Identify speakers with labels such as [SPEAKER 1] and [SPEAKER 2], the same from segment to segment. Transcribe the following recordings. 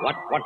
[SPEAKER 1] What, what,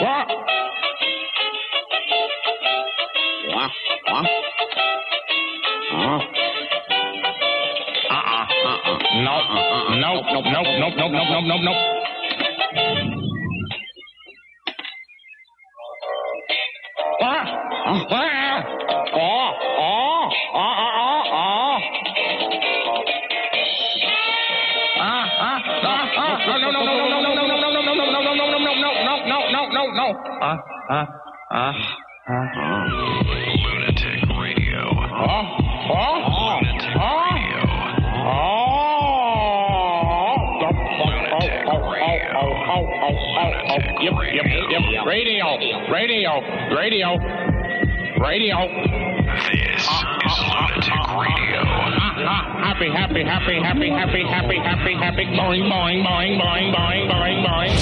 [SPEAKER 2] What?
[SPEAKER 1] Wah, wah. Uh-huh. Uh-uh, uh-uh.
[SPEAKER 2] No, no, no, no, no, no, no, no, no, no. Ah! Ah! Oh, oh, oh, oh, oh, oh. Ah, ah, ah, ah. No, no, no, no, no, no, no, no, no, no, no, no, no, no, no, no, no, no, no, no, no, no. Ah, ah, ah, ah.
[SPEAKER 3] Lunatic Radio.
[SPEAKER 2] Oh, oh, oh,
[SPEAKER 3] Lunatic
[SPEAKER 2] oh.
[SPEAKER 3] Radio.
[SPEAKER 2] Radio, radio, radio, radio.
[SPEAKER 3] This is Lunatic Radio.
[SPEAKER 2] Happy, happy, happy, happy, happy, happy, happy, happy. Boing, boing, boing, boing, boing, boing, boing.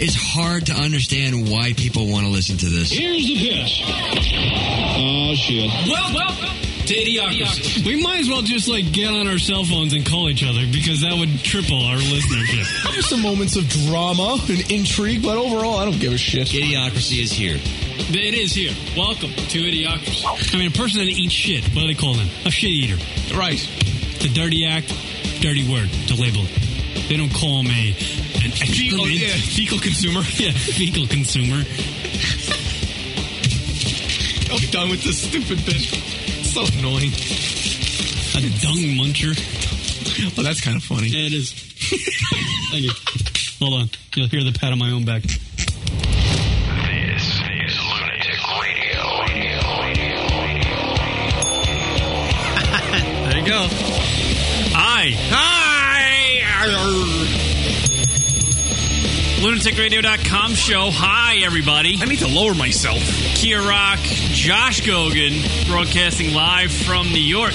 [SPEAKER 4] It's hard to understand why people want to listen to this.
[SPEAKER 5] Here's the pitch. Oh shit.
[SPEAKER 6] Well, welcome to Idiocracy.
[SPEAKER 5] We might as well just like get on our cell phones and call each other because that would triple our listenership.
[SPEAKER 7] There's some moments of drama and intrigue, but overall, I don't give a shit.
[SPEAKER 4] Idiocracy is here.
[SPEAKER 5] it is here. Welcome to Idiocracy. I mean, a person that eats shit. What do they call them? A shit eater.
[SPEAKER 7] Right.
[SPEAKER 5] The dirty act, dirty word to label it. They don't call them a an excrement.
[SPEAKER 7] fecal consumer.
[SPEAKER 5] Yeah, fecal consumer.
[SPEAKER 7] I'm done with this stupid bitch. So annoying.
[SPEAKER 5] A dung muncher.
[SPEAKER 7] Oh, that's kind of funny.
[SPEAKER 5] Yeah, it is. Thank you. Hold on. You'll hear the pat on my own back.
[SPEAKER 3] This is Lunatic Radio.
[SPEAKER 5] There you go. Hi. Hi. LunaticRadio.com show. Hi, everybody. I need to lower myself. Kia Rock, Josh Gogan, broadcasting live from New York.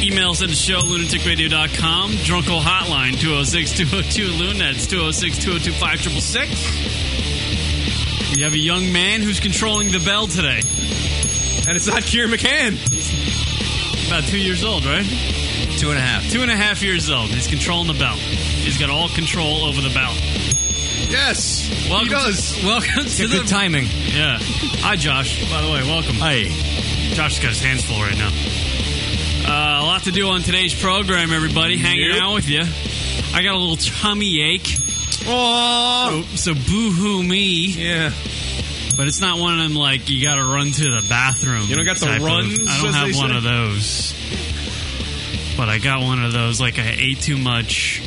[SPEAKER 5] Emails at the show, lunaticradio.com. Drunko Hotline, 206 202 Loon. That's 206 202 5666. We have a young man who's controlling the bell today.
[SPEAKER 7] And it's not Kieran McCann.
[SPEAKER 5] About two years old, right?
[SPEAKER 4] Two and a half.
[SPEAKER 5] Two and a half years old. He's controlling the belt. He's got all control over the belt.
[SPEAKER 7] Yes.
[SPEAKER 5] Welcome
[SPEAKER 7] he does.
[SPEAKER 5] To, welcome to the.
[SPEAKER 4] Good timing.
[SPEAKER 5] yeah. Hi, Josh. By the way, welcome. Hi. Josh has got his hands full right now. Uh, a lot to do on today's program, everybody. Hanging out with you. I got a little tummy ache,
[SPEAKER 7] Oh.
[SPEAKER 5] so, so boo hoo me.
[SPEAKER 7] Yeah.
[SPEAKER 5] But it's not one of them like you got to run to the bathroom.
[SPEAKER 7] You don't got the
[SPEAKER 5] type of-
[SPEAKER 7] runs,
[SPEAKER 5] I don't
[SPEAKER 7] as
[SPEAKER 5] have
[SPEAKER 7] they
[SPEAKER 5] one
[SPEAKER 7] say?
[SPEAKER 5] of those. But I got one of those. Like I ate too much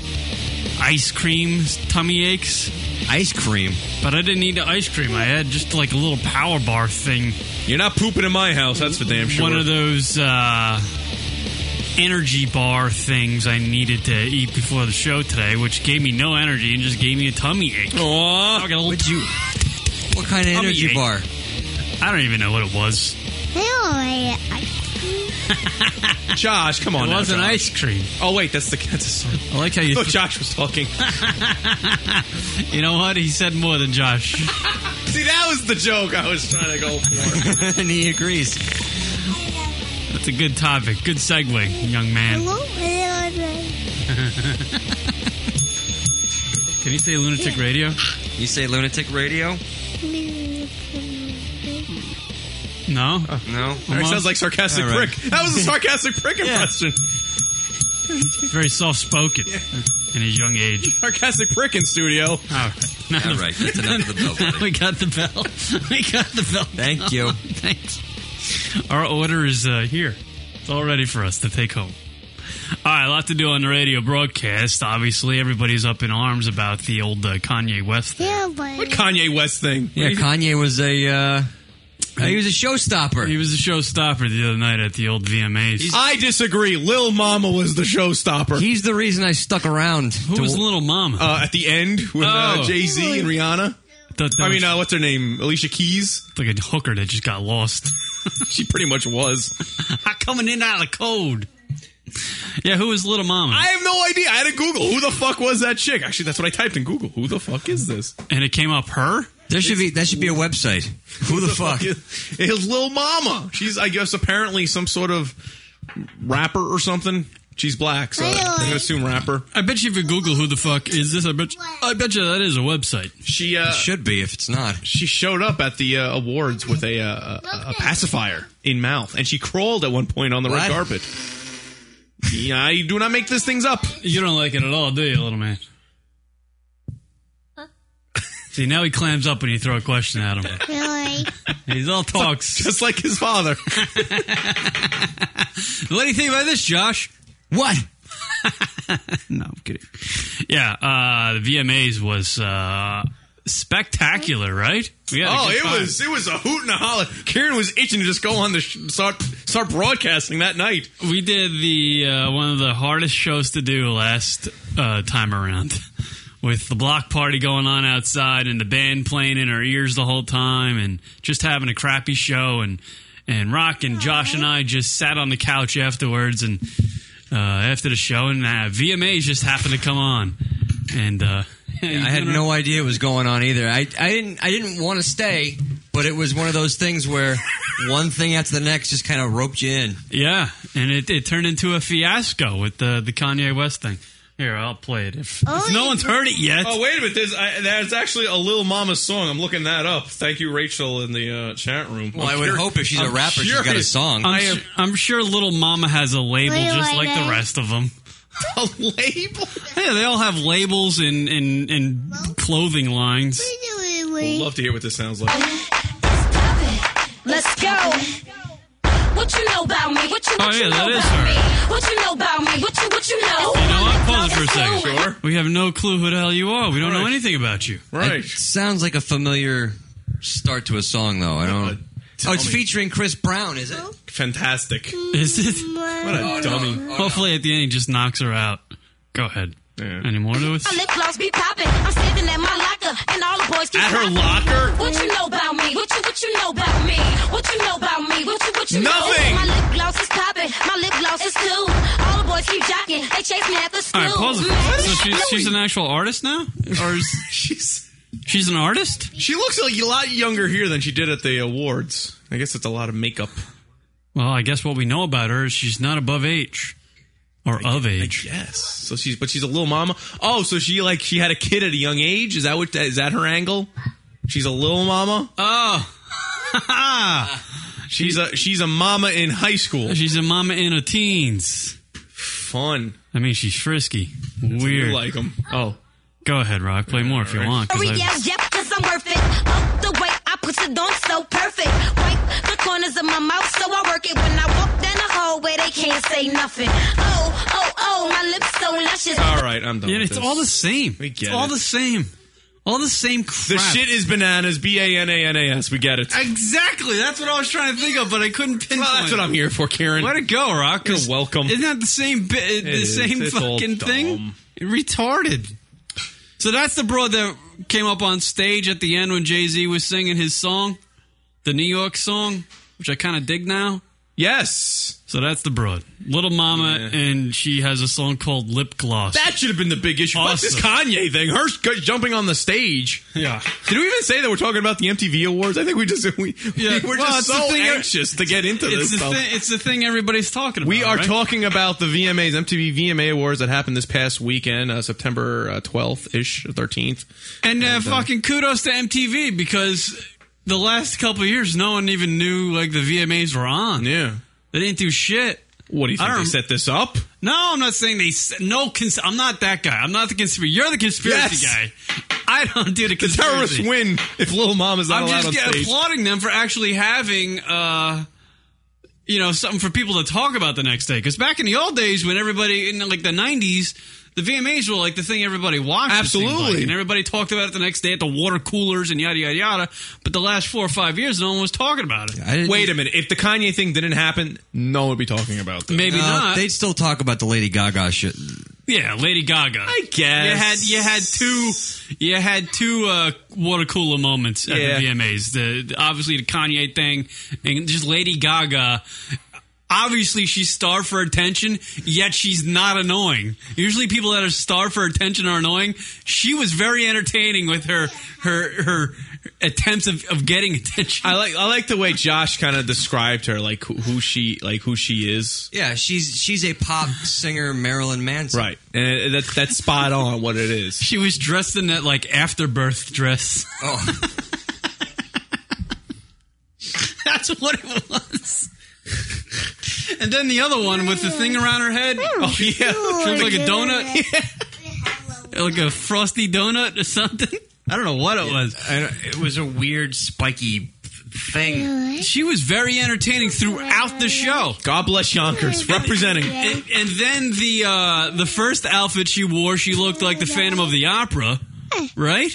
[SPEAKER 5] ice cream tummy aches.
[SPEAKER 4] Ice cream.
[SPEAKER 5] But I didn't need the ice cream. I had just like a little power bar thing.
[SPEAKER 7] You're not pooping in my house, that's for damn sure.
[SPEAKER 5] One of those uh, energy bar things I needed to eat before the show today, which gave me no energy and just gave me a tummy ache.
[SPEAKER 7] Aw.
[SPEAKER 5] I got a little-
[SPEAKER 4] What kind of
[SPEAKER 5] Tummy
[SPEAKER 4] energy
[SPEAKER 5] ache.
[SPEAKER 4] bar?
[SPEAKER 5] I don't even know what it was.
[SPEAKER 8] Really?
[SPEAKER 7] Josh, come on.
[SPEAKER 5] It
[SPEAKER 7] now,
[SPEAKER 5] wasn't
[SPEAKER 7] Josh.
[SPEAKER 5] ice cream.
[SPEAKER 7] Oh wait, that's the that's a song.
[SPEAKER 5] I like how you.
[SPEAKER 7] Oh, Josh was talking.
[SPEAKER 5] you know what? He said more than Josh.
[SPEAKER 7] See, that was the joke I was trying to go
[SPEAKER 5] Uh-huh.
[SPEAKER 7] for.
[SPEAKER 4] and he agrees.
[SPEAKER 5] That's a good topic. Good segue, young man. Can you say lunatic radio?
[SPEAKER 4] You say lunatic radio?
[SPEAKER 5] No.
[SPEAKER 4] No.
[SPEAKER 7] That sounds like sarcastic
[SPEAKER 4] All right.
[SPEAKER 7] prick. That was a sarcastic prick impression.
[SPEAKER 5] Very soft spoken in his young age.
[SPEAKER 7] Sarcastic prick in studio.
[SPEAKER 5] All right. Now
[SPEAKER 4] All
[SPEAKER 5] the-
[SPEAKER 4] right, that's enough of the bell. buddy.
[SPEAKER 5] Oh, we got the bell. We got the bell.
[SPEAKER 4] Thank you.
[SPEAKER 5] Thanks. Our order is uh, here. It's all ready for us to take home. All right, a lot to do on the radio broadcast. Obviously, everybody's up in arms about the old uh, Kanye West. thing.
[SPEAKER 7] What Kanye West thing?
[SPEAKER 4] Yeah, Kanye was a uh, he was a
[SPEAKER 5] He
[SPEAKER 4] showstopper.
[SPEAKER 5] was a showstopper the other night at the old VMAs.
[SPEAKER 7] I disagree. Lil Mama was the showstopper.
[SPEAKER 4] He's the reason I stuck around.
[SPEAKER 5] Who
[SPEAKER 4] to-
[SPEAKER 5] was Little Mama?
[SPEAKER 7] uh, at the end with uh,
[SPEAKER 5] Oh.
[SPEAKER 7] Jay Z and Rihanna.
[SPEAKER 5] That- that
[SPEAKER 7] I mean,
[SPEAKER 5] was-
[SPEAKER 7] uh, what's her name? Alicia Keys.
[SPEAKER 5] like a hooker that just got lost.
[SPEAKER 7] She pretty much was.
[SPEAKER 5] I coming in out of the cold. Yeah, who is Little Mama?
[SPEAKER 7] I have no idea. I had to Google who the fuck was that chick. Actually, that's what I typed in Google. Who the fuck is this?
[SPEAKER 5] and it came up her.
[SPEAKER 9] There should be that should be a website. Who the fuck?
[SPEAKER 7] is- It was Lil Mama. She's, I guess, apparently some sort of rapper or something. She's black, so I'm gonna assume rapper.
[SPEAKER 5] I bet you if you Google who the fuck is this, I bet I bet you that is a website.
[SPEAKER 7] She uh,
[SPEAKER 9] Should be if it's not.
[SPEAKER 7] she showed up at the uh, awards with a, uh, a a pacifier in mouth, and she crawled at one point on the red
[SPEAKER 9] What?
[SPEAKER 7] carpet. Yeah, I do not make these things up.
[SPEAKER 5] You don't like it at all, do you, little man? See, now he clams up when you throw a question at him.
[SPEAKER 10] Really?
[SPEAKER 5] He's all talks.
[SPEAKER 7] Just like his father.
[SPEAKER 5] What do you think about this, Josh?
[SPEAKER 9] What?
[SPEAKER 5] No, I'm kidding. Yeah, uh, the VMAs was uh, spectacular, right? We had a
[SPEAKER 7] Oh,
[SPEAKER 5] good
[SPEAKER 7] it
[SPEAKER 5] time.
[SPEAKER 7] was it was a hoot and a holler. Karen was itching to just go on the sh- start start broadcasting that night.
[SPEAKER 5] We did the uh, one of the hardest shows to do last uh, time around, with the block party going on outside and the band playing in our ears the whole time, and just having a crappy show. And and Rock and Josh and I just sat on the couch afterwards, and uh, after the show, and uh, VMAs just happened to come on, and uh,
[SPEAKER 9] I had no idea what was going on either. I, I didn't I didn't want to stay, but it was one of those things where one thing after the next just kind of roped you in.
[SPEAKER 5] yeah, and it, it turned into a fiasco with the the Kanye West thing. Here, I'll play it if, if
[SPEAKER 10] Oh,
[SPEAKER 5] no
[SPEAKER 10] yeah.
[SPEAKER 5] one's heard it yet.
[SPEAKER 7] Oh wait a minute, there's I, there's actually a Lil Mama song. I'm looking that up. Thank you, Rachel, in the uh, chat room.
[SPEAKER 9] Well,
[SPEAKER 7] I'm
[SPEAKER 9] I would
[SPEAKER 7] cur-
[SPEAKER 9] hope if she's a
[SPEAKER 7] I'm
[SPEAKER 9] rapper, she's got a
[SPEAKER 7] curious.
[SPEAKER 9] song.
[SPEAKER 5] I'm, su- I'm sure Little Mama has a label
[SPEAKER 10] Little
[SPEAKER 5] just like the
[SPEAKER 10] Mama.
[SPEAKER 5] rest of them.
[SPEAKER 7] a label.
[SPEAKER 5] Yeah, they all have labels and, and, and clothing lines.
[SPEAKER 7] I'd love to hear what this sounds like.
[SPEAKER 11] Let's go. What you know about me? What you,
[SPEAKER 5] Oh,
[SPEAKER 11] what
[SPEAKER 5] yeah,
[SPEAKER 11] you
[SPEAKER 5] that
[SPEAKER 11] know
[SPEAKER 5] is
[SPEAKER 11] about
[SPEAKER 5] her.
[SPEAKER 11] me? What you know about me? What you what you know?
[SPEAKER 7] Oh,
[SPEAKER 5] You know what? Pause it for a second.
[SPEAKER 7] Sure.
[SPEAKER 5] We have no clue who the hell you are. We don't know
[SPEAKER 7] Right.
[SPEAKER 5] anything about you.
[SPEAKER 7] Right.
[SPEAKER 9] It sounds like a familiar start to a song, though. I don't.
[SPEAKER 7] tell
[SPEAKER 9] Oh, it's
[SPEAKER 7] me.
[SPEAKER 9] featuring Chris Brown, is it?
[SPEAKER 7] Fantastic.
[SPEAKER 5] Is it?
[SPEAKER 7] What a dummy.
[SPEAKER 5] Hopefully, at the end, he just knocks her out. Go ahead.
[SPEAKER 7] Yeah.
[SPEAKER 5] Any more to it?
[SPEAKER 11] My lip gloss be popping. I'm standing at my locker, and all the boys keep
[SPEAKER 7] At her
[SPEAKER 11] popping.
[SPEAKER 7] locker?
[SPEAKER 11] What you know about me? What you what you know about me? What you know about me? What you what you
[SPEAKER 7] Nothing.
[SPEAKER 11] know? My lip gloss is popping. My lip gloss is cool. All the boys keep jocking. They chase me after
[SPEAKER 5] All
[SPEAKER 11] school.
[SPEAKER 5] right, pause it.
[SPEAKER 11] Man,
[SPEAKER 5] So she's, she's an actual artist now? Or is,
[SPEAKER 7] She's
[SPEAKER 5] she's an artist?
[SPEAKER 7] she looks a lot younger here than she did at the awards. I guess it's a lot of makeup.
[SPEAKER 5] Well, I guess what we know about her is she's not above age. Or of age.
[SPEAKER 7] Yes. So she's but she's a little mama. Oh, so she like she had a kid at a young age. Is that what is that her angle? She's a little mama. Oh.
[SPEAKER 5] Ah!
[SPEAKER 7] She's a she's a mama in high school.
[SPEAKER 5] She's a mama in her teens.
[SPEAKER 7] Fun.
[SPEAKER 5] I mean, she's frisky.
[SPEAKER 7] You
[SPEAKER 5] Weird.
[SPEAKER 7] like them.
[SPEAKER 5] oh, go ahead, Rock. Play more if you want. 'cause
[SPEAKER 7] Oh,
[SPEAKER 11] Hurry
[SPEAKER 5] I-
[SPEAKER 11] up, Oh, yep, cause I'm worth it. Oh, the way I put it on so perfect. Wipe the corners of my mouth so I work it. When I walk down the hallway, they can't say nothing. Oh, oh, oh, my lips so luscious.
[SPEAKER 7] All right, I'm done.
[SPEAKER 5] Yeah,
[SPEAKER 7] with
[SPEAKER 5] it's
[SPEAKER 7] this.
[SPEAKER 5] all the same.
[SPEAKER 7] We get
[SPEAKER 5] it's all
[SPEAKER 7] it.
[SPEAKER 5] the same. All the same crap.
[SPEAKER 7] The shit is bananas. B a n a n a s. We get it.
[SPEAKER 5] exactly. That's what I was trying to think of, but I couldn't pinpoint.
[SPEAKER 7] well, that's what I'm here for, Karen.
[SPEAKER 5] Let it go, Rock. 'cause
[SPEAKER 7] You're welcome.
[SPEAKER 5] Isn't that the same bit? The
[SPEAKER 7] It is.
[SPEAKER 5] same
[SPEAKER 7] It's all
[SPEAKER 5] fucking thing.
[SPEAKER 7] dumb.
[SPEAKER 5] Retarded. So that's the broad that came up on stage at the end when Jay Z was singing his song, the New York song, which I kind of dig now.
[SPEAKER 7] Yes,
[SPEAKER 5] So that's the broad. Little Mama, and she has a song called Lip Gloss.
[SPEAKER 7] that should have been the big issue. What's this
[SPEAKER 5] Awesome.
[SPEAKER 7] Kanye thing? Her sk- jumping on the stage.
[SPEAKER 5] yeah.
[SPEAKER 7] Did we even say that we're talking about the MTV Awards? I think we just we,
[SPEAKER 5] Yeah,
[SPEAKER 7] we're
[SPEAKER 5] well,
[SPEAKER 7] just
[SPEAKER 5] it's the
[SPEAKER 7] so
[SPEAKER 5] thing-
[SPEAKER 7] anxious to get into
[SPEAKER 5] It's
[SPEAKER 7] this.
[SPEAKER 5] the,
[SPEAKER 7] stuff.
[SPEAKER 5] thing, it's the thing everybody's talking about.
[SPEAKER 7] We are
[SPEAKER 5] right?
[SPEAKER 7] talking about the VMAs, MTV VMA Awards that happened this past weekend, uh, September twelfth ish, thirteenth.
[SPEAKER 5] And, uh, fucking kudos to MTV because the last couple of years, no one even knew like the VMAs were on.
[SPEAKER 7] Yeah.
[SPEAKER 5] They didn't do shit.
[SPEAKER 7] What do you
[SPEAKER 5] I
[SPEAKER 7] think they
[SPEAKER 5] don't-
[SPEAKER 7] set this up?
[SPEAKER 5] No, I'm not saying they. s- No, cons- I'm not that guy. I'm not the conspiracy. You're the conspiracy
[SPEAKER 7] Yes.
[SPEAKER 5] guy. I don't do the
[SPEAKER 7] The
[SPEAKER 5] conspiracy.
[SPEAKER 7] terrorists win if Lil Mom is not
[SPEAKER 5] I'm
[SPEAKER 7] allowed
[SPEAKER 5] just
[SPEAKER 7] on
[SPEAKER 5] get-
[SPEAKER 7] stage.
[SPEAKER 5] applauding them for actually having, uh, you know, something for people to talk about the next day. Because back in the old days, when everybody in like the '90s, the VMAs were like the thing everybody watched. it seemed
[SPEAKER 7] Absolutely.
[SPEAKER 5] like. and everybody talked about it the next day at the water coolers and yada yada yada. But the last four or five years, no one was talking about it.
[SPEAKER 9] I didn't-
[SPEAKER 7] Wait a minute. If the Kanye thing didn't happen, no one would be talking about this.
[SPEAKER 5] Maybe
[SPEAKER 9] No,
[SPEAKER 5] not.
[SPEAKER 9] They'd still talk about the Lady Gaga shit.
[SPEAKER 5] Yeah, Lady Gaga. I
[SPEAKER 10] guess.
[SPEAKER 5] you had you had two you had two uh, water cooler moments at
[SPEAKER 10] Yeah.
[SPEAKER 5] the VMAs. The, the- obviously the Kanye thing and just Lady Gaga. Obviously, she's starved for attention, yet she's not annoying. Usually, people that are starved for attention are annoying. She was very entertaining with her her her attempts of, of getting attention.
[SPEAKER 7] I like I like the way Josh kind of described her, like who- who she like who she is.
[SPEAKER 9] Yeah, she's she's a pop singer Marilyn Manson.
[SPEAKER 7] Right, and it- that that's spot on what it is.
[SPEAKER 5] She was dressed in that like afterbirth dress.
[SPEAKER 9] Oh,
[SPEAKER 5] That's what it was. And then the other one with the thing around her head. Oh yeah, she looks like a donut, like a frosty donut or something. I don't know what it was.
[SPEAKER 10] it was a weird spiky thing.
[SPEAKER 5] She was very entertaining throughout the show.
[SPEAKER 7] God bless Yonkers representing.
[SPEAKER 5] And, and then the uh, the first outfit she wore, she looked like the Phantom of the Opera, right?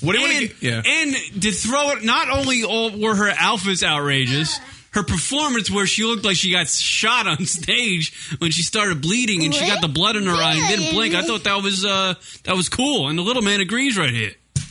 [SPEAKER 7] What do you want
[SPEAKER 5] and,
[SPEAKER 7] to get? Yeah.
[SPEAKER 5] And to throw it, not only all were her outfits outrageous, her performance where she looked like she got shot on stage when she started bleeding and she got the blood in her eye and didn't blink. I thought that was uh, that was cool, and the little man agrees right here.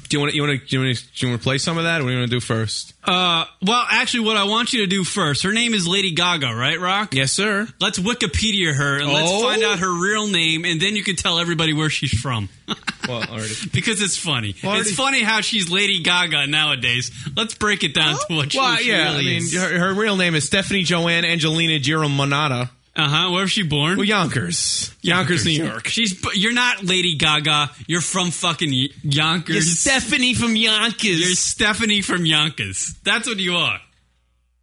[SPEAKER 7] Do you want to you want to do you want to do you want to play some of that? Or what do you want to do first?
[SPEAKER 5] Uh, well, actually, what I want you to do first, her name is Lady Gaga, right, Rock?
[SPEAKER 7] Yes, sir.
[SPEAKER 5] Let's Wikipedia her and let's
[SPEAKER 7] Oh.
[SPEAKER 5] find out her real name, and then you can tell everybody where she's from.
[SPEAKER 7] Well, already.
[SPEAKER 5] because it's funny.
[SPEAKER 7] Already-
[SPEAKER 5] It's funny how she's Lady Gaga nowadays. Let's break it down to what she,
[SPEAKER 7] Well,
[SPEAKER 5] she
[SPEAKER 7] yeah.
[SPEAKER 5] really
[SPEAKER 7] I mean,
[SPEAKER 5] is.
[SPEAKER 7] her, her real name is Stephanie Joanne Angelina Giromanata.
[SPEAKER 5] Uh huh. Where was she born?
[SPEAKER 7] Well, Yonkers. Yonkers, New York.
[SPEAKER 5] She's. You're not Lady Gaga. You're from fucking Y- Yonkers.
[SPEAKER 7] You're Stephanie from Yonkers.
[SPEAKER 5] You're Stephanie from Yonkers. That's what you are.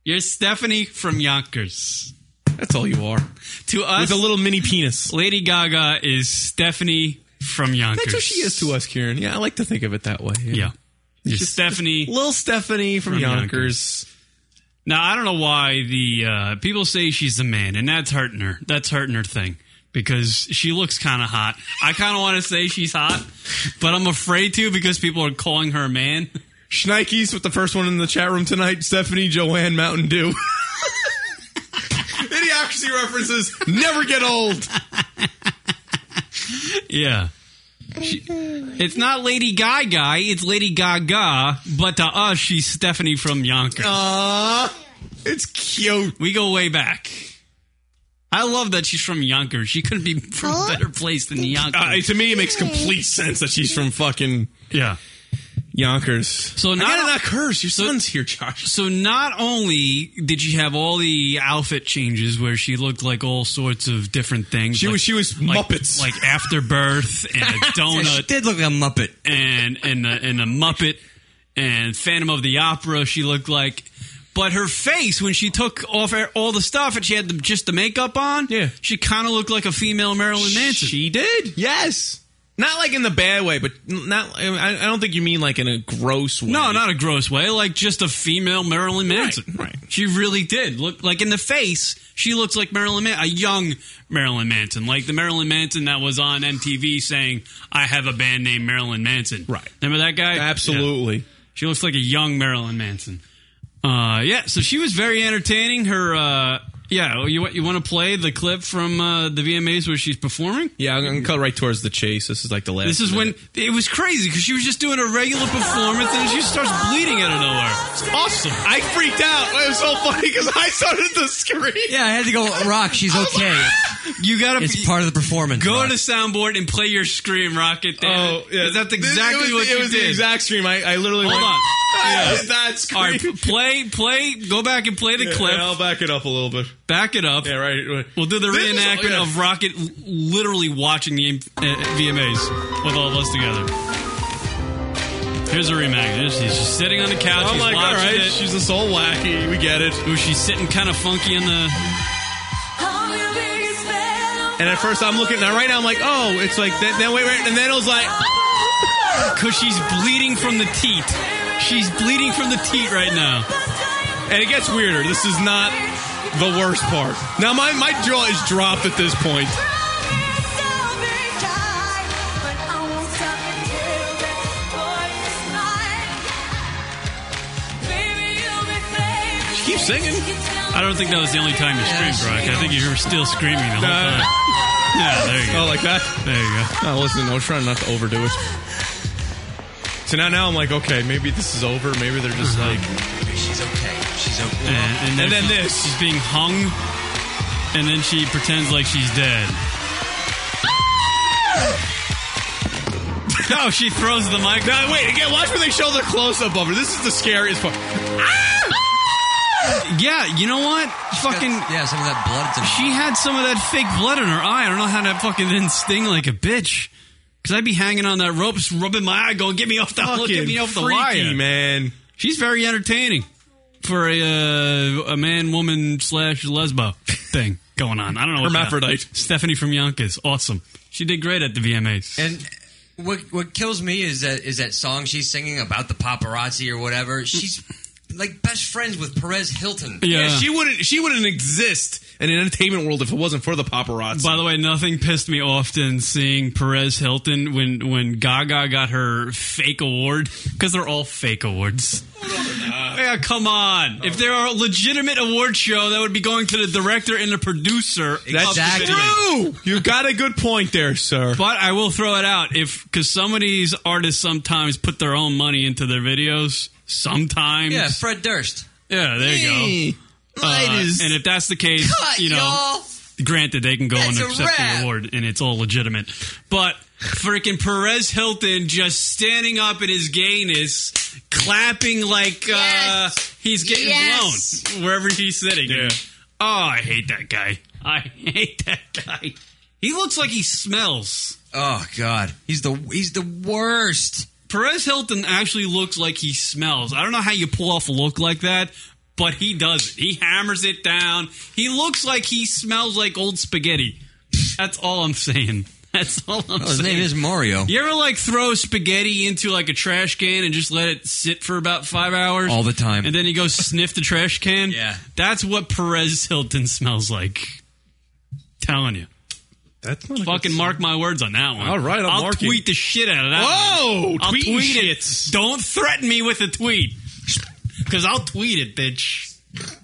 [SPEAKER 5] You're Stephanie from Yonkers.
[SPEAKER 7] That's all you are.
[SPEAKER 5] To us,
[SPEAKER 7] With a little mini penis.
[SPEAKER 5] Lady Gaga is Stephanie from Yonkers.
[SPEAKER 7] That's what she is to us, Kieran. Yeah, I like to think of it that way.
[SPEAKER 5] Yeah. You're Stephanie.
[SPEAKER 7] Little Stephanie from,
[SPEAKER 5] From
[SPEAKER 7] Yonkers.
[SPEAKER 5] Now I don't know why the uh, people say she's the man, and that's hurting her. That's hurting her thing because she looks kind of hot. I kind of want to say she's hot, but I'm afraid to because people are calling her a man.
[SPEAKER 7] Schneikes with the first one in the chat room tonight. Stephanie Joanne Mountain Dew. Idiocracy references never get old.
[SPEAKER 5] Yeah, She- it's not Lady Guy Guy. It's Lady Gaga, but to us, she's Stephanie from Yonkers.
[SPEAKER 7] Aww. It's cute.
[SPEAKER 5] we go way back. I love that she's from Yonkers. She couldn't be from a better place than Yonkers.
[SPEAKER 7] Uh, to me, it makes complete sense that she's from fucking
[SPEAKER 5] yeah.
[SPEAKER 7] Yonkers.
[SPEAKER 5] So
[SPEAKER 7] I
[SPEAKER 5] not-
[SPEAKER 7] gotta not curse. Your son's here, Josh.
[SPEAKER 5] So not only did she have all the outfit changes where she looked like all sorts of different things.
[SPEAKER 7] She
[SPEAKER 5] like,
[SPEAKER 7] was she was
[SPEAKER 5] like,
[SPEAKER 7] Muppets.
[SPEAKER 5] like afterbirth and a
[SPEAKER 9] she
[SPEAKER 5] donut
[SPEAKER 9] did look like a Muppet.
[SPEAKER 5] and and a, and a Muppet and Phantom of the Opera. She looked like. But her face, when she took off her- all the stuff and she had the, just the makeup on,
[SPEAKER 7] Yeah.
[SPEAKER 5] she kind of looked like a female Marilyn Manson.
[SPEAKER 7] She did. Yes. Not like in the bad way, but not. I, I don't think you mean like in a gross way.
[SPEAKER 5] No, not a gross way. Like just a female Marilyn Manson.
[SPEAKER 7] right.
[SPEAKER 5] She really did look like in the face. She looks like Marilyn Manson, a young Marilyn Manson, like the Marilyn Manson that was on MTV saying, "I have a band named Marilyn Manson."
[SPEAKER 7] Right.
[SPEAKER 5] Remember that guy? Yeah.
[SPEAKER 7] Absolutely.
[SPEAKER 5] She looks like a young Marilyn Manson. Uh, yeah. So she was very entertaining. Her. Uh, yeah, you you want to play the clip from uh, the VMAs where she's performing?
[SPEAKER 7] Yeah, I'm gonna cut right towards the chase. This is like the last.
[SPEAKER 5] This is when
[SPEAKER 7] minute.
[SPEAKER 5] it was crazy because she was just doing a regular performance and she starts bleeding out of nowhere. It's awesome.
[SPEAKER 7] I freaked out. It was so funny because I started the screen.
[SPEAKER 9] Yeah, I had to go. Rock, she's okay.
[SPEAKER 5] You gotta
[SPEAKER 9] It's
[SPEAKER 5] be-
[SPEAKER 9] part of the performance.
[SPEAKER 5] go
[SPEAKER 9] Rock.
[SPEAKER 5] to soundboard and play your scream rocket. Damn
[SPEAKER 7] Oh,
[SPEAKER 5] it.
[SPEAKER 7] yeah.
[SPEAKER 5] 'Cause that's
[SPEAKER 7] This-
[SPEAKER 5] exactly
[SPEAKER 7] it was,
[SPEAKER 5] what
[SPEAKER 7] it
[SPEAKER 5] you
[SPEAKER 7] was
[SPEAKER 5] did.
[SPEAKER 7] the exact scream. I, I literally
[SPEAKER 5] Hold
[SPEAKER 7] went,
[SPEAKER 5] on.
[SPEAKER 7] "Ah,
[SPEAKER 5] Yeah.
[SPEAKER 7] that scream.
[SPEAKER 5] All right, p- play, play. Go back and play the
[SPEAKER 7] Yeah,
[SPEAKER 5] clip.
[SPEAKER 7] I'll back it up a little bit.
[SPEAKER 5] back it up.
[SPEAKER 7] Yeah, right. right.
[SPEAKER 5] We'll do the
[SPEAKER 7] This is- oh,
[SPEAKER 5] reenactment
[SPEAKER 7] yeah.
[SPEAKER 5] of Rocket l- literally watching the uh, VMAs with all of us together. Here's a reenactment. She's just sitting on the couch.
[SPEAKER 7] I'm
[SPEAKER 5] she's
[SPEAKER 7] like, all
[SPEAKER 5] watching
[SPEAKER 7] right,
[SPEAKER 5] it.
[SPEAKER 7] Oh she's a soul wacky. We get it.
[SPEAKER 5] Ooh, she's sitting kind of funky in the.
[SPEAKER 7] And at first, I'm looking. Now, right now, I'm like, oh, it's like that. Then wait, wait, and then it was like,
[SPEAKER 5] Because she's bleeding from the teat. She's bleeding from the teat right now.
[SPEAKER 7] and it gets weirder. This is not the worst part. Now, my my jaw is dropped at this point. She keeps singing.
[SPEAKER 5] I don't think that was the only time you screamed, Rock. I think you were still screaming the whole
[SPEAKER 7] Uh,
[SPEAKER 5] time. Yeah, there you go.
[SPEAKER 7] Oh, like that?
[SPEAKER 5] There you
[SPEAKER 7] go. No, listen, I was trying not to overdo it. So now, now I'm like, okay, maybe this is over. Maybe they're just
[SPEAKER 5] Uh-huh.
[SPEAKER 7] like,
[SPEAKER 4] she's okay. She's okay.
[SPEAKER 5] And,
[SPEAKER 7] And then
[SPEAKER 5] she-
[SPEAKER 7] this.
[SPEAKER 5] She's being hung, and then she pretends like she's dead. No, she throws the mic.
[SPEAKER 7] Ah! No, wait, again, watch when they show the close up of her. This is the scariest part.
[SPEAKER 5] Uh-huh. Yeah, you know what? fucking
[SPEAKER 4] yeah, some of that blood.
[SPEAKER 5] She had some of that fake blood in her eye. I don't know how that fucking didn't sting like a bitch. Because I'd be hanging on that rope, just rubbing my eye, going, "Get me off the hook, get me
[SPEAKER 7] Fucking
[SPEAKER 5] off the
[SPEAKER 7] freaky,
[SPEAKER 5] wire,
[SPEAKER 7] man."
[SPEAKER 5] She's very entertaining for a uh, a man, woman slash lesbo thing going on. I don't know. what the-
[SPEAKER 7] Hermaphrodite.
[SPEAKER 5] Stephanie from Yonkers, awesome. She did great at the VMAs.
[SPEAKER 4] And what what kills me is that is that song she's singing about the paparazzi or whatever. She's like best friends with Perez Hilton.
[SPEAKER 7] she wouldn't. She wouldn't exist in an entertainment world if it wasn't for the paparazzi.
[SPEAKER 5] By the way, nothing pissed me off than seeing Perez Hilton when when Gaga got her fake award because they're all fake awards. yeah, come on. If there are a legitimate award show, that would be going to the director and the producer. of the
[SPEAKER 7] That's
[SPEAKER 5] video.
[SPEAKER 7] true. You got a good point there, sir.
[SPEAKER 5] But I will throw it out if because some of these artists sometimes put their own money into their videos. Sometimes,
[SPEAKER 4] yeah, Fred Durst.
[SPEAKER 5] Yeah, there you
[SPEAKER 4] Hey,
[SPEAKER 5] go. Uh,
[SPEAKER 4] light is
[SPEAKER 5] and if that's the case,
[SPEAKER 4] cut,
[SPEAKER 5] you know,
[SPEAKER 4] y'all.
[SPEAKER 5] granted they can go and
[SPEAKER 4] That's a
[SPEAKER 5] accept the
[SPEAKER 4] wrap.
[SPEAKER 5] award, and it's all legitimate. But freaking Perez Hilton just standing up in his gayness, clapping like uh, he's getting
[SPEAKER 12] Yes.
[SPEAKER 5] blown wherever he's sitting. Oh, I hate that guy. I hate that guy. He looks like he smells.
[SPEAKER 4] Oh God, he's the he's the worst.
[SPEAKER 5] Perez Hilton actually looks like he smells. I don't know how you pull off a look like that, but he does it. He hammers it down. He looks like he smells like old spaghetti. That's all I'm saying. That's all I'm
[SPEAKER 4] Oh, his
[SPEAKER 5] saying.
[SPEAKER 4] name is Mario.
[SPEAKER 5] You ever like throw spaghetti into like a trash can and just let it sit for about five hours?
[SPEAKER 4] All the time.
[SPEAKER 5] And then you go sniff the trash can? Yeah. That's what Perez Hilton smells like. Telling you.
[SPEAKER 7] That's
[SPEAKER 5] Fucking mark my words on that one.
[SPEAKER 7] All right, I'll
[SPEAKER 5] I'll
[SPEAKER 7] mark you.
[SPEAKER 5] tweet the shit out of that.
[SPEAKER 7] Whoa,
[SPEAKER 5] one. I'll
[SPEAKER 7] tweeting
[SPEAKER 5] tweet it. Don't threaten me with a tweet, because I'll tweet it, bitch.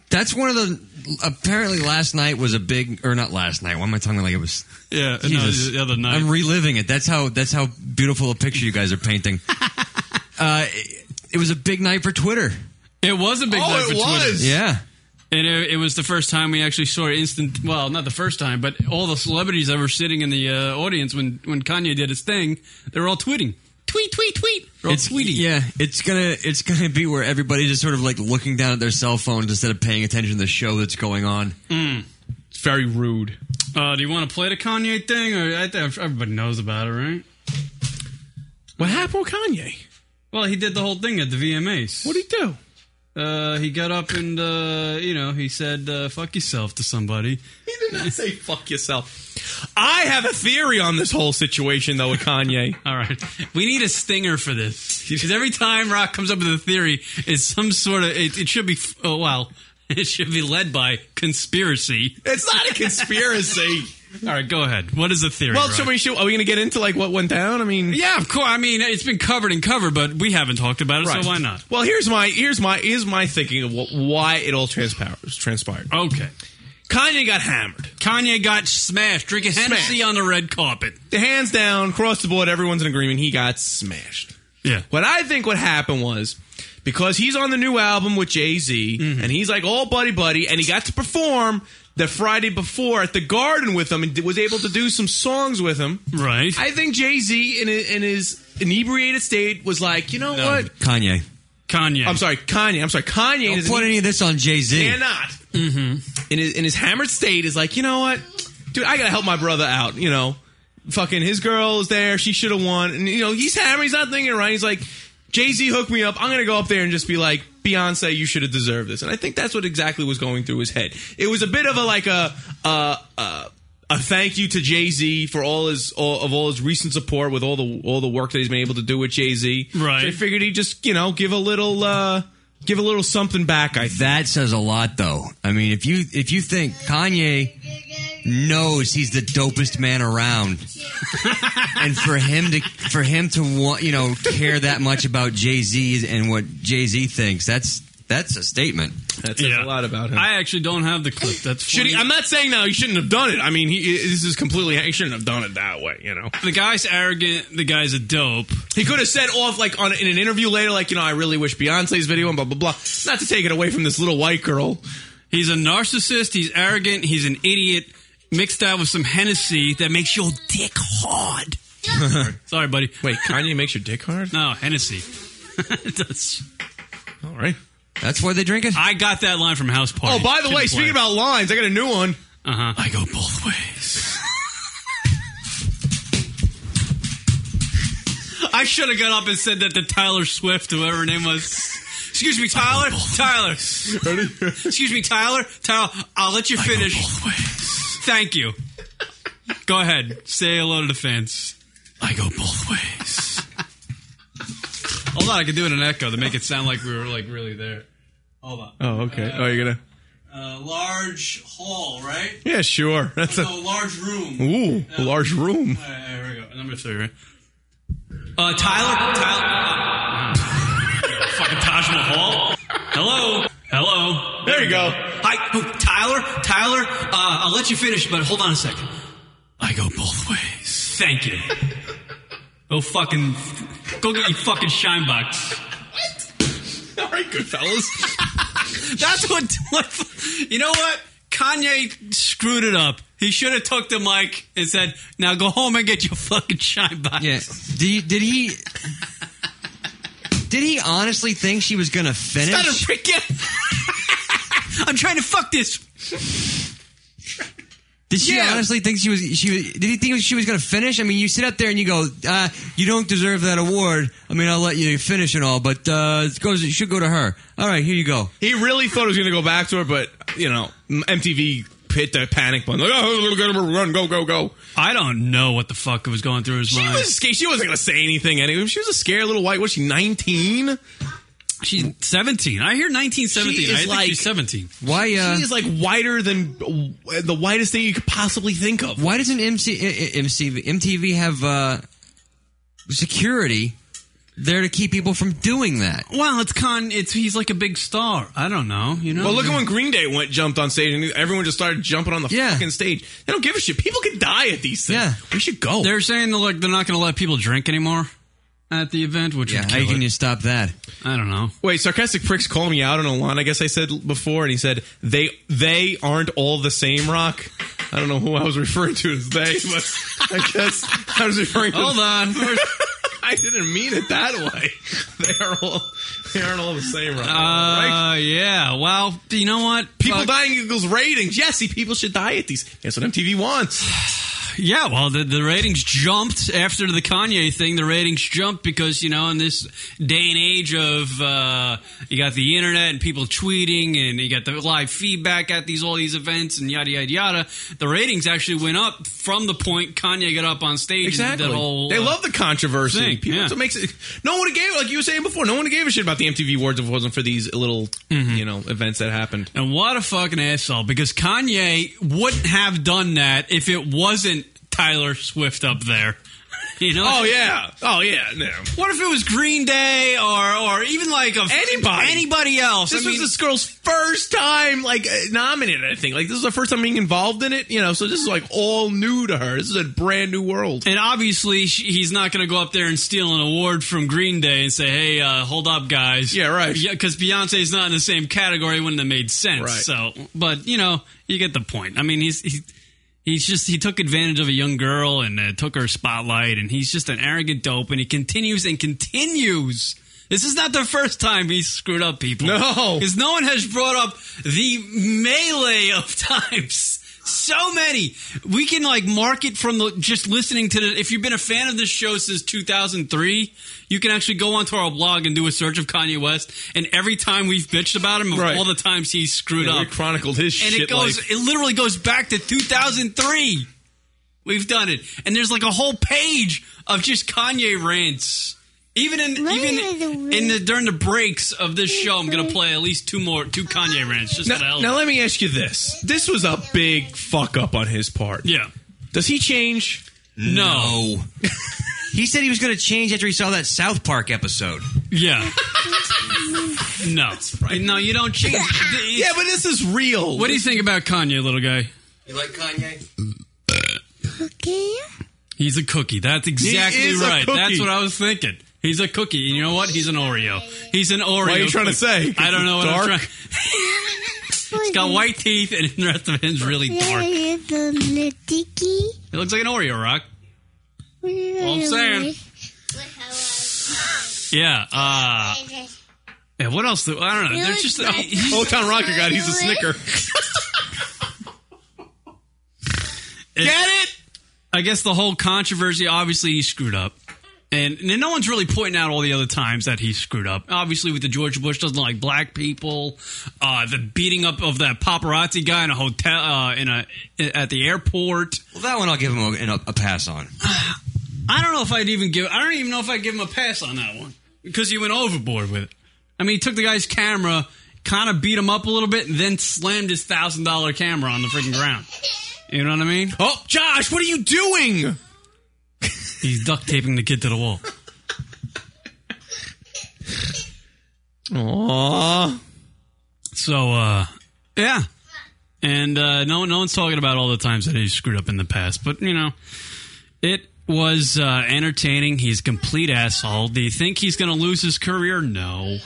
[SPEAKER 4] That's one of the. Apparently, last night was a big, or not last night. Why am I talking like it was?
[SPEAKER 5] Yeah, no, the other night.
[SPEAKER 4] I'm reliving it. That's how. That's how beautiful a picture you guys are painting. uh, it, it was a big night for Twitter.
[SPEAKER 5] It was a big
[SPEAKER 4] Oh,
[SPEAKER 5] night
[SPEAKER 4] it
[SPEAKER 5] for
[SPEAKER 4] was.
[SPEAKER 5] Twitter.
[SPEAKER 4] Yeah.
[SPEAKER 5] And it, it was the first time we actually saw instant. Well, not the first time, but all the celebrities that were sitting in the uh, audience when, when Kanye did his thing, they were all tweeting. Tweet, tweet, tweet. They're all
[SPEAKER 4] It's Yeah, it's gonna it's gonna be where everybody's just sort of like looking down at their cell phones instead of paying attention to the show that's going on.
[SPEAKER 5] Mm.
[SPEAKER 7] It's very rude.
[SPEAKER 5] Uh, do you want to play the Kanye thing? Or I think everybody knows about it, right?
[SPEAKER 7] What happened with Kanye?
[SPEAKER 5] Well, he did the whole thing at the VMAs. What
[SPEAKER 7] did he do?
[SPEAKER 5] Uh, he got up and uh, you know he said uh, "fuck yourself" to somebody.
[SPEAKER 7] He did not say "fuck yourself." I have a theory on this whole situation, though, with Kanye.
[SPEAKER 5] All right, we need a stinger for this because every time Rock comes up with a theory, it's some sort of it, it should be oh well, it should be led by conspiracy.
[SPEAKER 7] It's not a conspiracy.
[SPEAKER 5] All right, go ahead. What is the theory?
[SPEAKER 7] well,
[SPEAKER 5] Rock?
[SPEAKER 7] should we? Should, are we going to get into like what went down? I mean,
[SPEAKER 5] Yeah, of course. I mean, it's been covered and covered, but we haven't talked about it,
[SPEAKER 7] Right.
[SPEAKER 5] so why not?
[SPEAKER 7] Well, here's my here's my here's my thinking of what, why it all transpires transpired.
[SPEAKER 5] Okay,
[SPEAKER 7] Kanye got hammered.
[SPEAKER 5] Kanye got smashed. Drinking Hennessy on the red carpet.
[SPEAKER 7] The hands down, across the board, everyone's in agreement. He got smashed.
[SPEAKER 5] Yeah.
[SPEAKER 7] What I think what happened was because he's on the new album with Jay Z,
[SPEAKER 5] Mm-hmm.
[SPEAKER 7] and he's like all buddy buddy, and he got to perform the Friday before at the Garden with him, and was able to do some songs with him.
[SPEAKER 5] Right.
[SPEAKER 7] I think Jay Z in, his- in his inebriated state was like, you know what?
[SPEAKER 4] Kanye.
[SPEAKER 5] Kanye.
[SPEAKER 7] I'm sorry, Kanye. I'm sorry, Kanye.
[SPEAKER 4] Don't
[SPEAKER 7] is
[SPEAKER 4] put
[SPEAKER 7] an-
[SPEAKER 4] any of this on Jay Z.
[SPEAKER 7] Cannot. Mm-hmm. In his in his hammered state is like, you know what, dude, I gotta help my brother out. You know, fucking his girl is there. She should have won. And you know, he's hammered. He's not thinking right. He's like, Jay Z hooked me up. I'm gonna go up there and just be like, Beyonce, you should have deserved this. And I think that's what exactly was going through his head. It was a bit of a like a a a, a thank you to Jay Z for all his all, of all his recent support with all the all the work that he's been able to do with Jay Z.
[SPEAKER 5] Right.
[SPEAKER 7] So I figured he'd just you know give a little uh give a little something back. I think.
[SPEAKER 4] That says a lot, though. I mean, if you if you think Kanye knows he's the dopest man around, and for him to for him to want you know care that much about Jay Z and what Jay Z thinks, that's
[SPEAKER 9] That's a statement.
[SPEAKER 7] That says a lot about him.
[SPEAKER 5] I actually don't have the clip. That's
[SPEAKER 7] Should he, I'm not saying now he shouldn't have done it. I mean, he, this is completely. He shouldn't have done it that way. You know,
[SPEAKER 5] the guy's arrogant. The guy's a dope.
[SPEAKER 7] He could have said off like on in an interview later, like you know, I really wish Beyonce's video and blah blah blah. Not to take it away from this little white girl.
[SPEAKER 5] He's a narcissist. He's arrogant. He's an idiot. Mixed that with some Hennessy that makes your dick hard. Sorry, buddy.
[SPEAKER 7] Wait, Kanye makes your dick hard?
[SPEAKER 5] No, Hennessy. it does.
[SPEAKER 7] All right.
[SPEAKER 9] That's why they drink it.
[SPEAKER 5] I got that line from House Party.
[SPEAKER 7] Oh, by the way, speaking about lines, I got a new one.
[SPEAKER 5] Uh huh. I
[SPEAKER 7] go both ways.
[SPEAKER 5] I should have got up and said that to Tyler Swift, whoever her name was. Excuse me, Tyler. Tyler. Excuse me, Tyler. Tyler. I'll let you finish. Thank you. Go ahead. Say hello to the fans. I go both ways. Hold on, I could do it in echo to make it sound like we were like really there. Hold on.
[SPEAKER 7] Oh, okay.
[SPEAKER 5] Uh,
[SPEAKER 7] oh, you're gonna.
[SPEAKER 5] Uh, large hall, right?
[SPEAKER 7] Yeah, sure. That's a
[SPEAKER 5] No, large room.
[SPEAKER 7] Ooh,
[SPEAKER 5] Uh,
[SPEAKER 7] large room.
[SPEAKER 5] all right, here we go. Number three, right? Uh, Tyler. Tyler. fucking Taj Mahal. Hello. Hello.
[SPEAKER 7] There you go.
[SPEAKER 5] Hi, oh, Tyler. Tyler. Uh, I'll let you finish, but hold on a second. I go both ways. Thank you. Go fucking. Go get your fucking shine box.
[SPEAKER 7] All right, good fellas.
[SPEAKER 5] That's what, what. You know what? Kanye screwed it up. He should have took the mic and said, "Now go home and get your fucking shine box."
[SPEAKER 9] Yeah. Did he, did he? Did he honestly think she was gonna finish?
[SPEAKER 5] Not a freaking. I'm trying to fuck this.
[SPEAKER 9] Did she
[SPEAKER 5] Yeah.
[SPEAKER 9] honestly think she was? She was- did he think she was going to finish? I mean, you sit up there and you go, uh, "You don't deserve that award." I mean, I'll let you finish and all, but uh, it goes. It should go to her. All right, here you go.
[SPEAKER 7] He really thought he was going to go back to her, but you know, MTV hit the panic button. Like, oh, run, go, go, go.
[SPEAKER 5] I don't know what the fuck was going through his
[SPEAKER 7] She
[SPEAKER 5] mind.
[SPEAKER 7] was scared. She wasn't going to say anything anyway. She was a scared little white. Was she nineteen?
[SPEAKER 5] She's 17. I hear 1917.
[SPEAKER 7] She
[SPEAKER 5] I
[SPEAKER 7] is
[SPEAKER 5] think
[SPEAKER 7] like-
[SPEAKER 5] she's 17.
[SPEAKER 9] Why? Uh,
[SPEAKER 7] She is like whiter than uh, the whitest thing you could possibly think of.
[SPEAKER 9] why doesn't MC, uh, MC MTV have uh, security there to keep people from doing that?
[SPEAKER 5] Well, it's con. It's he's like a big star. I don't know. You know.
[SPEAKER 7] Well, look at when Green Day went jumped on stage and everyone just started jumping on the
[SPEAKER 9] Yeah.
[SPEAKER 7] fucking stage. They don't give a shit. People can die at these things.
[SPEAKER 9] Yeah.
[SPEAKER 7] We should go.
[SPEAKER 5] they're saying like they're not going to let people drink anymore at the event, which
[SPEAKER 9] Yeah,
[SPEAKER 5] would
[SPEAKER 9] how
[SPEAKER 5] kill
[SPEAKER 9] can
[SPEAKER 5] it.
[SPEAKER 9] you stop that?
[SPEAKER 5] I don't know.
[SPEAKER 7] Wait, sarcastic pricks call me out on a line. I guess I said before, and he said they they aren't all the same. Rock. I don't know who I was referring to as they, but I guess I was referring to.
[SPEAKER 5] Hold on.
[SPEAKER 7] I didn't mean it that way. They are all they aren't all the same. Rock. right?
[SPEAKER 5] Uh, yeah. Well, you know what?
[SPEAKER 7] People
[SPEAKER 5] Fuck.
[SPEAKER 7] dying equals ratings. Yes, see, people should die at these. That's what MTV wants.
[SPEAKER 5] Yeah, well, the, the ratings jumped after the Kanye thing. The ratings jumped because you know, in this day and age of uh, you got the internet and people tweeting, and you got the live feedback at these all these events, and yada yada yada. The ratings actually went up from the point Kanye got up on stage. And did that whole,
[SPEAKER 7] they
[SPEAKER 5] uh,
[SPEAKER 7] love the controversy.
[SPEAKER 5] thing,
[SPEAKER 7] People,
[SPEAKER 5] yeah.
[SPEAKER 7] that's what makes it. No one gave like you were saying before. No one gave a shit about the MTV awards if it wasn't for these little you know events that happened.
[SPEAKER 5] Mm-hmm. And what a fucking asshole! Because Kanye wouldn't have done that if it wasn't Tyler Swift up there. you know?
[SPEAKER 7] Oh yeah. Oh yeah. No.
[SPEAKER 5] What if it was Green Day or or even like a
[SPEAKER 7] Anybody.
[SPEAKER 5] anybody else?
[SPEAKER 7] This
[SPEAKER 5] I mean,
[SPEAKER 7] was this girl's first time like uh, nominated. I think like this is the first time being involved in it. You know, so this is like all new to her. This is a brand new world.
[SPEAKER 5] and obviously she, he's not going to go up there and steal an award from Green Day and say, "Hey, uh, hold up, guys."
[SPEAKER 7] Yeah, right.
[SPEAKER 5] Because Beyonce's not in the same category. It Wouldn't have made sense.
[SPEAKER 7] Right.
[SPEAKER 5] So, but you know, you get the point. I mean, he's he, he's just he took advantage of a young girl and uh, took her spotlight, and he's just an arrogant dope, and he continues and continues. This is not the first time he's screwed up people.
[SPEAKER 7] No.
[SPEAKER 5] Because no one has brought up the melee of times. So many. We can like mark it from the just listening to the. If you've been a fan of this show since 2003, you can actually go onto our blog and do a search of Kanye West. And every time we've bitched about him, of
[SPEAKER 7] Right.
[SPEAKER 5] all the times he's screwed
[SPEAKER 7] Yeah, we
[SPEAKER 5] up,
[SPEAKER 7] chronicled his
[SPEAKER 5] and
[SPEAKER 7] shit
[SPEAKER 5] it goes.
[SPEAKER 7] life.
[SPEAKER 5] It literally goes back to 2003. We've done it, and there's like a whole page of just Kanye rants. Even in even in the during the breaks of this show, I'm gonna play at least two more two Kanye rants. Just for the hell
[SPEAKER 7] Now, now
[SPEAKER 5] of it.
[SPEAKER 7] let me ask you this: This was a big fuck up on his part.
[SPEAKER 5] yeah,
[SPEAKER 7] Does he change?
[SPEAKER 5] no.
[SPEAKER 9] he said he was going to change after he saw that South Park episode.
[SPEAKER 5] Yeah. No. No, you don't change. yeah,
[SPEAKER 7] but this is real.
[SPEAKER 5] What do you think about Kanye, little guy?
[SPEAKER 13] You like Kanye?
[SPEAKER 5] He's a cookie. That's exactly
[SPEAKER 13] is a
[SPEAKER 5] right.
[SPEAKER 13] cookie.
[SPEAKER 5] That's what I was thinking. He's a cookie, and you know what? He's an Oreo. He's an Oreo.
[SPEAKER 7] What are you trying to
[SPEAKER 5] cookie.
[SPEAKER 7] say? 'Cause
[SPEAKER 5] I don't know
[SPEAKER 7] it's
[SPEAKER 5] what I'm
[SPEAKER 7] dark?
[SPEAKER 5] trying. He's got white teeth, and the rest of him's really dark. It looks like an Oreo rock. All I'm saying. Yeah. Uh, yeah. What else? Do, I don't know. There's just
[SPEAKER 7] Old Town Rocker got. He's a snicker.
[SPEAKER 5] Get it? I guess the whole controversy, obviously, he screwed up. And, and no one's really pointing out all the other times that he screwed up. Obviously, with the George Bush doesn't like black people, uh, the beating up of that paparazzi guy in a hotel, uh, in a at the airport.
[SPEAKER 4] Well, that one I'll give him a, a, a pass on.
[SPEAKER 5] I don't know if I'd even give. I don't even know if I'd give him a pass on that one because he went overboard with it. I mean, he took the guy's camera, kind of beat him up a little bit, and then slammed his thousand dollar camera on the freaking ground. You know what I mean?
[SPEAKER 7] Oh, Josh, what are you doing?
[SPEAKER 5] He's duct taping the kid to the wall.
[SPEAKER 7] Aww.
[SPEAKER 5] So, uh, yeah. And uh, no, no one's talking about all the times that he screwed up in the past, but you know, it was uh, entertaining. He's a complete asshole. Do you think he's going to lose his career? No.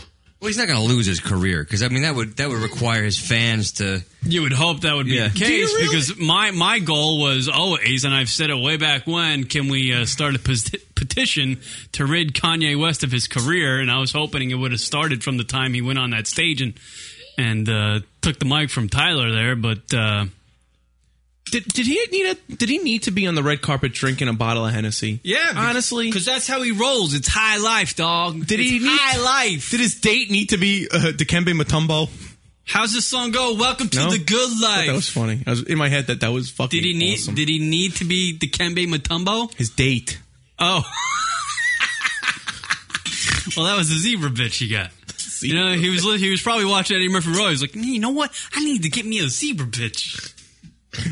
[SPEAKER 4] Well, he's not going to lose his career because I mean that would that would require his fans to.
[SPEAKER 5] You would hope that would be
[SPEAKER 4] Yeah.
[SPEAKER 5] the
[SPEAKER 4] Do you
[SPEAKER 5] case
[SPEAKER 4] really-
[SPEAKER 5] because my my goal was always, and I've said it way back when, can we uh, start a pet- petition to rid Kanye West of his career? And I was hoping it would have started from the time he went on that stage and and uh, took the mic from Tyler there, but uh,
[SPEAKER 7] Did, did he need a? Did he need to be on the red carpet drinking a bottle of Hennessy?
[SPEAKER 5] yeah, honestly, because that's how he rolls. It's high life, dog.
[SPEAKER 7] Did he
[SPEAKER 5] It's
[SPEAKER 7] need
[SPEAKER 5] high life?
[SPEAKER 7] Did his date need to be uh, Dikembe Mutombo?
[SPEAKER 5] How's this song go? Welcome to
[SPEAKER 7] No?
[SPEAKER 5] the good life.
[SPEAKER 7] That was funny. I was in my head that that was fucking.
[SPEAKER 5] did he need?
[SPEAKER 7] awesome.
[SPEAKER 5] Did he need to be Dikembe Mutombo?
[SPEAKER 7] his date?
[SPEAKER 5] Oh. well, that was the zebra bitch he got. You know, he was li- he was probably watching Eddie Murphy Roy. He's like, "Man, you know what? I need to get me a zebra bitch.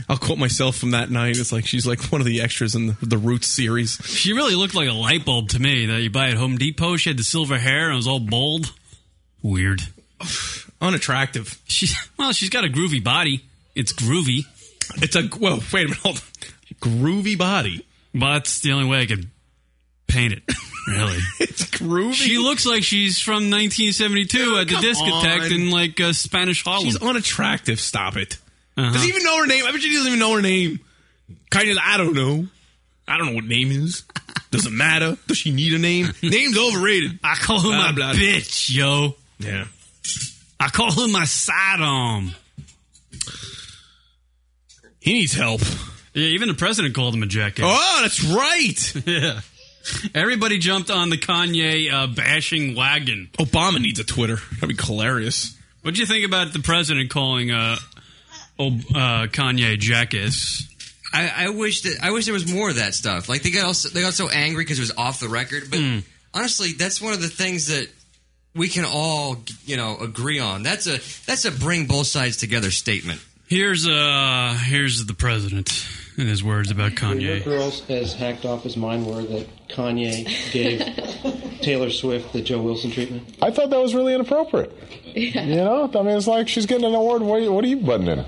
[SPEAKER 7] I'll quote myself from that night. It's like she's like one of the extras in the, the Roots series.
[SPEAKER 5] She really looked like a light bulb to me that you buy at Home Depot. She had the silver hair and was all bold. Weird.
[SPEAKER 7] Unattractive.
[SPEAKER 5] She well, she's got a groovy body. It's groovy.
[SPEAKER 7] It's a whoa. Wait a minute. Hold on. Groovy body.
[SPEAKER 5] But that's the only way I could paint it. Really.
[SPEAKER 7] It's groovy. Oh,
[SPEAKER 5] she looks like she's from 1972 at the
[SPEAKER 7] come
[SPEAKER 5] discotheque
[SPEAKER 7] on.
[SPEAKER 5] in like uh, Spanish Harlem.
[SPEAKER 7] She's unattractive. Stop it.
[SPEAKER 5] Uh-huh.
[SPEAKER 7] Does he even know her name? I bet she doesn't even know her name. Kanye's, I don't know. I don't know what name is. Doesn't matter. Does she need a name? Name's overrated.
[SPEAKER 5] I call her
[SPEAKER 7] Blah,
[SPEAKER 5] my
[SPEAKER 7] blah.
[SPEAKER 5] bitch, yo.
[SPEAKER 7] Yeah.
[SPEAKER 5] I call her my sidearm.
[SPEAKER 7] He needs help.
[SPEAKER 5] Yeah, even the president called him a jackass.
[SPEAKER 7] Oh, that's right.
[SPEAKER 5] Yeah. Everybody jumped on the Kanye uh, bashing wagon.
[SPEAKER 7] Obama needs a Twitter. That'd be hilarious.
[SPEAKER 5] What'd you think about the president calling uh, Ob- uh, Kanye jackass?
[SPEAKER 4] I, I wish that I wish there was more of that stuff. Like they got also, they got so angry because it was off the record. But
[SPEAKER 5] Hmm.
[SPEAKER 4] honestly, that's one of the things that we can all you know agree on. That's a that's a bring both sides together statement.
[SPEAKER 5] Here's uh, here's the president and his words about
[SPEAKER 14] Your
[SPEAKER 5] Kanye.
[SPEAKER 14] girls as hacked off as mine were that Kanye gave Taylor Swift the Joe Wilson treatment.
[SPEAKER 2] I thought that was really inappropriate. You know, I mean, it's like she's getting an award. What are you, what are you butting in?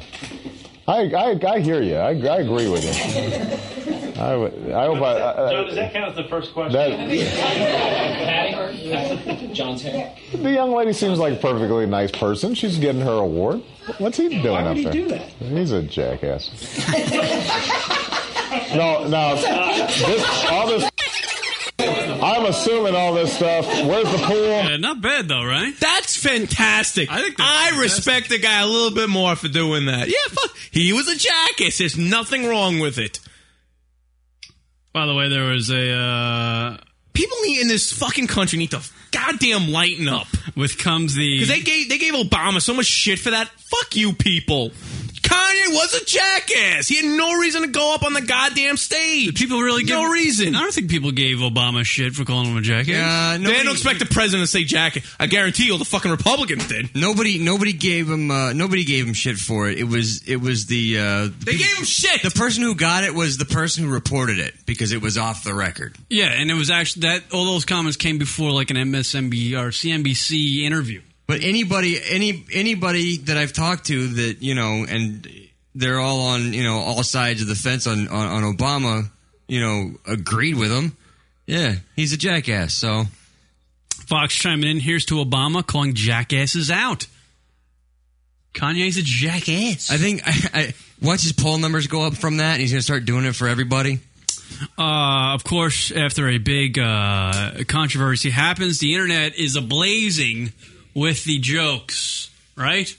[SPEAKER 2] I, I, I hear you. I, I agree with you. I, would- I hope I. I, I
[SPEAKER 14] count as the first question? John's hair.
[SPEAKER 2] the young lady seems like a perfectly nice person. She's getting her award. What's he doing
[SPEAKER 14] would
[SPEAKER 2] up
[SPEAKER 14] he
[SPEAKER 2] there?
[SPEAKER 14] do that?
[SPEAKER 2] He's a jackass. no, no. This, all this. I'm assuming all this stuff. Where's the pool?
[SPEAKER 5] Yeah, not bad though, right?
[SPEAKER 7] That's fantastic. I,
[SPEAKER 5] think that's fantastic.
[SPEAKER 7] respect the guy a little bit more for doing that. Yeah, fuck. He was a jackass. There's nothing wrong with it.
[SPEAKER 5] By the way, there was a uh,
[SPEAKER 7] People need- in this fucking country need to goddamn lighten up.
[SPEAKER 5] with comes the
[SPEAKER 7] Because they gave they gave Obama so much shit for that. Fuck you, people. Kanye was a jackass. He had no reason to go up on the goddamn stage.
[SPEAKER 5] people really
[SPEAKER 7] no
[SPEAKER 5] give-
[SPEAKER 7] reason.
[SPEAKER 5] I don't think people gave Obama shit for calling him a jackass.
[SPEAKER 7] they don't expect the president to say jacket. I guarantee you, all the fucking Republicans did.
[SPEAKER 4] Nobody, nobody gave him. Uh, nobody gave him shit for it. It was, it was the. Uh, they
[SPEAKER 7] gave him shit.
[SPEAKER 4] The person who got it was the person who reported it because it was off the record.
[SPEAKER 5] Yeah, and it was actually that all those comments came before like an MSNBC or CNBC interview.
[SPEAKER 4] But anybody, any anybody that I've talked to that you know, and they're all on you know all sides of the fence on on, on Obama. You know, agreed with him. Yeah, he's a jackass. So
[SPEAKER 5] Fox chiming in. Here's to Obama calling jackasses out. Kanye's a jackass.
[SPEAKER 4] I think I, I watch his poll numbers go up from that, and he's going to start doing it for everybody.
[SPEAKER 5] Uh, of course, after a big uh, controversy happens, the internet is ablazing with the jokes, right?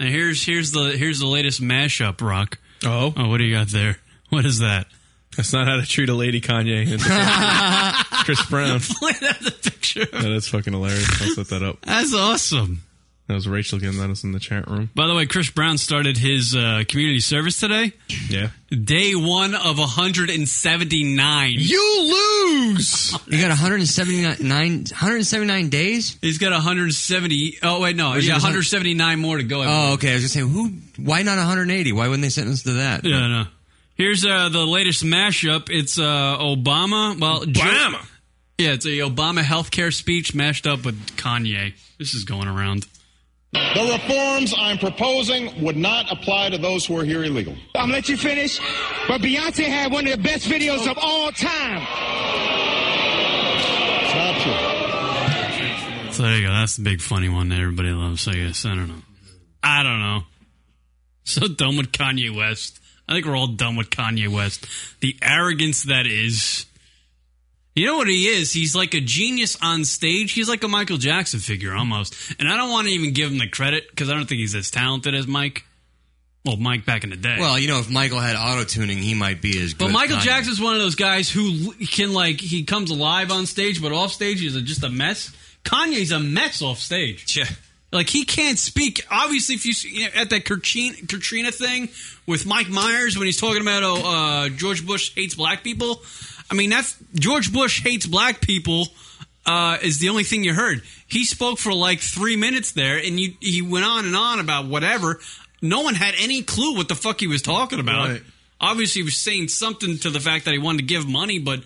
[SPEAKER 5] And here's here's the here's the latest mashup, Rock.
[SPEAKER 7] Oh,
[SPEAKER 5] oh, what do you got there? What is that?
[SPEAKER 7] That's not how to treat a lady, Kanye. Chris Brown.
[SPEAKER 5] Play that the picture.
[SPEAKER 7] That is fucking hilarious. I'll set that up.
[SPEAKER 5] That's awesome.
[SPEAKER 7] That was Rachel getting that us in the chat room.
[SPEAKER 5] By the way, Chris Brown started his uh, community service today.
[SPEAKER 7] Yeah.
[SPEAKER 5] Day one of 179.
[SPEAKER 7] You lose.
[SPEAKER 4] You got 179, 179 days.
[SPEAKER 5] He's got 170. Oh wait, no,
[SPEAKER 4] Or is
[SPEAKER 5] yeah,
[SPEAKER 4] it
[SPEAKER 5] 179 more to go.
[SPEAKER 4] Oh, okay. I was going to say, who? Why not 180? Why wouldn't they sentence to that?
[SPEAKER 5] Yeah, no. Here's uh, the latest mashup. It's uh, Obama. Well, Joe-
[SPEAKER 7] Obama.
[SPEAKER 5] yeah, it's a Obama healthcare speech mashed up with Kanye. This is going around.
[SPEAKER 15] The reforms I'm proposing would not apply to those who are here illegal.
[SPEAKER 2] I'm gonna let you finish, but Beyonce had one of the best videos of all time.
[SPEAKER 5] So there you go. That's the big funny one that everybody loves. I guess I don't know. I don't know. So done with Kanye West. I think we're all done with Kanye West. The arrogance that is. You know what he is? He's like a genius on stage. He's like a Michael Jackson figure almost. And I don't want to even give him the credit because I don't think he's as talented as Mike. Well, Mike back in the day.
[SPEAKER 4] Well, you know, if Michael had auto tuning, he might be as good.
[SPEAKER 5] But Michael
[SPEAKER 4] Kanye.
[SPEAKER 5] Jackson's one of those guys who l- can like he comes alive on stage, but off stage he's a- just a mess. Kanye's a mess off stage.
[SPEAKER 4] Yeah.
[SPEAKER 5] Like he can't speak. Obviously, if you see, you know, at that Katrina, Katrina thing with Mike Myers when he's talking about oh, uh, George Bush hates black people, I mean that's George Bush hates black people uh, is the only thing you heard. He spoke for like three minutes there, and you, he went on and on about whatever. No one had any clue what the fuck he was talking about.
[SPEAKER 7] Right.
[SPEAKER 5] Obviously, he was saying something to the fact that he wanted to give money, but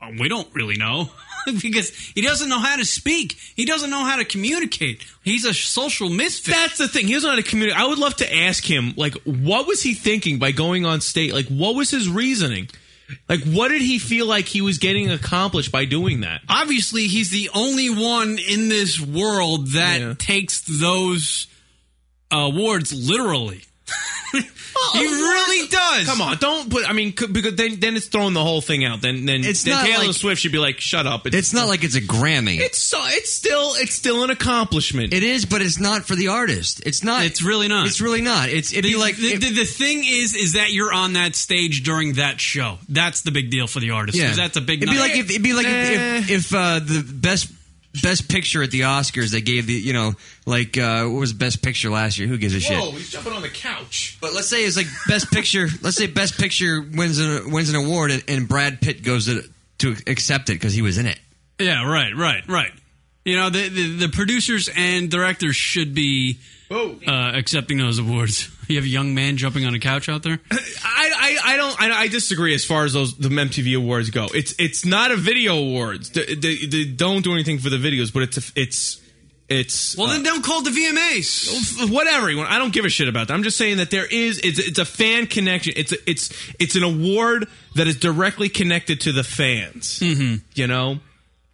[SPEAKER 5] uh, we don't really know because he doesn't know how to speak. He doesn't know how to communicate. He's a social misfit.
[SPEAKER 7] That's the thing. He was not a community. I would love to ask him, like, what was he thinking by going on state? Like, what was his reasoning? Like, what did he feel like he was getting accomplished by doing that?
[SPEAKER 5] obviously he's the only one in this world that takes those awards literally. he really does.
[SPEAKER 7] Come on, don't put. I mean, c- because then, then it's throwing the whole thing out. Then then,
[SPEAKER 4] It's
[SPEAKER 7] then
[SPEAKER 4] not
[SPEAKER 7] Taylor
[SPEAKER 4] like-
[SPEAKER 7] Swift should be like, shut up.
[SPEAKER 4] It's not like it's a Grammy.
[SPEAKER 7] It's so, it's still it's still an accomplishment.
[SPEAKER 4] It is, but it's not for the artist. It's not.
[SPEAKER 5] It's really not.
[SPEAKER 4] It's really not. It's it'd be
[SPEAKER 5] The-
[SPEAKER 4] like
[SPEAKER 5] the,
[SPEAKER 4] if-
[SPEAKER 5] the, the thing is, is that you're on that stage during that show. That's the big deal for the artist. 'cause That's a big.
[SPEAKER 4] It'd be
[SPEAKER 5] night.
[SPEAKER 4] like if, it'd be like if, if, if uh, the best best picture at the Oscars they gave the you know like uh, what was best picture last year? Who gives a shit?
[SPEAKER 7] he's jumping on the couch.
[SPEAKER 4] But let's say it's like best picture. let's say best picture wins an wins an award and, and Brad Pitt goes to to accept it because he was in it.
[SPEAKER 5] Yeah, right, right, right. You know, the the, the producers and directors should be uh, accepting those awards. You have a young man jumping on a couch out there.
[SPEAKER 7] I, I, I don't I, I disagree as far as those the MTV awards go. It's it's not a video awards. They, they, they don't do anything for the videos, but it's a, it's it's
[SPEAKER 5] Well, then don't call it the VMAs.
[SPEAKER 7] uh, whatever. you want. I don't give a shit about that. I'm just saying that there is it's it's a fan connection. It's a, it's it's an award that is directly connected to the fans. Mm-hmm. You know.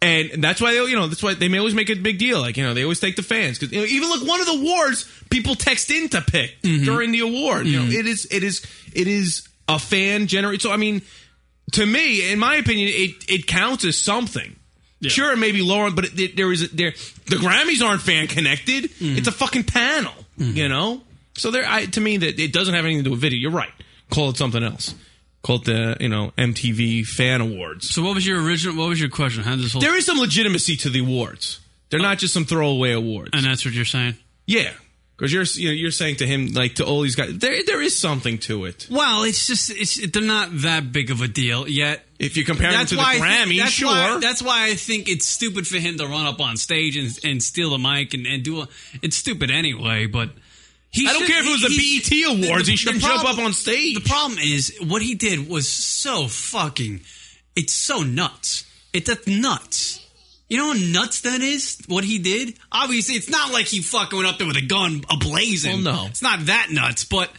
[SPEAKER 7] And that's why they, you know, that's why they may always make a big deal. Like, you know, they always take the fans because you know, even look one of the awards people text in to pick
[SPEAKER 5] Mm-hmm.
[SPEAKER 7] during the award. You know, it is, it is, it is a fan generated. So, I mean, to me, in my opinion, it it counts as something. Sure, it may be lower, but it, there is there the Grammys aren't fan connected. It's a fucking panel, you know. So there, I, to me, that it doesn't have anything to do with video. You're right. Call it something else. Call it the you know MTV Fan Awards.
[SPEAKER 5] So, what was your original? What was your question? How did this whole?
[SPEAKER 7] There is some legitimacy to the awards. They're not just some throwaway awards.
[SPEAKER 5] and that's what you're saying.
[SPEAKER 7] Yeah, Because you're you know, you're saying to him like to all these guys, there there is something to it.
[SPEAKER 5] Well, it's just it's they're not that big of a deal yet.
[SPEAKER 7] If you compare them to the
[SPEAKER 5] why I think-
[SPEAKER 7] Grammys,
[SPEAKER 5] that's
[SPEAKER 7] sure.
[SPEAKER 5] why- that's why I think it's stupid for him to run up on stage and, and steal the mic and, and do a. It's stupid anyway, but. He
[SPEAKER 7] I don't
[SPEAKER 5] should-
[SPEAKER 7] care if it was the BET Awards,
[SPEAKER 5] the-
[SPEAKER 7] he should
[SPEAKER 5] the
[SPEAKER 7] jump
[SPEAKER 5] problem-
[SPEAKER 7] up on stage.
[SPEAKER 5] The problem is what he did was so fucking. It's so nuts. It's that's nuts. You know how nuts that is? What he did? Obviously, it's not like he fucking went up there with a gun ablazing.
[SPEAKER 7] Well, no.
[SPEAKER 5] It's not that nuts, but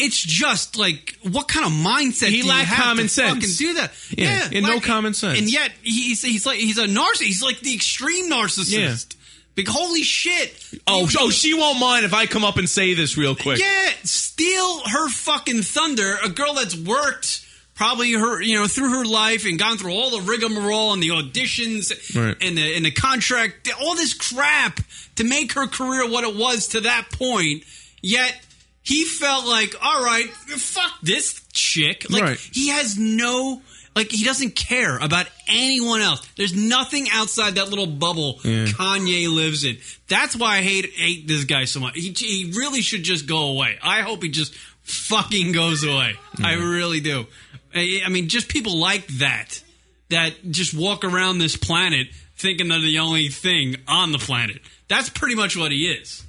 [SPEAKER 5] it's just like, what kind of mindset
[SPEAKER 7] He
[SPEAKER 5] do you
[SPEAKER 7] lacked
[SPEAKER 5] have
[SPEAKER 7] common
[SPEAKER 5] to
[SPEAKER 7] sense.
[SPEAKER 5] fucking do that?
[SPEAKER 7] Yeah, and no common sense.
[SPEAKER 5] And yet, he's, he's like, he's a narcissist. He's like the extreme narcissist. Big, holy shit.
[SPEAKER 7] Oh, oh, she won't mind if I come up and say this real quick.
[SPEAKER 5] Yeah, steal her fucking thunder. A girl that's worked probably her, you know, through her life and gone through all the rigmarole and the auditions
[SPEAKER 7] Right.
[SPEAKER 5] and the and the contract, all this crap to make her career what it was to that point. Yet he felt like, all right, fuck this chick. Like
[SPEAKER 7] Right.
[SPEAKER 5] he has no. Like he doesn't care about anyone else. There's nothing outside that little bubble
[SPEAKER 7] Yeah.
[SPEAKER 5] Kanye lives in. That's why I hate hate this guy so much. He, he really should just go away. I hope he just fucking goes away. I really do. I, I mean, just people like that that just walk around this planet thinking they're the only thing on the planet. That's pretty much what he is.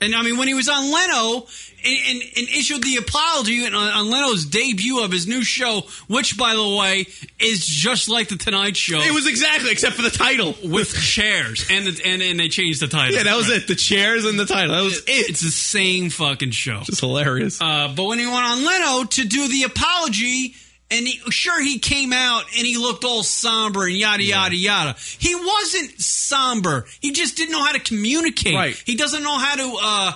[SPEAKER 5] And I mean, when he was on Leno and, and, and issued the apology and on, on Leno's debut of his new show, which, by the way, is just like the Tonight Show.
[SPEAKER 7] It was exactly except for the title
[SPEAKER 5] with chairs, and the, and and they changed the title.
[SPEAKER 7] Yeah, that was
[SPEAKER 5] Right.
[SPEAKER 7] it. The chairs and the title. That was it.
[SPEAKER 5] It's the same fucking show.
[SPEAKER 7] Just hilarious.
[SPEAKER 5] Uh, but when he went on Leno to do the apology, and he, sure he came out and he looked all somber and yada yada yada. He wasn't somber. He just didn't know how to communicate.
[SPEAKER 7] Right.
[SPEAKER 5] He doesn't know how to. Uh,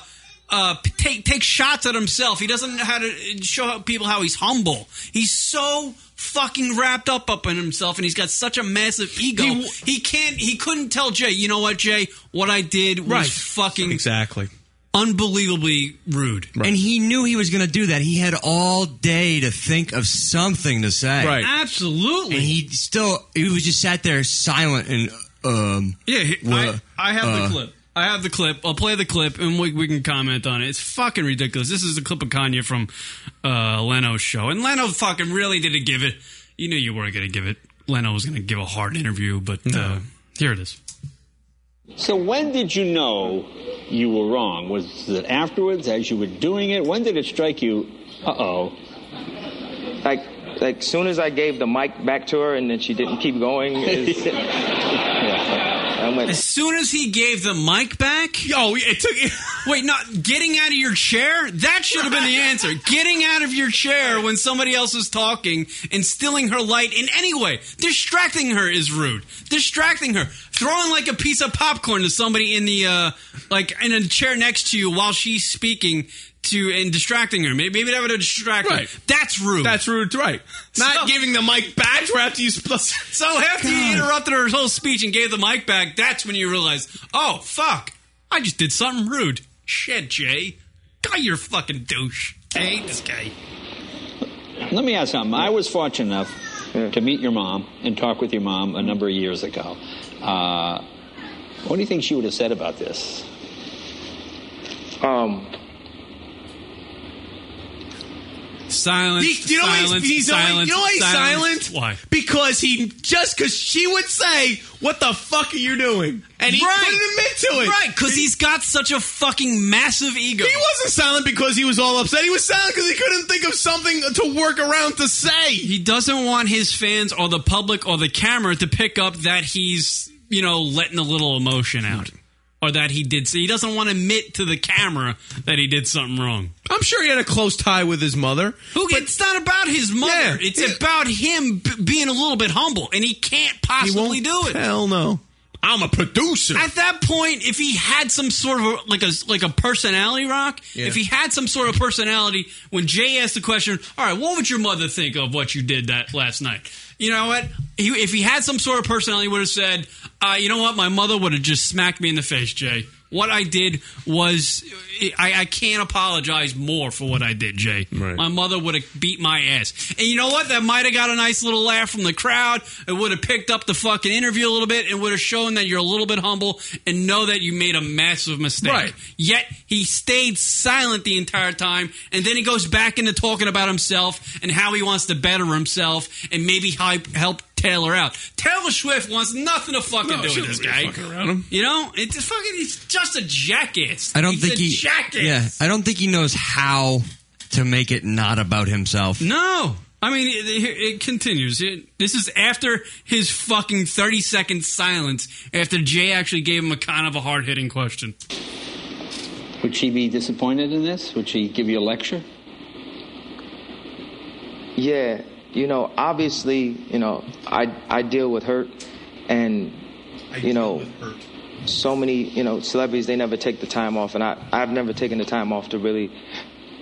[SPEAKER 5] uh, p- take take shots at himself. He doesn't know how to uh, show people how he's humble. He's so fucking wrapped up up in himself, and he's got such a massive ego. He, can't. He couldn't tell Jay. You know what, Jay? What I did was
[SPEAKER 7] Right.
[SPEAKER 5] fucking
[SPEAKER 7] Exactly.
[SPEAKER 5] unbelievably rude.
[SPEAKER 9] And he knew he was going to do that. He had all day to think of something to say.
[SPEAKER 5] Right. Absolutely.
[SPEAKER 9] And he still, he was just sat there silent and, um.
[SPEAKER 5] Yeah, he-
[SPEAKER 9] wa-
[SPEAKER 5] I, I have
[SPEAKER 9] uh,
[SPEAKER 5] the clip. I have the clip. I'll play the clip and we, we can comment on it. It's fucking ridiculous. This is a clip of Kanye from uh, Leno's show. And Leno fucking really didn't give it. You knew you weren't going to give it. Leno was going to give a hard interview, but uh, here it is.
[SPEAKER 16] So when did you know you were wrong? Was it afterwards, as you were doing it? When did it strike you? Uh oh.
[SPEAKER 17] Like, like soon as I gave the mic back to her, and then she didn't keep going. Is, yeah, I went.
[SPEAKER 5] As soon as he gave the mic back, yo, it took. wait, not getting out of your chair. That should have been the answer. Getting out of your chair when somebody else is talking, instilling her light in any way, distracting her is rude. Distracting her, throwing like a piece of popcorn to somebody in the uh, like in a chair next to you while she's speaking to and distracting her. Maybe maybe that would have distracted.
[SPEAKER 7] Right.
[SPEAKER 5] Her. That's rude.
[SPEAKER 7] That's rude, right? Not giving the mic back to her after you.
[SPEAKER 5] So after you interrupted her whole speech and gave the mic back, that's when you realize, oh fuck, I just did something rude. Shit, Jay, God, you're a fucking douche. I hate this guy.
[SPEAKER 16] Let me ask something. I was fortunate enough to meet your mom and talk with your mom a number of years ago. Uh, what do you think she would have said about this?
[SPEAKER 17] Um,
[SPEAKER 5] Silence.
[SPEAKER 7] He- you know why he's-
[SPEAKER 5] silence,
[SPEAKER 7] he's only-
[SPEAKER 5] silence,
[SPEAKER 7] you know why he's
[SPEAKER 5] silence.
[SPEAKER 7] silent?
[SPEAKER 5] Why?
[SPEAKER 7] Because he just because she would say, "What the fuck are you doing?" and he
[SPEAKER 5] Right.
[SPEAKER 7] couldn't admit to it.
[SPEAKER 5] Right, because he's got such a fucking massive ego.
[SPEAKER 7] He wasn't silent because he was all upset. He was silent because he couldn't think of something to work around to say.
[SPEAKER 5] He doesn't want his fans or the public or the camera to pick up that he's you know letting a little emotion out. Or that he did. So he doesn't want to admit to the camera that he did something wrong.
[SPEAKER 7] I'm sure he had a close tie with his mother.
[SPEAKER 5] Who, it's not about his mother.
[SPEAKER 7] Yeah,
[SPEAKER 5] it's
[SPEAKER 7] yeah.
[SPEAKER 5] about him b- being a little bit humble, and he can't possibly do it.
[SPEAKER 7] Hell no. I'm a producer.
[SPEAKER 5] At that point, if he had some sort of a, like a like a personality rock,
[SPEAKER 7] Yeah.
[SPEAKER 5] if he had some sort of personality, when Jay asked the question, "All right, what would your mother think of what you did that last night?" You know what? He, if he had some sort of personality, he would have said, uh, "You know what? My mother would have just smacked me in the face, Jay. What I did was, I, I can't apologize more for what I did, Jay. My mother would have beat my ass. And you know what? That might have got a nice little laugh from the crowd. It would have picked up the fucking interview a little bit and would have shown that you're a little bit humble and know that you made a massive mistake. Right. Yet he stayed silent the entire time and then he goes back into talking about himself and how he wants to better himself and maybe hy- help Taylor out. Taylor Swift wants nothing to fucking
[SPEAKER 7] No,
[SPEAKER 5] do
[SPEAKER 7] she
[SPEAKER 5] with this
[SPEAKER 7] doesn't
[SPEAKER 5] guy.
[SPEAKER 7] give a fuck around him.
[SPEAKER 5] You know, it's just fucking. He's just a jackass.
[SPEAKER 4] I don't
[SPEAKER 5] He's
[SPEAKER 4] think
[SPEAKER 5] a
[SPEAKER 4] he.
[SPEAKER 5] Jackass.
[SPEAKER 4] Yeah, I don't think he knows how to make it not about himself.
[SPEAKER 5] No. I mean, it, it- it continues. It- this is after his fucking 30 second silence after Jay actually gave him a kind of a hard hitting question.
[SPEAKER 14] Would she be disappointed in this? Would she give you a lecture?
[SPEAKER 17] Yeah, you know, obviously, you know, I I deal with hurt, and you know, so many you know celebrities they never take the time off, and I I've never taken the time off to really,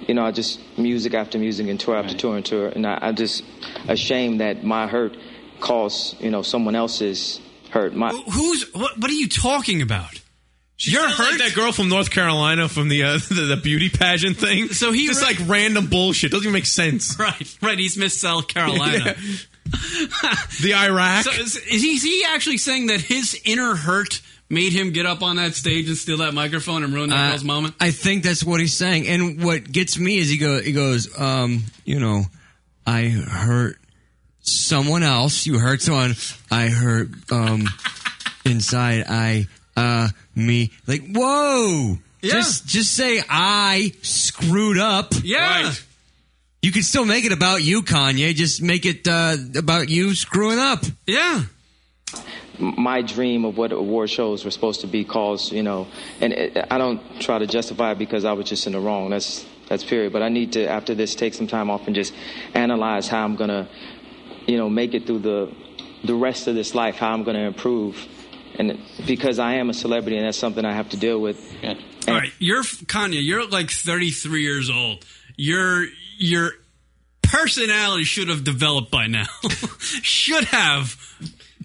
[SPEAKER 17] you know, I just music after music and tour after tour and tour, and I, I'm just ashamed that my hurt caused you know someone else's hurt. My
[SPEAKER 5] who's what? What are you talking about?
[SPEAKER 7] You're hurt. that girl from North Carolina from the, uh, the the beauty pageant thing. So he just like random bullshit doesn't even make sense.
[SPEAKER 5] Right, right. He's Miss South Carolina.
[SPEAKER 7] the Iraq.
[SPEAKER 5] So is, is he, is he actually saying that his inner hurt made him get up on that stage and steal that microphone and ruin that
[SPEAKER 4] Uh,
[SPEAKER 5] girl's moment?
[SPEAKER 4] I think that's what he's saying. And what gets me is he go he goes, um, you know, I hurt someone else. You hurt someone. I hurt um inside I uh me. Like, whoa. Just just say I screwed up.
[SPEAKER 5] Yeah.
[SPEAKER 4] You can still make it about you, Kanye. Just make it uh, about you screwing up.
[SPEAKER 5] Yeah.
[SPEAKER 17] my dream of what award shows were supposed to be caused, you know, and it, I don't try to justify it because I was just in the wrong. That's that's period. But I need to after this take some time off and just analyze how I'm gonna, you know, make it through the the rest of this life. How I'm gonna improve, and because I am a celebrity and that's something I have to deal with.
[SPEAKER 5] All right, you're Kanye. You're like 33 years old. Your your personality should have developed by now. should have.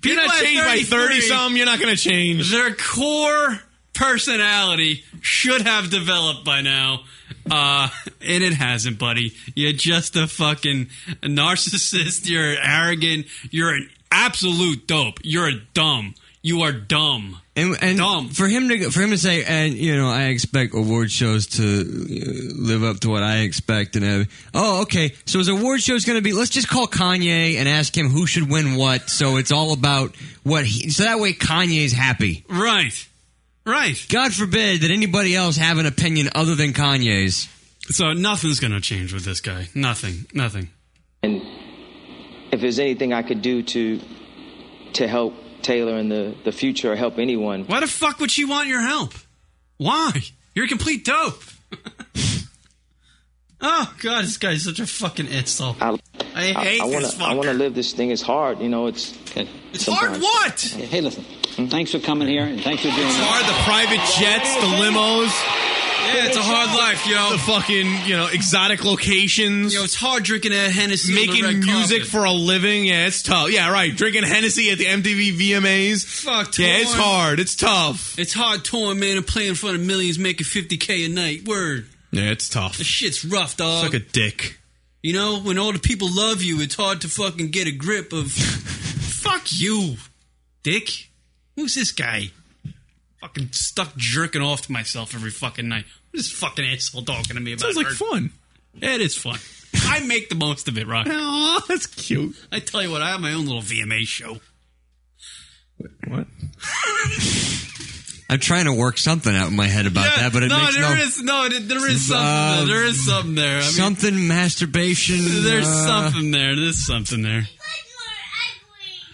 [SPEAKER 7] You're not
[SPEAKER 5] at
[SPEAKER 7] changed by 30 something, you're not gonna change.
[SPEAKER 5] Their core personality should have developed by now. Uh, and it hasn't, buddy. You're just a fucking narcissist. You're arrogant. You're an absolute dope. You're a dumb. You are dumb.
[SPEAKER 4] And, and for him to for him to say, and you know, I expect award shows to uh, live up to what I expect, and uh, oh, okay. So his award show is going to be. Let's just call Kanye and ask him who should win what. So it's all about what he. So that way, Kanye's happy.
[SPEAKER 5] Right. Right.
[SPEAKER 4] God forbid that anybody else have an opinion other than Kanye's.
[SPEAKER 5] So nothing's going to change with this guy. Nothing. Nothing.
[SPEAKER 17] and if there's anything I could do to to help Taylor in the the future or help anyone.
[SPEAKER 5] Why the fuck would she want your help? Why? You're a complete dope. oh god, this guy's such a fucking asshole. I, hate
[SPEAKER 17] I, wanna,
[SPEAKER 5] this
[SPEAKER 17] I
[SPEAKER 5] fucker.
[SPEAKER 17] want to live this thing. It's hard, you know. It's Hmm? it's
[SPEAKER 5] hard what?
[SPEAKER 14] Hey, listen. Thanks for coming here and thanks for doing
[SPEAKER 7] It's
[SPEAKER 14] this.
[SPEAKER 7] hard. The private jets, the limos.
[SPEAKER 5] Yeah, it's a hard life, yo.
[SPEAKER 7] The fucking you know exotic locations. Yo,
[SPEAKER 5] it's hard drinking a Hennessy. on the
[SPEAKER 7] Making
[SPEAKER 5] red
[SPEAKER 7] music
[SPEAKER 5] carpet.
[SPEAKER 7] for a living. Yeah, it's tough. Yeah, right. Drinking Hennessy at the MTV VMAs.
[SPEAKER 5] Fuck.
[SPEAKER 7] Yeah, it's
[SPEAKER 5] torn.
[SPEAKER 7] hard. It's tough.
[SPEAKER 5] It's hard touring, man, and playing in front of millions, making 50k a night. Word.
[SPEAKER 7] Yeah, it's tough.
[SPEAKER 5] This shit's rough, dog.
[SPEAKER 7] Suck a dick.
[SPEAKER 5] You know, when all the people love you, it's hard to fucking get a grip of. Fuck you, dick. Who's this guy? Fucking stuck jerking off to myself every fucking night. Who's this fucking asshole talking to me about?
[SPEAKER 7] Sounds like
[SPEAKER 5] her?
[SPEAKER 7] fun.
[SPEAKER 5] It is fun. I make the most of it, Rock.
[SPEAKER 7] Aw, that's cute.
[SPEAKER 5] I tell you what, I have my own little VMA show.
[SPEAKER 7] What?
[SPEAKER 4] I'm trying to work something out in my head about that, but it
[SPEAKER 5] no,
[SPEAKER 4] makes
[SPEAKER 5] there
[SPEAKER 4] no
[SPEAKER 5] is- no, there- there is something.
[SPEAKER 4] Uh,
[SPEAKER 5] there. There is something there. I mean,
[SPEAKER 4] something masturbation.
[SPEAKER 5] There's
[SPEAKER 4] uh,
[SPEAKER 5] something there. There's something there.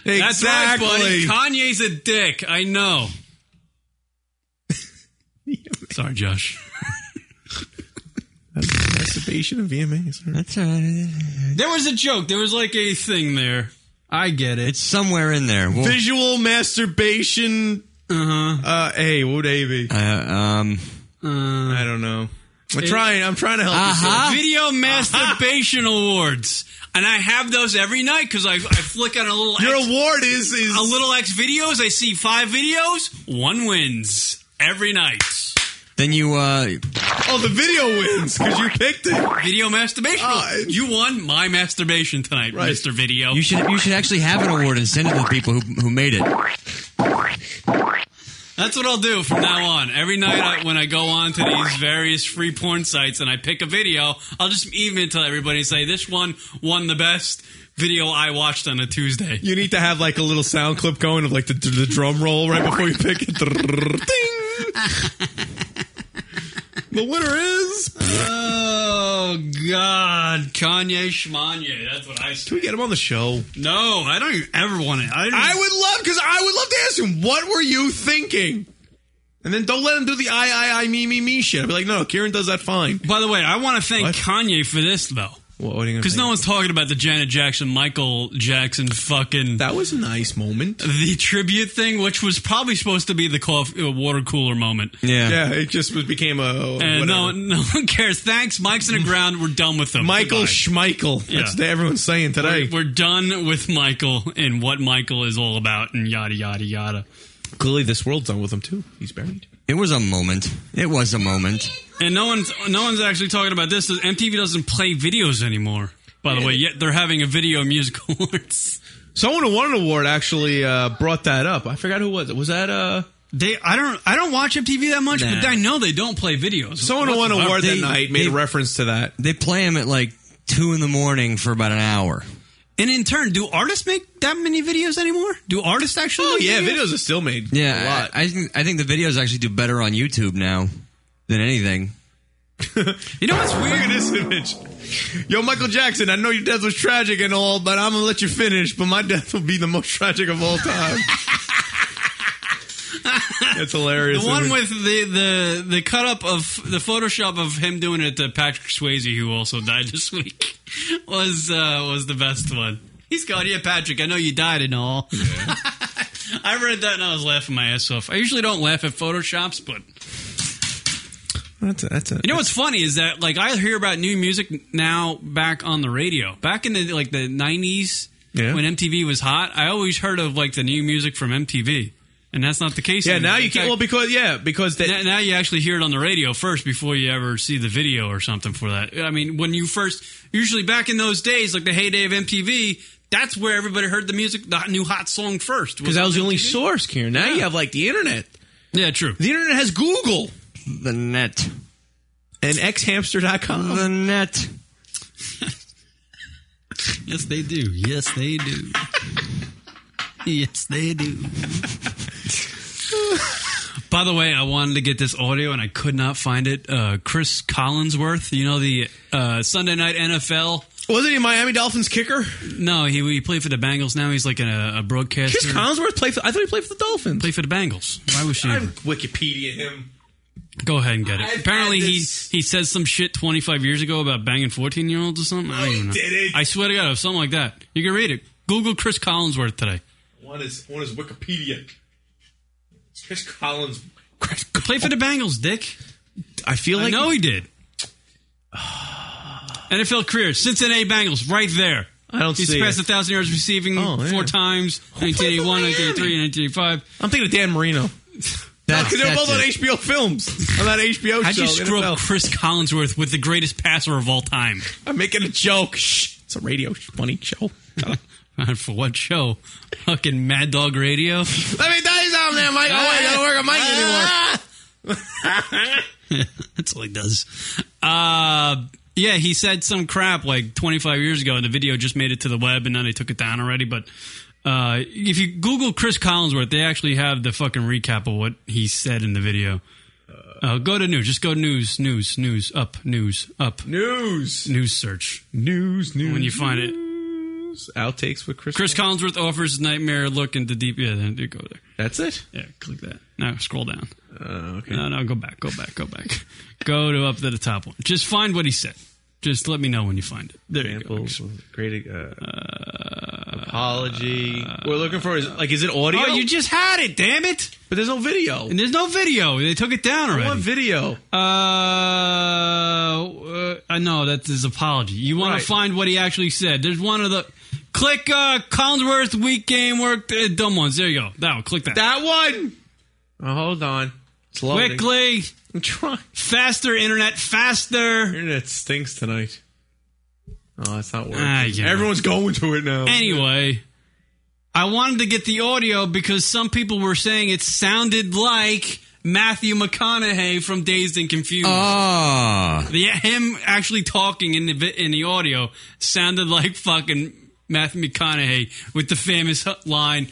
[SPEAKER 5] That's right, buddy.
[SPEAKER 4] Exactly.
[SPEAKER 5] Kanye's a dick. I know. Sorry, Josh.
[SPEAKER 7] Masturbation of VMAs.
[SPEAKER 4] That's all right.
[SPEAKER 5] There was a joke. There was like a thing there. I get it.
[SPEAKER 4] It's somewhere in there. We'll-
[SPEAKER 7] Visual masturbation.
[SPEAKER 5] Uh-huh.
[SPEAKER 7] Uh Hey, what would they be?
[SPEAKER 4] Uh, um.
[SPEAKER 7] I don't know. I'm trying. I'm trying to help
[SPEAKER 5] Uh-huh.
[SPEAKER 7] you. sir.
[SPEAKER 5] Video masturbation awards, and I have those every night because I, I flick on a little.
[SPEAKER 7] Your
[SPEAKER 5] X,
[SPEAKER 7] award is is
[SPEAKER 5] a little X videos. I see five videos, one wins every night.
[SPEAKER 9] Then you, uh,
[SPEAKER 7] Oh, the video wins because you picked it.
[SPEAKER 5] Video masturbation.
[SPEAKER 7] Ah,
[SPEAKER 5] you won my masturbation tonight,
[SPEAKER 9] Right.
[SPEAKER 5] Mr. Video.
[SPEAKER 9] you should you should actually have an award and send it to the people who who made it.
[SPEAKER 5] That's what I'll do from now on. Every night I, when I go on to these various free porn sites and I pick a video, I'll just even it to everybody and say, this one won the best video I watched on a Tuesday.
[SPEAKER 7] You need to have like a little sound clip going of like the, the drum roll right before you pick it. Ding. The winner is.
[SPEAKER 5] Oh, God. Kanye Schmanye. That's what I say.
[SPEAKER 7] Can we get him on the show?
[SPEAKER 5] No, I don't even ever want it. I,
[SPEAKER 7] I would love because I would love to ask him what were you thinking, and then don't let him do the I I I me me me shit. I'd be like, no, Kieran does that fine.
[SPEAKER 5] By the way, I want to thank Kanye for this though.
[SPEAKER 7] What, what are you gonna
[SPEAKER 5] Because
[SPEAKER 7] think?
[SPEAKER 5] no one's talking about the Janet Jackson, Michael Jackson fucking.
[SPEAKER 7] That was a nice moment.
[SPEAKER 5] The tribute thing, which was probably supposed to be the coffee, uh, water cooler moment.
[SPEAKER 7] yeah, it just was- became a
[SPEAKER 5] And no,
[SPEAKER 7] whatever.
[SPEAKER 5] no one cares. Thanks, Mike's in the ground. We're done with him.
[SPEAKER 7] Michael
[SPEAKER 5] Goodbye.
[SPEAKER 7] Schmeichel. That's what everyone's saying today.
[SPEAKER 5] We're, we're done with Michael and what Michael is all about, and yada yada yada.
[SPEAKER 7] Clearly, this world's done with him too. He's buried.
[SPEAKER 9] It was a moment. It was a moment.
[SPEAKER 5] And no one's no one's actually talking about this. MTV doesn't play videos anymore. By the way, yet they're having a video music awards.
[SPEAKER 7] Someone who won an award actually uh, brought that up. I forgot who was it. Was that uh
[SPEAKER 5] they? I don't. I don't watch MTV that much, but I know they don't play videos.
[SPEAKER 7] Someone who won an award that night made a reference to that.
[SPEAKER 9] They play him at like two in the morning for about an hour.
[SPEAKER 5] And in turn, do artists make that many videos anymore? Do artists actually?
[SPEAKER 7] Oh
[SPEAKER 5] make
[SPEAKER 7] yeah, videos are still made. a lot.
[SPEAKER 9] Yeah, I, I think I think the videos actually do better on YouTube now than anything.
[SPEAKER 5] You know what's
[SPEAKER 7] weird? Look at this image. Yo, Michael Jackson, I know your death was tragic and all, but I'm going to let you finish, but my death will be the most tragic of all time. That's hilarious.
[SPEAKER 5] The one
[SPEAKER 7] isn't it?
[SPEAKER 5] with the, the the cut up of the Photoshop of him doing it to Patrick Swayze, who also died this week, was uh, was the best one. He's going, yeah, Patrick. I know you died and all. I read that and I was laughing my ass off. I usually don't laugh at photoshops, but
[SPEAKER 7] That's a, that's a,
[SPEAKER 5] you know what's funny is that like I hear about new music now back on the radio. Back in the like the nineties,
[SPEAKER 7] Yeah.
[SPEAKER 5] when MTV was hot, I always heard of like the new music from MTV, and that's not the case.
[SPEAKER 7] yeah,
[SPEAKER 5] anymore.
[SPEAKER 7] now you
[SPEAKER 5] In
[SPEAKER 7] can't.
[SPEAKER 5] fact-
[SPEAKER 7] Well, because, yeah, because they,
[SPEAKER 5] now, now you actually hear it on the radio first before you ever see the video or something for that. I mean, when you first, usually back in those days, like the heyday of MTV, that's where everybody heard the music, the new hot song first.
[SPEAKER 7] because that was the only source, Karen. Now you have like the internet.
[SPEAKER 5] Yeah, true.
[SPEAKER 7] The internet has Google
[SPEAKER 9] The net.
[SPEAKER 7] and xhamster.com.
[SPEAKER 9] The net.
[SPEAKER 5] Yes, they do. Yes, they do. yes, they do. By the way, I wanted to get this audio and I could not find it. Uh, Chris Collinsworth, you know the uh, Sunday Night NFL.
[SPEAKER 7] Wasn't he Miami Dolphins kicker?
[SPEAKER 5] No, he, he played for the Bengals. Now he's like a, a broadcaster.
[SPEAKER 7] Chris Collinsworth played for, I thought he played for the Dolphins.
[SPEAKER 5] Played for the Bengals. Why was she?
[SPEAKER 7] I'm Wikipedia him.
[SPEAKER 5] Go ahead and get it.
[SPEAKER 7] I've
[SPEAKER 5] Apparently,
[SPEAKER 7] had
[SPEAKER 5] he
[SPEAKER 7] this-
[SPEAKER 5] he says some shit 25 years ago about banging 14 year olds or something. I don't even know.
[SPEAKER 7] did it.
[SPEAKER 5] I swear to God, it was something like that. You can read it. Google Chris Collinsworth today.
[SPEAKER 7] One is, one is Wikipedia. It's Chris Collins.
[SPEAKER 5] Play for the Bengals, Dick.
[SPEAKER 7] I feel
[SPEAKER 5] I
[SPEAKER 7] like
[SPEAKER 5] know he did. NFL career, Cincinnati Bengals, right there.
[SPEAKER 7] I don't
[SPEAKER 5] He's
[SPEAKER 7] see
[SPEAKER 5] surpassed
[SPEAKER 7] it.
[SPEAKER 5] a thousand yards receiving
[SPEAKER 7] Oh, yeah.
[SPEAKER 5] four times, 1981, 1983, 1985.
[SPEAKER 7] I'm thinking of Dan Marino.
[SPEAKER 9] That's-
[SPEAKER 7] Because they're
[SPEAKER 9] that's
[SPEAKER 7] both on
[SPEAKER 9] it.
[SPEAKER 7] HBO films. On that HBO
[SPEAKER 5] How'd
[SPEAKER 7] show.
[SPEAKER 5] you screw
[SPEAKER 7] NFL.
[SPEAKER 5] up Chris Collinsworth with the greatest passer of all time?
[SPEAKER 7] I'm making a joke. Shh. It's a radio sh- funny show.
[SPEAKER 5] For what show? Fucking Mad Dog Radio?
[SPEAKER 7] Let me tell you something there, Mike. Oh, I don't work on Mike anymore.
[SPEAKER 5] That's all he does. Uh, yeah, he said some crap like 25 years ago, and the video just made it to the web, and then they took it down already. But uh, if you Google Chris Collinsworth, they actually have the fucking recap of what he said in the video. Uh, go to news. Just go news, news, news, up, news, up.
[SPEAKER 7] News.
[SPEAKER 5] News search.
[SPEAKER 7] News, news.
[SPEAKER 5] When you find it.
[SPEAKER 7] news. Outtakes with Chris.
[SPEAKER 5] Chris Collinsworth offers nightmare look into deep. Yeah, then you go there.
[SPEAKER 7] That's it?
[SPEAKER 5] Yeah, click that. No, scroll down.
[SPEAKER 7] Uh, okay.
[SPEAKER 5] No, no, go back, go back, go back. go to up to the top one. Just find what he said. Just let me know when you find it. There you go.
[SPEAKER 7] Examples. Great. Uh, apology. We're looking for. Is, like, is it audio?
[SPEAKER 5] Oh, you just had it, damn it!
[SPEAKER 7] but there's no video.
[SPEAKER 5] And there's no video. They took it down already.
[SPEAKER 7] What video?
[SPEAKER 5] Uh, uh, I know that's his apology. You want
[SPEAKER 7] Right.
[SPEAKER 5] to find what he actually said? There's one of the click uh, Collinsworth weak game work uh, dumb ones. There you go. That one. Click that.
[SPEAKER 7] That one. Oh, hold on. It's loading.
[SPEAKER 5] Quickly.
[SPEAKER 7] I'm trying.
[SPEAKER 5] Faster internet, faster.
[SPEAKER 7] Internet stinks tonight. Oh, that's not working.
[SPEAKER 5] Ah, yeah.
[SPEAKER 7] Everyone's going to it now.
[SPEAKER 5] Anyway, I wanted to get the audio because some people were saying it sounded like Matthew McConaughey from Dazed and Confused.
[SPEAKER 7] Oh.
[SPEAKER 4] Ah.
[SPEAKER 5] Yeah, him actually talking in the vi- in the audio sounded like fucking Matthew McConaughey with the famous hu- line,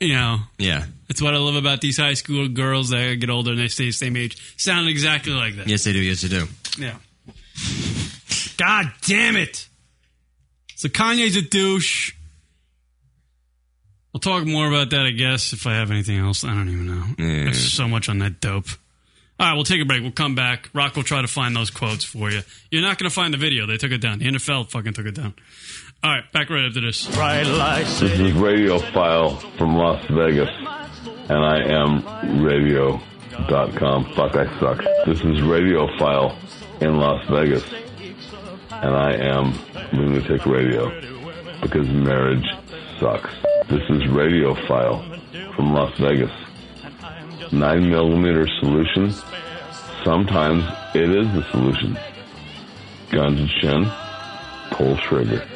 [SPEAKER 5] you know.
[SPEAKER 4] Yeah.
[SPEAKER 5] That's what I love about these high school girls that get older and they stay the same age. Sound exactly like that.
[SPEAKER 4] Yes, they do. Yes, they do.
[SPEAKER 5] Yeah. God damn it. So Kanye's a douche. We'll talk more about that, I guess, if I have anything else. I don't even know. There's so much on that dope. All right, we'll take a break. We'll come back. Rock will try to find those quotes for you. You're not going to find the video. They took it down. The NFL fucking took it down. All right, back right after this. Right,
[SPEAKER 18] This is Radio File from Las Vegas, and I am radio.com. Fuck, I suck. This is Radio File in Las Vegas, and I am Lunatic Radio because marriage sucks. This is Radio File from Las Vegas. 9 millimeter solution. Sometimes it is the solution. Gun to chin, pull trigger.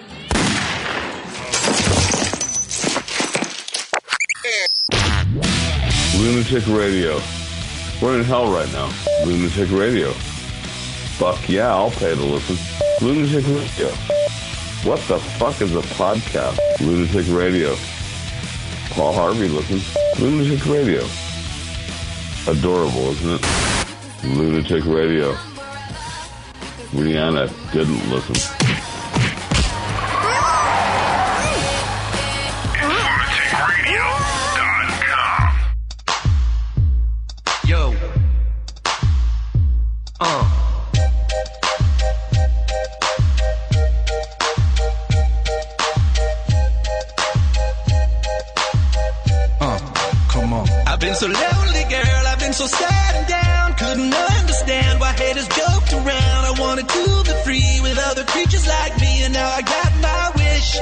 [SPEAKER 18] Lunatic Radio. We're in hell right now. Lunatic Radio. Fuck yeah, I'll pay to listen. Lunatic Radio. What the fuck is a podcast? Lunatic Radio. Paul Harvey listens. Lunatic Radio. Adorable, isn't it? Lunatic Radio. Rihanna didn't listen.
[SPEAKER 19] Yo. Uh.
[SPEAKER 20] Uh, come on.
[SPEAKER 19] I've been so lonely, girl. I've been so sad and down. Couldn't understand why haters joked around. I wanted to be free with other creatures like me, and now I got my wish.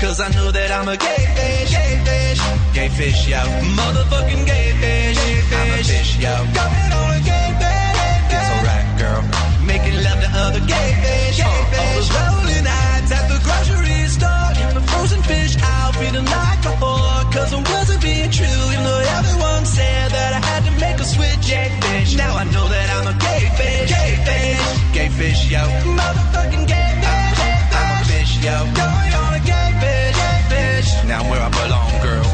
[SPEAKER 19] Cause I know that I'm a gay fish, gay fish, gay fish, yo. Motherfucking gay fish, gay fish. I'm a fish, yo. Go ahead on a gay fish. It's alright, girl. Making love to other gay fish, gay uh, fish. All those lonely nights at the grocery store. In the frozen fish I'll be the night before. Cause I wasn't being true, even though everyone said that I had to make a switch. Gay fish. Now I know that I'm a gay fish, gay fish, gay fish, yo. Motherfucking gay fish, I'm a fish, yo. Going on a gay fish, gay fish. Now I'm where I belong, girl.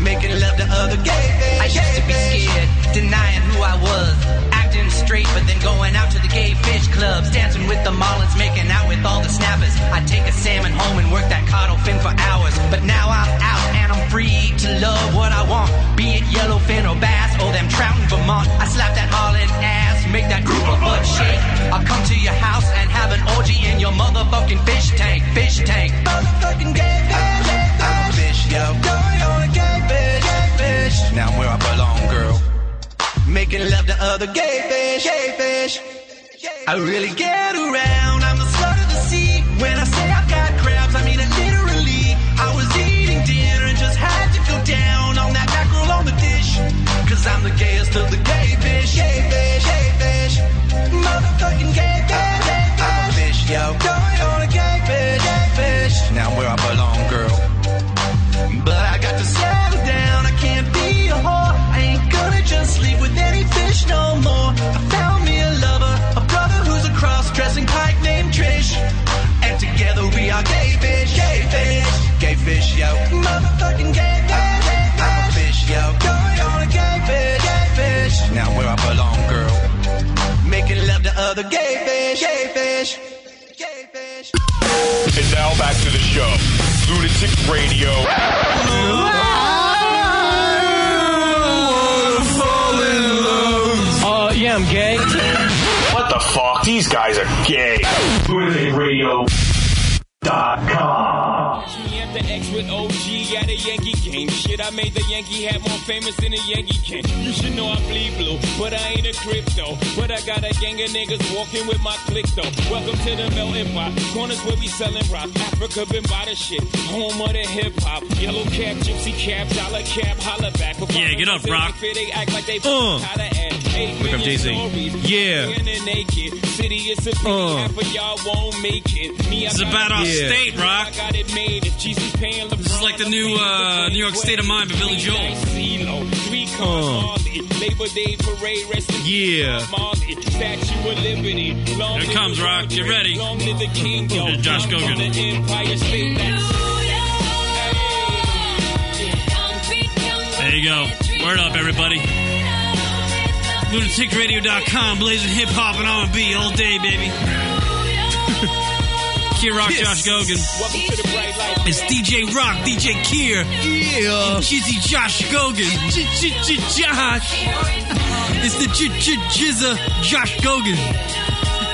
[SPEAKER 19] Making love to other gay fish.
[SPEAKER 21] I used to be scared, denying who I was. Acting straight, but then going out to the gay fish clubs. Dancing with the Marlins, making out with all the snappers. I'd take a salmon home and work that caudal fin for hours. But now I'm out and I'm free to love what I want. Be it yellowfin or bass or them trout in Vermont. I slap that Marlin ass, make that group of butt shake. I'll come to your house and have an orgy in your motherfucking fish tank. Fish tank.
[SPEAKER 19] Motherfucking gay fish, I'm a fish, yo. Going on a gay fish, gay fish. Now I'm where I belong, girl. Making love to other gay fish, gay fish. I really get around. I'm the slut of the sea. When I say I've got crabs, I mean it literally. I was eating dinner and just had to go down on that mackerel on the dish. Cause I'm the gayest of the gay fish. Gay fish, gay fish. Motherfucking gay fish, gay fish. I'm a fish, yo. Going on a gay fish, gay fish. Now I'm where I belong, girl. But I got to settle down. I can't be a whore. I ain't gonna just sleep with any fish no more. I found me a lover, a brother who's a cross-dressing pike named Trish. And together we are gay fish, gay fish, gay fish, yo. Motherfucking gay fish, I'm a fish, yo. Going on a gay fish, gay fish. Now I'm where I belong, girl. Making love to other gay fish, gay fish.
[SPEAKER 22] And now back to the show. Lunatic Radio.
[SPEAKER 2] Uh, yeah, I'm gay.
[SPEAKER 22] What the fuck? These guys are gay. Lunatic Radio.
[SPEAKER 23] LoonaticsRadio.com.
[SPEAKER 22] Me at the X with OG at a Yankee game. Shit, I made the Yankee hat more famous than a Yankee can. You should know I bleed blue, but I ain't a crypto. But I got a gang of niggas walking with my click though. Welcome to the melting pot. Corners where we selling rock. Africa been by the shit. Home of the hip hop. Yellow cap, gypsy cap, dollar cap, holla back.
[SPEAKER 5] Yeah, get up, Rock.
[SPEAKER 22] They act like they
[SPEAKER 5] Uh.
[SPEAKER 22] how to act. Eight
[SPEAKER 7] Look up,
[SPEAKER 22] million
[SPEAKER 7] Jay-Z.
[SPEAKER 22] stories.
[SPEAKER 7] Yeah.
[SPEAKER 22] Being a naked City is a pity,
[SPEAKER 7] Uh.
[SPEAKER 22] half of y'all won't make it. Me, I
[SPEAKER 5] This is
[SPEAKER 22] got
[SPEAKER 5] about
[SPEAKER 22] it
[SPEAKER 5] our
[SPEAKER 22] made.
[SPEAKER 5] state,
[SPEAKER 22] Me,
[SPEAKER 5] Rock.
[SPEAKER 22] I got it made. If Jesus paying
[SPEAKER 5] This is like the new uh, New York State of Mind by Billy Joel.
[SPEAKER 7] Uh,
[SPEAKER 22] Labor Day parade, rest in
[SPEAKER 7] yeah.
[SPEAKER 22] Marley, Statue of Liberty. Long
[SPEAKER 5] Here it comes, Rock. Get ready.
[SPEAKER 22] Long live the king, yo.
[SPEAKER 5] Here's Josh
[SPEAKER 22] I'm from
[SPEAKER 5] Gogan.
[SPEAKER 22] the Empire State. That's-
[SPEAKER 5] There you go. Word up, everybody. LunaticRadio.com, blazing hip hop and R&B all day, baby. Kier Rock, Josh Gogan.
[SPEAKER 22] Welcome to the bright light.
[SPEAKER 5] It's DJ Rock, DJ Kier, yeah. and Jizzy Josh Gogan. Josh. It's the J- J- Jizza Josh Gogan.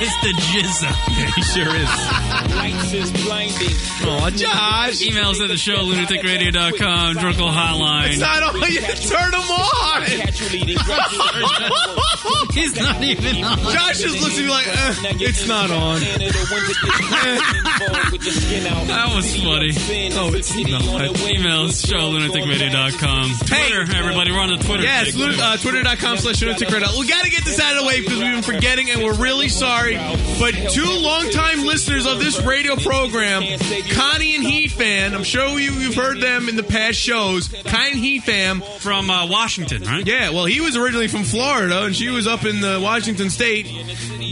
[SPEAKER 5] It's the Jizza.
[SPEAKER 7] He sure is.
[SPEAKER 22] Lights is blinding.
[SPEAKER 7] Aw, Josh.
[SPEAKER 5] Emails at the show, lunaticradio.com, Drunkle Hotline.
[SPEAKER 7] It's not on. You turn them on.
[SPEAKER 5] He's not even on.
[SPEAKER 7] Josh just looks at me like, uh, it's not on.
[SPEAKER 22] that
[SPEAKER 5] was funny. Oh, it's not. Emails, show, lunaticradio.com. Twitter, everybody. We're on the Twitter.
[SPEAKER 7] Yes,
[SPEAKER 5] Jake.
[SPEAKER 7] lu- uh, twitter.com slash lunatic radio. We got to get this out of the way because we've been forgetting and we're really sorry. But two longtime listeners of this radio program, Connie and Heat Fan, I'm sure you, you've heard them in the past shows. Connie and Heat Fan.
[SPEAKER 5] From uh, Washington, right?
[SPEAKER 7] Yeah, well, he was originally from Florida and she was up in the Washington state.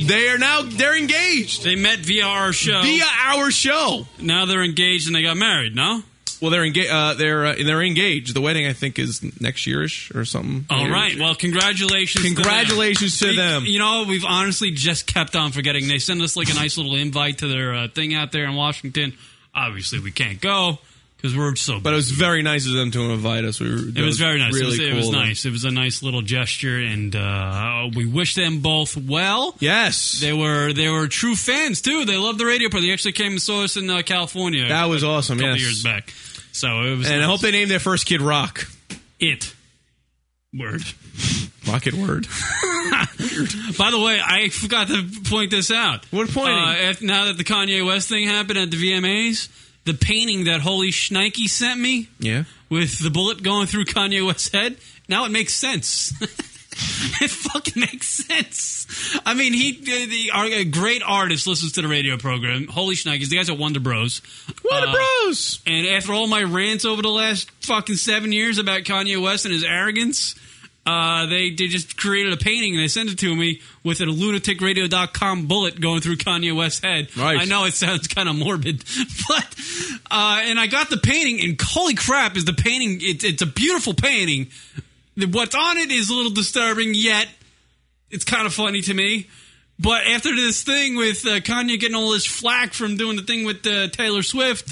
[SPEAKER 7] They are now, they're engaged
[SPEAKER 5] They met via our show.
[SPEAKER 7] via our show.
[SPEAKER 5] Now they're engaged and they got married, no?
[SPEAKER 7] Well, they're engaged. Uh, they're uh, they're engaged. The wedding, I think, is next yearish or something.
[SPEAKER 5] All Oh, right. Well, congratulations.
[SPEAKER 7] Congratulations to
[SPEAKER 5] We-
[SPEAKER 7] them.
[SPEAKER 5] You know, we've honestly just kept on forgetting. They send us like a nice little invite to their uh, thing out there in Washington. Obviously, we can't go because we're so.
[SPEAKER 7] But it was very nice of them to invite us. We were,
[SPEAKER 5] It was very nice.
[SPEAKER 7] Really
[SPEAKER 5] it was, it
[SPEAKER 7] cool
[SPEAKER 5] was
[SPEAKER 7] of them.
[SPEAKER 5] nice. It was a nice little gesture, and uh, we wish them both well.
[SPEAKER 7] Yes,
[SPEAKER 5] they were they were true fans too. They loved the radio program. They actually came and saw us in uh, California.
[SPEAKER 7] That was awesome.
[SPEAKER 5] a couple
[SPEAKER 7] yes.
[SPEAKER 5] years back. So it was.
[SPEAKER 7] And I
[SPEAKER 5] nice.
[SPEAKER 7] hope they named their first kid Rock.
[SPEAKER 5] it word.
[SPEAKER 7] Rocket word.
[SPEAKER 5] By the way, I forgot to point this out. What
[SPEAKER 7] pointing?
[SPEAKER 5] Uh, if, now that the Kanye West thing happened at the VMAs, the painting that Holy Schnikey sent me
[SPEAKER 7] Yeah.
[SPEAKER 5] with the bullet going through Kanye West's head, now it makes sense. it fucking makes sense. I mean, he the, the our, a great artist listens to the radio program. Holy Schnikes, the guys at Wonder Bros. Uh,
[SPEAKER 7] Wonder Bros.
[SPEAKER 5] And after all my rants over the last fucking seven years about Kanye West and his arrogance. Uh, they, they just created a painting and they sent it to me with a lunaticradio.com bullet going through Kanye West's head.
[SPEAKER 7] Right.
[SPEAKER 5] I know it sounds kind of morbid, but uh, and I got the painting, and holy crap, is the painting? It's it's a beautiful painting. The- What's on it is a little disturbing, yet it's kind of funny to me. But after this thing with uh, Kanye getting all this flack from doing the thing with uh, Taylor Swift,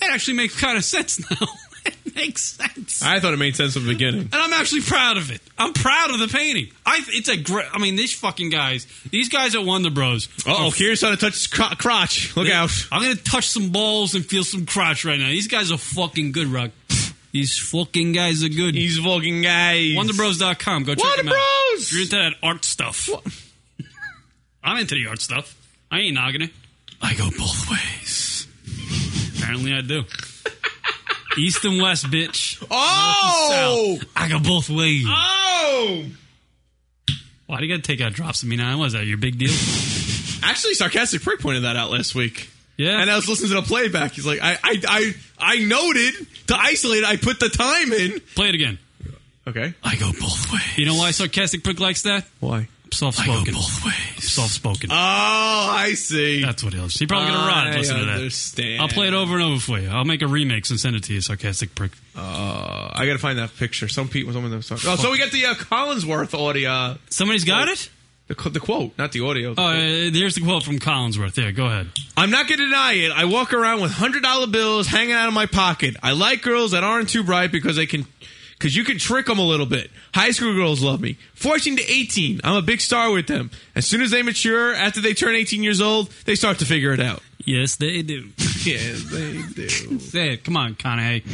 [SPEAKER 5] it actually makes kind of sense now. it makes sense.
[SPEAKER 7] I thought it made sense from the beginning.
[SPEAKER 5] And I'm actually proud of it. I'm proud of the painting. I it's a great. I mean, these fucking guys, these guys at Wonder Bros.
[SPEAKER 7] Oh, here's how to touch cro- crotch. Look out!
[SPEAKER 5] I'm gonna touch some balls and feel some crotch right now. These guys are fucking good, Rock. These fucking guys are good.
[SPEAKER 7] These fucking guys.
[SPEAKER 5] WonderBros.com. Go check
[SPEAKER 7] Wonder
[SPEAKER 5] them out.
[SPEAKER 7] Bros!
[SPEAKER 5] If you're into that art stuff. I'm into the art stuff. I ain't noggin it. I go both ways. Apparently, I do. East and west, bitch.
[SPEAKER 7] Oh!
[SPEAKER 5] North and south. I go both ways.
[SPEAKER 7] Oh!
[SPEAKER 5] Why do you gotta take out drops of me now? Was that your big deal?
[SPEAKER 7] Actually, sarcastic prick pointed that out last week.
[SPEAKER 5] Yeah,
[SPEAKER 7] and I was listening to the playback. He's like, I, I, I, I noted to isolate. it, I put the time in.
[SPEAKER 5] Play it again.
[SPEAKER 7] Okay.
[SPEAKER 5] I go both ways. You know why sarcastic prick likes that?
[SPEAKER 7] Why?
[SPEAKER 5] I'm soft spoken. I go both ways. Soft spoken.
[SPEAKER 7] Oh, I see.
[SPEAKER 5] That's what it is. You're probably gonna rot.
[SPEAKER 7] I
[SPEAKER 5] Listen to that.
[SPEAKER 7] understand.
[SPEAKER 5] I'll play it over and over for you. I'll make a remix and send it to you, sarcastic prick.
[SPEAKER 7] Uh, I gotta find that picture. Some Pete was on the song. Oh, so we got the uh, Collinsworth audio.
[SPEAKER 5] Somebody's got it.
[SPEAKER 7] The, qu- the quote, not the audio.
[SPEAKER 5] Oh, uh, here's the quote from Collinsworth. There, go ahead.
[SPEAKER 7] I'm not going to deny it. I walk around with hundred dollar bills hanging out of my pocket. I like girls that aren't too bright because they can, because you can trick them a little bit. High school girls love me. 14 to 18, I'm a big star with them. As soon as they mature, after they turn 18 years old, they start to figure it out.
[SPEAKER 5] Yes, they do. yes, they do. Say it. Come on, Kanye.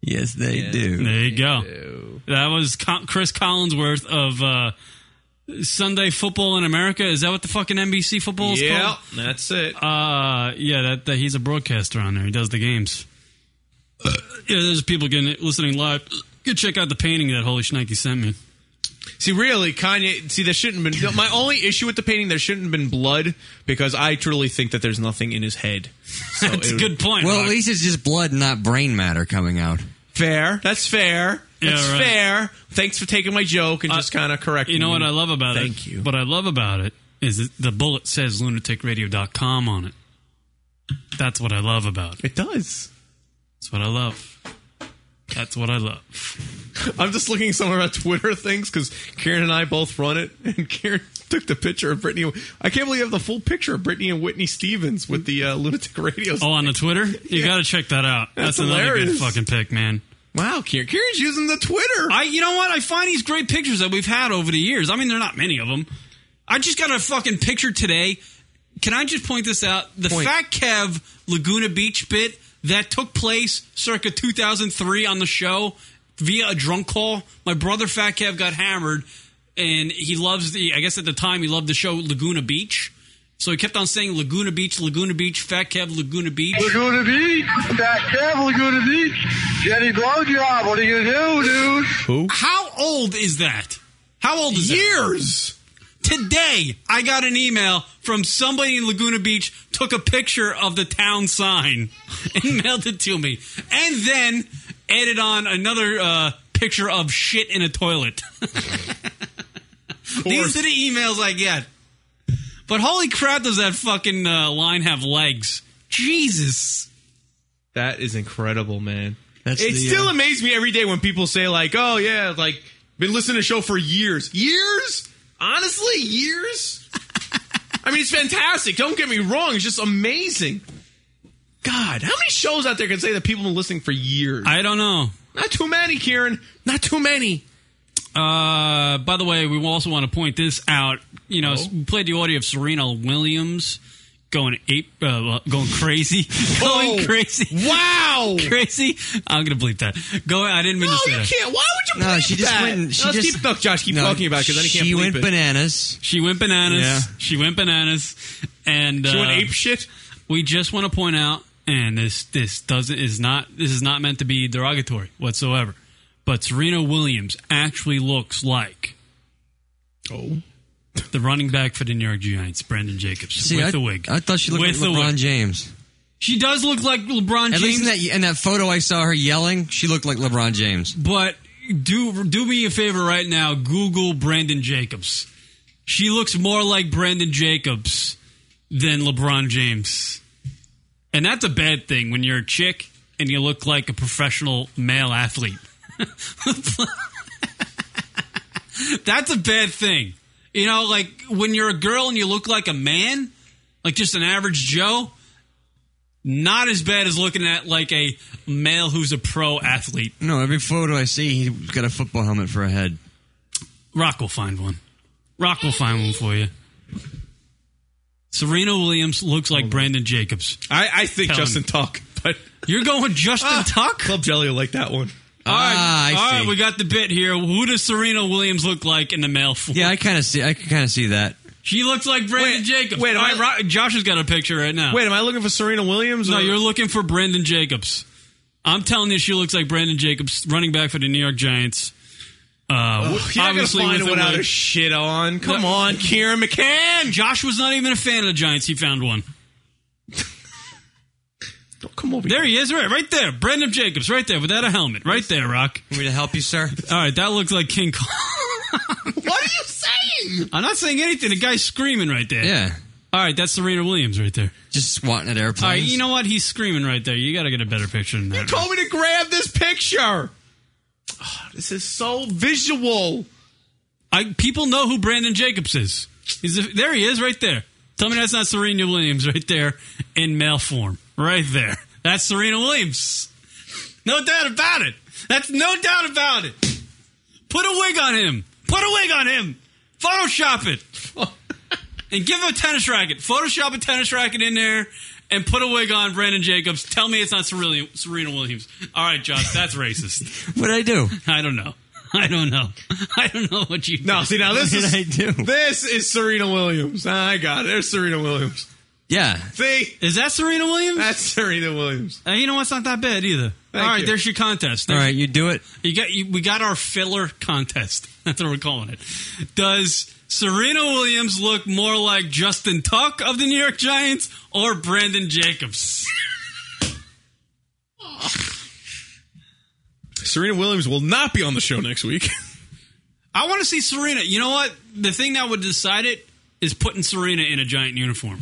[SPEAKER 4] Yes, they do.
[SPEAKER 5] There you go. That was Co- Chris Collinsworth of uh, Sunday Football in America. Is that what the fucking NBC football is
[SPEAKER 7] Yep,
[SPEAKER 5] called?
[SPEAKER 7] that's it.
[SPEAKER 5] Uh, yeah, that, that he's a broadcaster on there. He does the games. yeah, there's people getting listening live. Go check out the painting that Holy Schnikey sent me.
[SPEAKER 7] See, really, Kanye. See, there shouldn't have been. My only issue with the painting, there shouldn't have been blood because I truly think that there's nothing in his head. So
[SPEAKER 9] That's
[SPEAKER 7] it-
[SPEAKER 9] Well, at least it's just blood, not brain matter coming out.
[SPEAKER 7] fair. That's fair.
[SPEAKER 9] Yeah,
[SPEAKER 7] That's
[SPEAKER 9] right.
[SPEAKER 7] fair. Thanks for taking my joke and just kind of correcting.
[SPEAKER 5] Uh, You know what
[SPEAKER 7] me.
[SPEAKER 5] I love about it?
[SPEAKER 7] Thank you.
[SPEAKER 5] What I love about it is that the bullet says lunaticradio.com on it. That's what I love about it.
[SPEAKER 7] It does.
[SPEAKER 5] That's what I love. That's what I love.
[SPEAKER 7] I'm just looking at some of our Twitter things because Karen and I both run it, and Karen took the picture of Brittany. I can't believe you have the full picture of Brittany and Whitney Stevens with the uh, lunatic radio.
[SPEAKER 5] Oh, on the Twitter? You got to check that out. That's,
[SPEAKER 7] That's
[SPEAKER 5] another good
[SPEAKER 7] hilarious.
[SPEAKER 5] fucking pick, man.
[SPEAKER 7] Wow, Kieran. Kieran's using the Twitter.
[SPEAKER 5] I, you know what? I find these great pictures that we've had over the years. I mean, there are not many of them. I just got a fucking picture today. Can I just point this out? The
[SPEAKER 7] Point.
[SPEAKER 5] Fat Kev Laguna Beach bit that took place circa 2003 on the show via a drunk call. My brother Fat Kev got hammered, and he loves the. I guess at the time he loved the show Laguna Beach. So he kept on saying Laguna Beach, Laguna Beach, Fat Kev, Laguna Beach.
[SPEAKER 24] Laguna Beach, Fat Kev, Laguna Beach, Jenny Blowjob. What are you gonna do, dude?
[SPEAKER 7] Who?
[SPEAKER 5] How old is that? How old is
[SPEAKER 7] Years.
[SPEAKER 5] Today, I got an email from somebody in Laguna Beach took a picture of the town sign and mailed it to me, and then added on another uh, picture of shit in a toilet. These are the emails I get. But holy crap, does that fucking uh, line have legs? Jesus.
[SPEAKER 7] That is incredible, man.
[SPEAKER 4] That's
[SPEAKER 7] it
[SPEAKER 4] the,
[SPEAKER 7] still
[SPEAKER 4] uh,
[SPEAKER 7] amazes me every day when people say like, "Oh yeah, like been listening to the show for years, years." Honestly, years. I mean, it's fantastic. Don't get me wrong; it's just amazing. God, how many shows out there can say that people have been listening for years?
[SPEAKER 5] I don't know.
[SPEAKER 7] Not too many, Kieran. Not too many.
[SPEAKER 5] Uh, by the way, we also want to point this out. You
[SPEAKER 7] Oh.
[SPEAKER 5] know, s- we played the audio of Serena Williams going ape, uh, going crazy, going crazy.
[SPEAKER 7] Wow,
[SPEAKER 5] crazy. I'm gonna bleep that. Going. I didn't mean to say that.
[SPEAKER 7] Why would
[SPEAKER 9] No, Oh, she just
[SPEAKER 5] that?
[SPEAKER 9] went. and- She
[SPEAKER 5] Let's
[SPEAKER 9] just
[SPEAKER 5] keep- no, Josh, keep talking about it, 'cause then he can't
[SPEAKER 9] She
[SPEAKER 5] bleep
[SPEAKER 9] went
[SPEAKER 5] it.
[SPEAKER 9] bananas.
[SPEAKER 5] She went bananas.
[SPEAKER 9] Yeah.
[SPEAKER 5] She went bananas, and
[SPEAKER 9] She went
[SPEAKER 5] uh,
[SPEAKER 9] ape
[SPEAKER 7] shit.
[SPEAKER 5] We just want to point out, and this this doesn't is not this is not meant to be derogatory whatsoever, but Serena Williams actually looks like
[SPEAKER 7] oh
[SPEAKER 5] the running back for the New York Giants, Brandon Jacobs,
[SPEAKER 9] See,
[SPEAKER 5] with
[SPEAKER 9] I,
[SPEAKER 5] the wig.
[SPEAKER 9] I thought she looked
[SPEAKER 5] With
[SPEAKER 9] like
[SPEAKER 5] the
[SPEAKER 9] LeBron
[SPEAKER 5] wig.
[SPEAKER 9] James.
[SPEAKER 5] She does look like LeBron
[SPEAKER 9] At
[SPEAKER 5] James.
[SPEAKER 9] least in that in that photo I saw her yelling, she looked like LeBron James.
[SPEAKER 5] But do do me a favor right now. Google Brandon Jacobs. She looks more like Brandon Jacobs than LeBron James, and that's a bad thing when you're a chick and you look like a professional male athlete. that's a bad thing. You know, like when you're a girl and you look like a man, like just an average Joe. Not as bad as looking at like a male who's a pro athlete.
[SPEAKER 9] No, every photo I see, he's got a football helmet for a head.
[SPEAKER 5] Rock will find one. Rock will find one for you. Serena Williams looks like Brandon Jacobs.
[SPEAKER 7] I, I think
[SPEAKER 5] Tell
[SPEAKER 7] Justin
[SPEAKER 5] me.
[SPEAKER 7] Tuck, but Ah.
[SPEAKER 5] you're going Justin Tuck.
[SPEAKER 7] Club Jelly will like that one.
[SPEAKER 5] All right,
[SPEAKER 9] Ah, I
[SPEAKER 5] all right,
[SPEAKER 9] see.
[SPEAKER 5] we got the bit here. Who does Serena Williams look like in the male form?
[SPEAKER 9] Yeah, I kind of see. I can kind of see that.
[SPEAKER 5] She looks like Brandon Jacobs.
[SPEAKER 7] wait, am
[SPEAKER 5] all right,
[SPEAKER 7] I-
[SPEAKER 5] Ro- Josh has got a picture right now.
[SPEAKER 7] Wait, am I looking for Serena Williams?
[SPEAKER 5] no,
[SPEAKER 7] or-
[SPEAKER 5] you're looking for Brandon Jacobs. I'm telling you, she looks like Brandon Jacobs, running back for the New York Giants. Uh,
[SPEAKER 7] Ugh, you're not gonna
[SPEAKER 5] obviously
[SPEAKER 7] find
[SPEAKER 5] with
[SPEAKER 7] one
[SPEAKER 5] the
[SPEAKER 7] out
[SPEAKER 5] wig.
[SPEAKER 7] of shit on. Come on, Kieran McCann.
[SPEAKER 5] Josh was not even a fan of the Giants. He found one.
[SPEAKER 7] come over
[SPEAKER 5] there he is, right, right there. Brandon Jacobs, right there, without a helmet, right there, Rock.
[SPEAKER 9] Want me to help you, sir?
[SPEAKER 5] All right, that looks like King Kong.
[SPEAKER 7] what are you saying?
[SPEAKER 5] I'm not saying anything. The guy's screaming right there.
[SPEAKER 9] Yeah.
[SPEAKER 5] All right, that's Serena Williams right there.
[SPEAKER 9] Just swatting at airplanes.
[SPEAKER 5] All right, you know what? He's screaming right there. You got to get a better picture than that.
[SPEAKER 7] Told me to grab this picture. Oh, this is so visual.
[SPEAKER 5] I, people know who Brandon Jacobs is. He's a, there he is right there. Tell me that's not Serena Williams right there in male form. Right there. That's Serena Williams. No doubt about it. That's no doubt about it. Put a wig on him. Put a wig on him. Photoshop it. and give him a tennis racket. Photoshop a tennis racket in there and put a wig on Brandon Jacobs. Tell me it's not Serena, Serena Williams. All right, Josh, that's racist.
[SPEAKER 4] What did I do?
[SPEAKER 5] I don't know. I don't know. I don't know what you.
[SPEAKER 7] No,
[SPEAKER 5] did.
[SPEAKER 7] see now this
[SPEAKER 5] What
[SPEAKER 7] is
[SPEAKER 5] did I do?
[SPEAKER 7] this is Serena Williams. Ah, I got it. There's Serena Williams.
[SPEAKER 4] Yeah.
[SPEAKER 7] See,
[SPEAKER 5] is that Serena Williams?
[SPEAKER 7] That's Serena Williams.
[SPEAKER 5] Uh, you know what's not that bad either.
[SPEAKER 7] Thank
[SPEAKER 5] All right,
[SPEAKER 7] you.
[SPEAKER 5] there's your contest.
[SPEAKER 4] All right, you do it.
[SPEAKER 5] You got you, we got our filler contest. That's what we're calling it. Does Serena Williams look more like Justin Tuck of the New York Giants or Brandon Jacobs?
[SPEAKER 7] Serena Williams will not be on the show next week.
[SPEAKER 5] I want to see Serena. You know what? The thing that would decide it is putting Serena in a giant uniform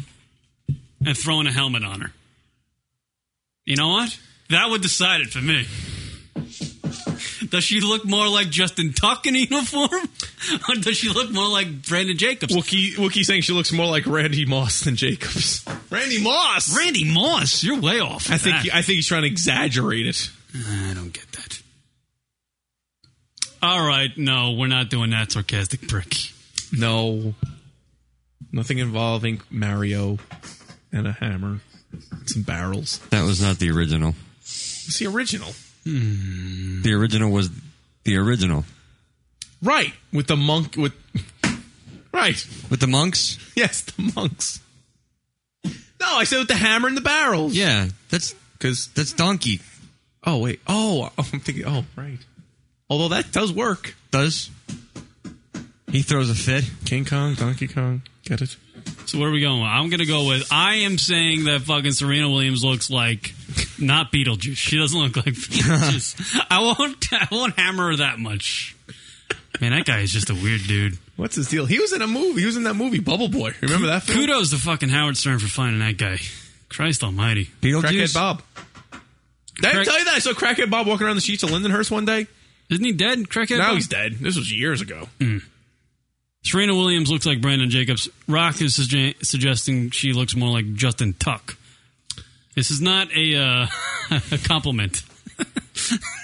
[SPEAKER 5] and throwing a helmet on her. You know what? That would decide it for me. Does she look more like Justin Tuck in a uniform? or does she look more like Brandon Jacobs?
[SPEAKER 7] Wookie Wookie saying she looks more like Randy Moss than Jacobs. Randy Moss.
[SPEAKER 5] Randy Moss, you're way off.
[SPEAKER 7] I think
[SPEAKER 5] that.
[SPEAKER 7] he- I think he's trying to exaggerate it.
[SPEAKER 5] I don't get that. All right, no, we're not doing that sarcastic prick.
[SPEAKER 7] No. Nothing involving Mario and a hammer. Some barrels.
[SPEAKER 4] That was not the original.
[SPEAKER 7] It's the original.
[SPEAKER 4] The original was the original.
[SPEAKER 7] Right. With the monk with Right.
[SPEAKER 4] With the monks?
[SPEAKER 7] Yes, the monks. No, I said with the hammer and the barrels.
[SPEAKER 4] Yeah, that's
[SPEAKER 7] because
[SPEAKER 4] that's donkey.
[SPEAKER 7] Oh wait. Oh, I'm thinking oh, right. Although that does work.
[SPEAKER 4] Does. He throws a fit.
[SPEAKER 7] King Kong, Donkey Kong. Get it?
[SPEAKER 5] So where are we going? With? I'm gonna go with I am saying that fucking Serena Williams looks like not Beetlejuice. She doesn't look like Beetlejuice. I won't. I won't hammer her that much. Man, that guy is just a weird dude.
[SPEAKER 7] What's his deal? He was in a movie. He was in that movie, Bubble Boy. Remember that film?
[SPEAKER 5] Kudos to fucking Howard Stern for finding that guy. Christ Almighty,
[SPEAKER 7] Crackhead Bob. Did I tell you that I saw Crackhead Bob walking around the streets of Lindenhurst one day?
[SPEAKER 5] Isn't he dead?
[SPEAKER 7] Now
[SPEAKER 5] Crackhead Bob? Hmm.
[SPEAKER 7] he's dead. This was years ago.
[SPEAKER 5] Serena Williams looks like Brandon Jacobs. Rock is sugge- suggesting she looks more like Justin Tuck. This is not a, uh, a compliment.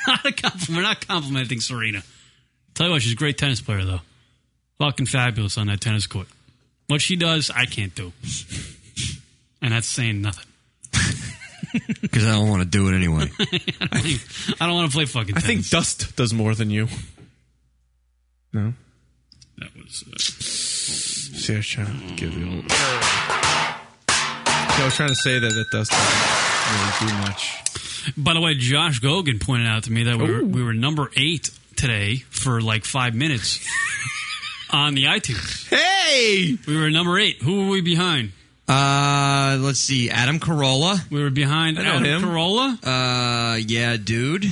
[SPEAKER 5] not a compliment. We're not complimenting Serena. Tell you what, she's a great tennis player, though. Fucking fabulous on that tennis court. What she does, I can't do. And that's saying nothing.
[SPEAKER 4] Because I don't want to do it anyway.
[SPEAKER 5] I don't want to play fucking
[SPEAKER 7] I
[SPEAKER 5] tennis.
[SPEAKER 7] think Dust does more than you. No?
[SPEAKER 5] That was.
[SPEAKER 7] See, I was trying to give the old.
[SPEAKER 5] uh,
[SPEAKER 7] See, I was trying to say that it does not really do much.
[SPEAKER 5] By the way, Josh Gogan pointed out to me that we were, we were number eight today for like five minutes on the iTunes.
[SPEAKER 7] Hey,
[SPEAKER 5] we were number eight. Who were we behind?
[SPEAKER 4] Uh, let's see. Adam Carolla.
[SPEAKER 5] We were behind Adam Carolla.
[SPEAKER 4] Uh, yeah, dude.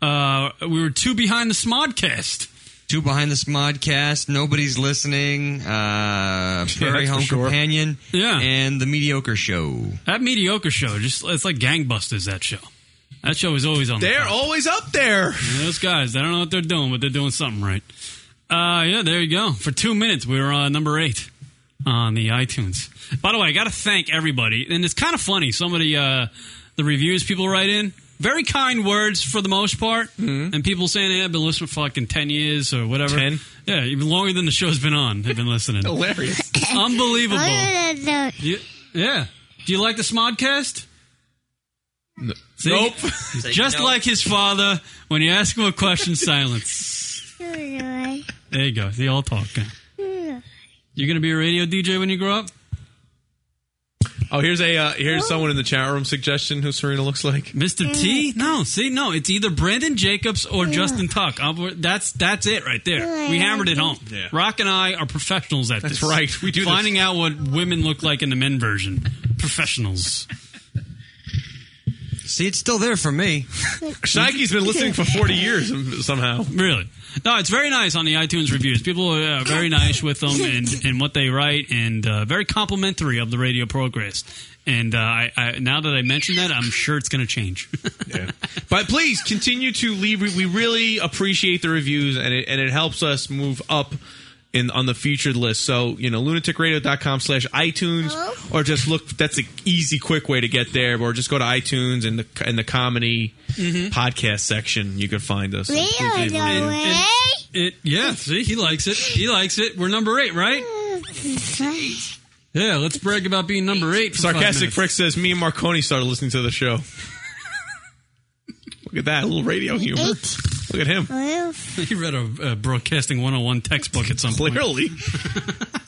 [SPEAKER 5] Uh, we were two behind the Smodcast.
[SPEAKER 4] Two behind the Smodcast. Nobody's listening. Uh, Prairie
[SPEAKER 5] that's for
[SPEAKER 4] Home
[SPEAKER 5] sure.
[SPEAKER 4] Companion.
[SPEAKER 5] Yeah.
[SPEAKER 4] and the mediocre show.
[SPEAKER 5] That mediocre show, just it's like gangbusters. That show. That show is always on. the
[SPEAKER 7] They're
[SPEAKER 5] top.
[SPEAKER 7] always up there.
[SPEAKER 5] Yeah, Those guys, I don't know what they're doing, but they're doing something right. Uh, yeah, there you go. For two minutes, we were on number eight on the iTunes. By the way, I got to thank everybody, and it's kind of funny. Somebody, uh, the reviews people write in, very kind words for the most part,
[SPEAKER 7] Mm-hmm.
[SPEAKER 5] and people saying hey, I've been listening for fucking ten years or whatever.
[SPEAKER 7] 10?
[SPEAKER 5] yeah, even longer than the show's been on. They've been listening.
[SPEAKER 7] Hilarious.
[SPEAKER 5] Unbelievable. You- yeah. Do you like the Smodcast? See?
[SPEAKER 7] Nope.
[SPEAKER 5] Just like his father, when you ask him a question, silence. There you go. They all talk.
[SPEAKER 25] eh?
[SPEAKER 5] You're going to be a radio DJ when you grow up?
[SPEAKER 7] Oh, here's a uh, here's someone in the chat room suggestion who Serena looks like.
[SPEAKER 5] Mr. T? No. See, no. It's either Brandon Jacobs or Justin Tuck. I'm- that's that's it right there. We hammered it home.
[SPEAKER 7] Yeah.
[SPEAKER 5] Rock and I are professionals at
[SPEAKER 7] That's
[SPEAKER 5] this.
[SPEAKER 7] right. We do this.
[SPEAKER 5] finding out what women look like in the men version. Professionals.
[SPEAKER 4] See, it's still there for me.
[SPEAKER 7] Shikey's been listening for 40 years somehow.
[SPEAKER 5] Really? No, it's very nice on the iTunes reviews. People are uh, very nice with them and, and what they write, and uh, very complimentary of the radio progress. And uh, I, I, now that I mentioned that, I'm sure it's going to change.
[SPEAKER 7] But please continue to leave. We- We really appreciate the reviews, and it and it helps us move up in on the featured list. So you know, lunaticradio.com slash iTunes, or just look. That's an easy, quick way to get there. Or just go to iTunes and the and the comedy podcast section. You can find us. And please leave a review.
[SPEAKER 5] It, yeah, see, he likes it. He likes it. We're number eight, right? Yeah, let's brag about being number eight. For
[SPEAKER 7] Sarcastic
[SPEAKER 5] five
[SPEAKER 7] Frick says, "Me and Marconi started listening to the show." Look at that a little radio humor. Look at him.
[SPEAKER 5] He read a, a broadcasting 101 textbook at some point.
[SPEAKER 7] Clearly.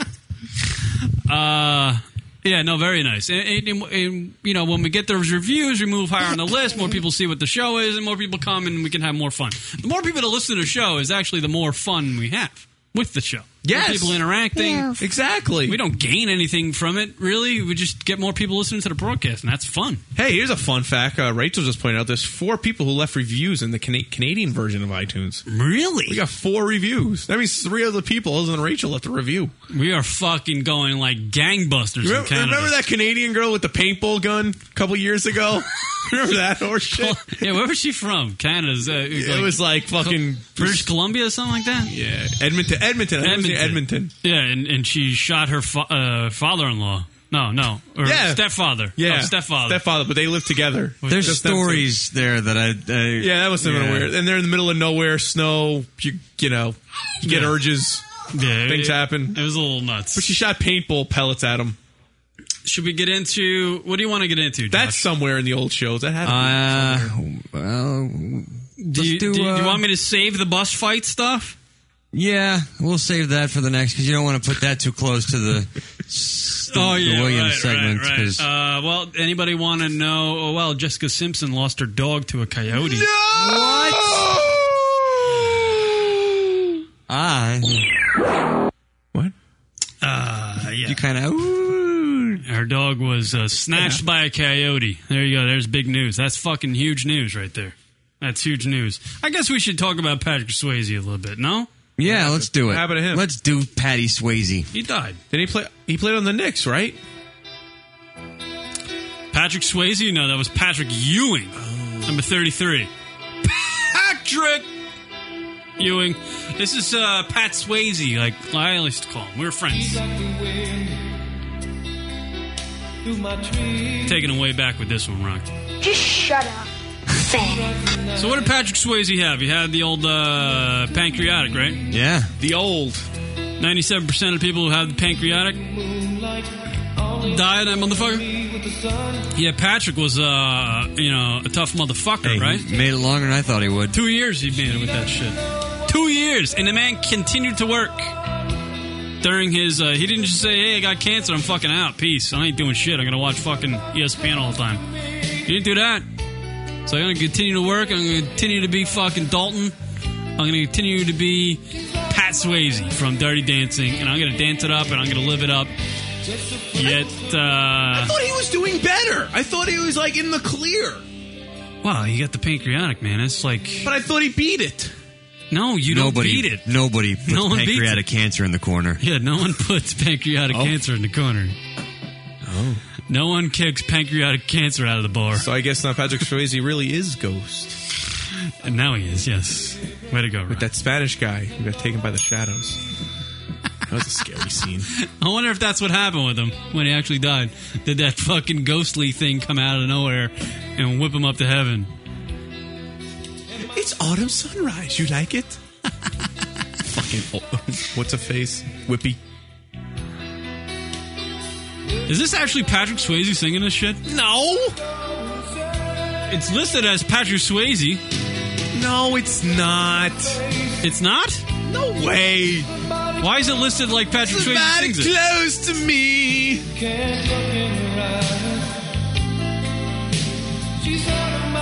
[SPEAKER 5] uh, yeah, no, very nice. And, and- and- and, you know, when we get those reviews, we move higher on the list. More people see what the show is, and more people come, and we can have more fun. The more people that listen to the show is actually the more fun we have with the show. More
[SPEAKER 7] Yes.
[SPEAKER 5] people interacting.
[SPEAKER 7] Yeah. Exactly.
[SPEAKER 5] We don't gain anything from it, really. We just get more people listening to the broadcast, and that's fun.
[SPEAKER 7] Hey, here's a fun fact. Uh, Rachel just pointed out there's four people who left reviews in the Cana- Canadian version of iTunes.
[SPEAKER 5] Really?
[SPEAKER 7] We got four reviews. That means three other people other than Rachel left a review.
[SPEAKER 5] We are fucking going like gangbusters in
[SPEAKER 7] Remember,
[SPEAKER 5] Canada.
[SPEAKER 7] remember that Canadian girl with the paintball gun a couple years ago? remember that horseshit?
[SPEAKER 5] Oh, yeah, where was she from? Canada's. Uh, it was,
[SPEAKER 7] It
[SPEAKER 5] like,
[SPEAKER 7] was like fucking
[SPEAKER 5] British Columbia or something like that.
[SPEAKER 7] Yeah, Edmonton. Edmonton. I think it was near Edmonton.
[SPEAKER 5] Yeah, and, and she shot her fa- uh, father-in-law. No, no, or
[SPEAKER 7] Yeah.
[SPEAKER 5] stepfather.
[SPEAKER 7] Yeah,
[SPEAKER 5] no, stepfather.
[SPEAKER 7] Stepfather, but they live together.
[SPEAKER 4] There's
[SPEAKER 7] Just them two.
[SPEAKER 4] stories there that I, I
[SPEAKER 7] Yeah, that was something
[SPEAKER 4] Yeah.
[SPEAKER 7] weird. And they're in the middle of nowhere, snow. You you know, you get
[SPEAKER 5] Yeah.
[SPEAKER 7] urges.
[SPEAKER 5] Yeah,
[SPEAKER 7] things
[SPEAKER 5] it-
[SPEAKER 7] happen.
[SPEAKER 5] It was a little nuts.
[SPEAKER 7] But she shot paintball pellets at him.
[SPEAKER 5] Should we get into what do you want to get into? Josh?
[SPEAKER 7] That's somewhere in the old shows. That happened.
[SPEAKER 4] Uh, well,
[SPEAKER 5] do you,
[SPEAKER 4] do,
[SPEAKER 5] do you
[SPEAKER 4] uh,
[SPEAKER 5] want me to save the bus fight stuff?
[SPEAKER 4] yeah, we'll save that for the next because you don't want to put that too close to the, s-
[SPEAKER 5] Oh
[SPEAKER 4] the
[SPEAKER 5] yeah,
[SPEAKER 4] Williams
[SPEAKER 5] right,
[SPEAKER 4] segment
[SPEAKER 5] Right, right. Uh, well, anybody want to know? Oh, well, Jessica Simpson lost her dog to a coyote.
[SPEAKER 4] What? Ah.
[SPEAKER 7] What?
[SPEAKER 5] Uh, yeah.
[SPEAKER 4] You kind of.
[SPEAKER 5] Her dog was uh, snatched by a coyote. There you go. There's big news. That's fucking huge news right there. That's huge news. I guess we should talk about Patrick Swayze a little bit. No,
[SPEAKER 4] Yeah, let's do it.
[SPEAKER 5] What happened to him?
[SPEAKER 4] Let's do Patty Swayze.
[SPEAKER 5] he died.
[SPEAKER 7] Did he play? He played on the Knicks, right?
[SPEAKER 5] Patrick Swayze? No, that was Patrick Ewing, number thirty-three. Patrick Ewing. This is uh, Pat Swayze. Like I used to call him. We were friends. Taking away back with this one, Rock.
[SPEAKER 25] Just shut up, fag.
[SPEAKER 5] So what did Patrick Swayze have? He had the old uh, pancreatic, right?
[SPEAKER 4] Yeah.
[SPEAKER 5] The old. 97% of people who have the pancreatic die of that motherfucker. Yeah, Patrick was, uh, you know, a tough motherfucker, right?
[SPEAKER 4] Made it longer than I thought he would.
[SPEAKER 5] Two years he made it with that shit. Two years, and the man continued to work during his. Uh, he didn't just say, "Hey, I got cancer. I'm fucking out. Peace. I ain't doing shit. I'm gonna watch fucking E ESPN all the time." He didn't do that. So I'm gonna continue to work. I'm gonna continue to be fucking Dalton. I'm gonna continue to be Pat Swayze from Dirty Dancing, and I'm gonna dance it up, and I'm gonna live it up. Yet,
[SPEAKER 7] I
[SPEAKER 5] uh,
[SPEAKER 7] thought he was doing better. I thought he was like in the clear.
[SPEAKER 5] wow, he got the pancreatic, man. It's like,
[SPEAKER 7] But I thought he beat it.
[SPEAKER 5] no, you
[SPEAKER 4] nobody,
[SPEAKER 5] don't beat it.
[SPEAKER 4] Nobody puts
[SPEAKER 5] No one beats
[SPEAKER 4] pancreatic cancer in the corner.
[SPEAKER 5] Yeah, no one puts pancreatic
[SPEAKER 4] Oh.
[SPEAKER 5] cancer in the corner.
[SPEAKER 4] Oh.
[SPEAKER 5] No one kicks pancreatic cancer out of the bar.
[SPEAKER 7] So I guess now Patrick Swayze really is Ghost.
[SPEAKER 5] And now he is, yes. Way to go, Ron.
[SPEAKER 7] With that Spanish guy who got taken by the shadows. That was a scary scene.
[SPEAKER 5] I wonder if that's what happened with him when he actually died. Did that fucking ghostly thing come out of nowhere and whip him up to heaven?
[SPEAKER 7] It's autumn sunrise. You like it? Fucking what's a face? Whippy.
[SPEAKER 5] Is this actually Patrick Swayze singing this shit? No. It's listed as Patrick Swayze.
[SPEAKER 7] No, it's not.
[SPEAKER 5] It's not?
[SPEAKER 7] No way.
[SPEAKER 5] Why is it listed like Patrick Swayze
[SPEAKER 7] Somebody
[SPEAKER 5] sings it?
[SPEAKER 7] close to me.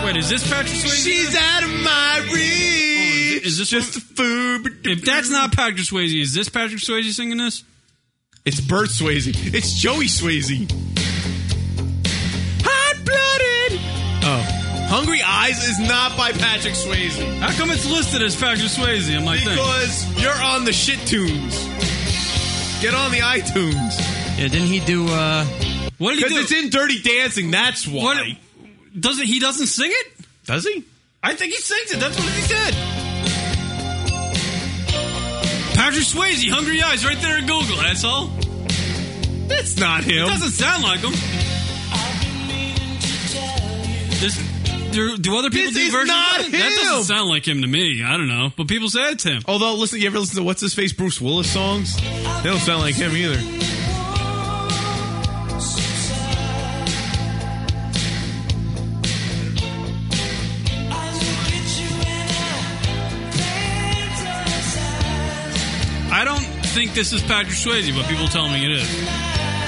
[SPEAKER 5] Wait, is this Patrick Swayze?
[SPEAKER 7] She's out of my reach.
[SPEAKER 5] Is this just
[SPEAKER 7] food?
[SPEAKER 5] If that's not Patrick Swayze, is this Patrick Swayze singing this?
[SPEAKER 7] It's Bert Swayze. It's Joey Swayze. Hot blooded. Oh. Hungry Eyes is not by Patrick Swayze.
[SPEAKER 5] How come it's listed as Patrick Swayze in my thing?
[SPEAKER 7] Because you're on the shit tunes. Get on the iTunes.
[SPEAKER 4] Yeah, didn't he do? uh
[SPEAKER 5] What did he do?
[SPEAKER 7] Because it's in Dirty Dancing. That's why.
[SPEAKER 5] Doesn't he doesn't sing it?
[SPEAKER 7] Does he? I think he sings it. That's what he said.
[SPEAKER 5] Patrick Swayze, Hungry Eyes, right there at Google, asshole.
[SPEAKER 7] That's not him.
[SPEAKER 5] It doesn't sound like him. This, do, do other people
[SPEAKER 7] This
[SPEAKER 5] do
[SPEAKER 7] is
[SPEAKER 5] versions
[SPEAKER 7] not
[SPEAKER 5] of it? That
[SPEAKER 7] him.
[SPEAKER 5] doesn't sound like him to me. I don't know, but people say it's him.
[SPEAKER 7] Although, listen, you ever listen to what's his face Bruce Willis songs? They don't sound like him either.
[SPEAKER 5] think this is Patrick Swayze, but people tell me it is.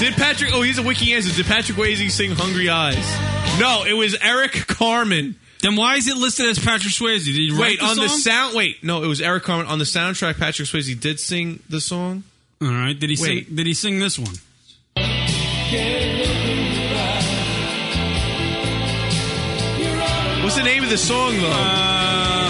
[SPEAKER 7] Did Patrick? Oh, he's a wiki answer. Did Patrick Swayze sing "Hungry Eyes"? No, it was Eric Carmen.
[SPEAKER 5] Then why is it listed as Patrick Swayze? Did he write
[SPEAKER 7] wait on the
[SPEAKER 5] song?
[SPEAKER 7] sound? Wait, no, it was Eric Carmen on the soundtrack. Patrick Swayze did sing the song.
[SPEAKER 5] All right. Did he
[SPEAKER 7] Wait.
[SPEAKER 5] sing? Did he sing this one?
[SPEAKER 7] What's the name of the song though?
[SPEAKER 5] Uh,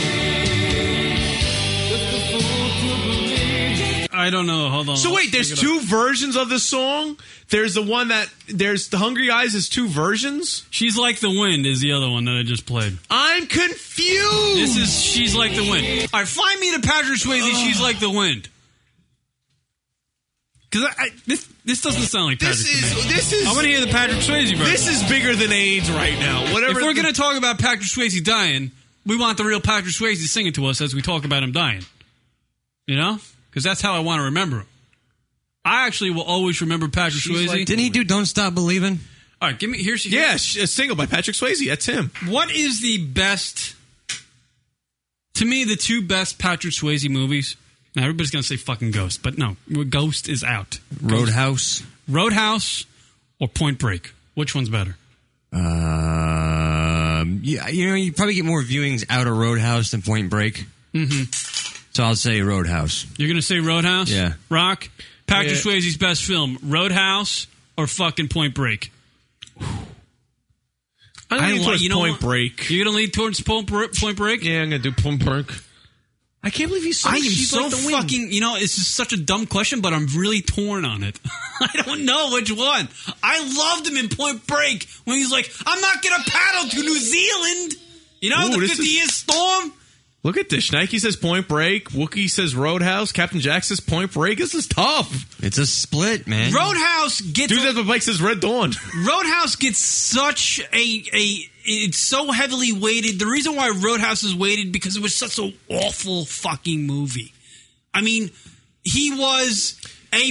[SPEAKER 5] I don't know. Hold on.
[SPEAKER 7] So wait, there's two versions of the song. There's the one that there's the Hungry Eyes is two versions.
[SPEAKER 5] She's like the wind is the other one that I just played.
[SPEAKER 7] I'm confused.
[SPEAKER 5] This is she's like the wind. All right, find me the Patrick Swayze.
[SPEAKER 7] Oh.
[SPEAKER 5] She's like the wind. Because I, I, this this doesn't sound like
[SPEAKER 7] This
[SPEAKER 5] Patrick to
[SPEAKER 7] is
[SPEAKER 5] me.
[SPEAKER 7] this is.
[SPEAKER 5] I want to hear the Patrick Swayze version.
[SPEAKER 7] This is bigger than AIDS right now. Whatever.
[SPEAKER 5] If we're
[SPEAKER 7] the-
[SPEAKER 5] gonna talk about Patrick Swayze dying, we want the real Patrick Swayze singing to us as we talk about him dying. You know, because that's how I want to remember him. I actually will always remember Patrick Swayze.
[SPEAKER 4] Didn't he do "Don't Stop Believing"?
[SPEAKER 5] All right, give me here's
[SPEAKER 7] yeah, sh- a single by Patrick Swayze. That's him.
[SPEAKER 5] What is the best? To me, the two best Patrick Swayze movies. Now everybody's gonna say fucking Ghost, but no, Ghost is out.
[SPEAKER 4] Roadhouse.
[SPEAKER 5] Roadhouse, or Point Break. Which one's better?
[SPEAKER 4] Um, yeah, you know, you probably get more viewings out of Roadhouse than Point Break.
[SPEAKER 5] Mm-hmm.
[SPEAKER 4] So I'll say Roadhouse.
[SPEAKER 5] You're gonna say Roadhouse?
[SPEAKER 4] Yeah.
[SPEAKER 5] Rock. Patrick
[SPEAKER 4] Yeah.
[SPEAKER 5] Swayze's best film: Roadhouse or fucking Point Break.
[SPEAKER 7] I'm
[SPEAKER 5] I
[SPEAKER 7] leaning
[SPEAKER 5] like-
[SPEAKER 7] towards
[SPEAKER 5] you know
[SPEAKER 7] Point
[SPEAKER 5] what?
[SPEAKER 7] Break.
[SPEAKER 5] You're gonna lean towards Point Break? Point Break?
[SPEAKER 7] Yeah, I'm gonna do Point Break. I can't believe you
[SPEAKER 5] I am so fucking. You know, it's just such a dumb question, but I'm really torn on it. I don't know which one. I loved him in Point Break when he's like, "I'm not gonna paddle to New Zealand." You know,
[SPEAKER 7] Ooh,
[SPEAKER 5] the
[SPEAKER 7] this
[SPEAKER 5] 50
[SPEAKER 7] is-
[SPEAKER 5] year storm.
[SPEAKER 7] Look at this. Nike says Point Break. Wookie says Roadhouse. Captain Jack says Point Break. This is tough.
[SPEAKER 4] It's a split, man.
[SPEAKER 5] Roadhouse gets
[SPEAKER 7] Dude, that's what Mike says. Red Dawn.
[SPEAKER 5] Roadhouse gets such a a it's so heavily weighted. The reason why Roadhouse is weighted because it was such an awful fucking movie. I mean, he was a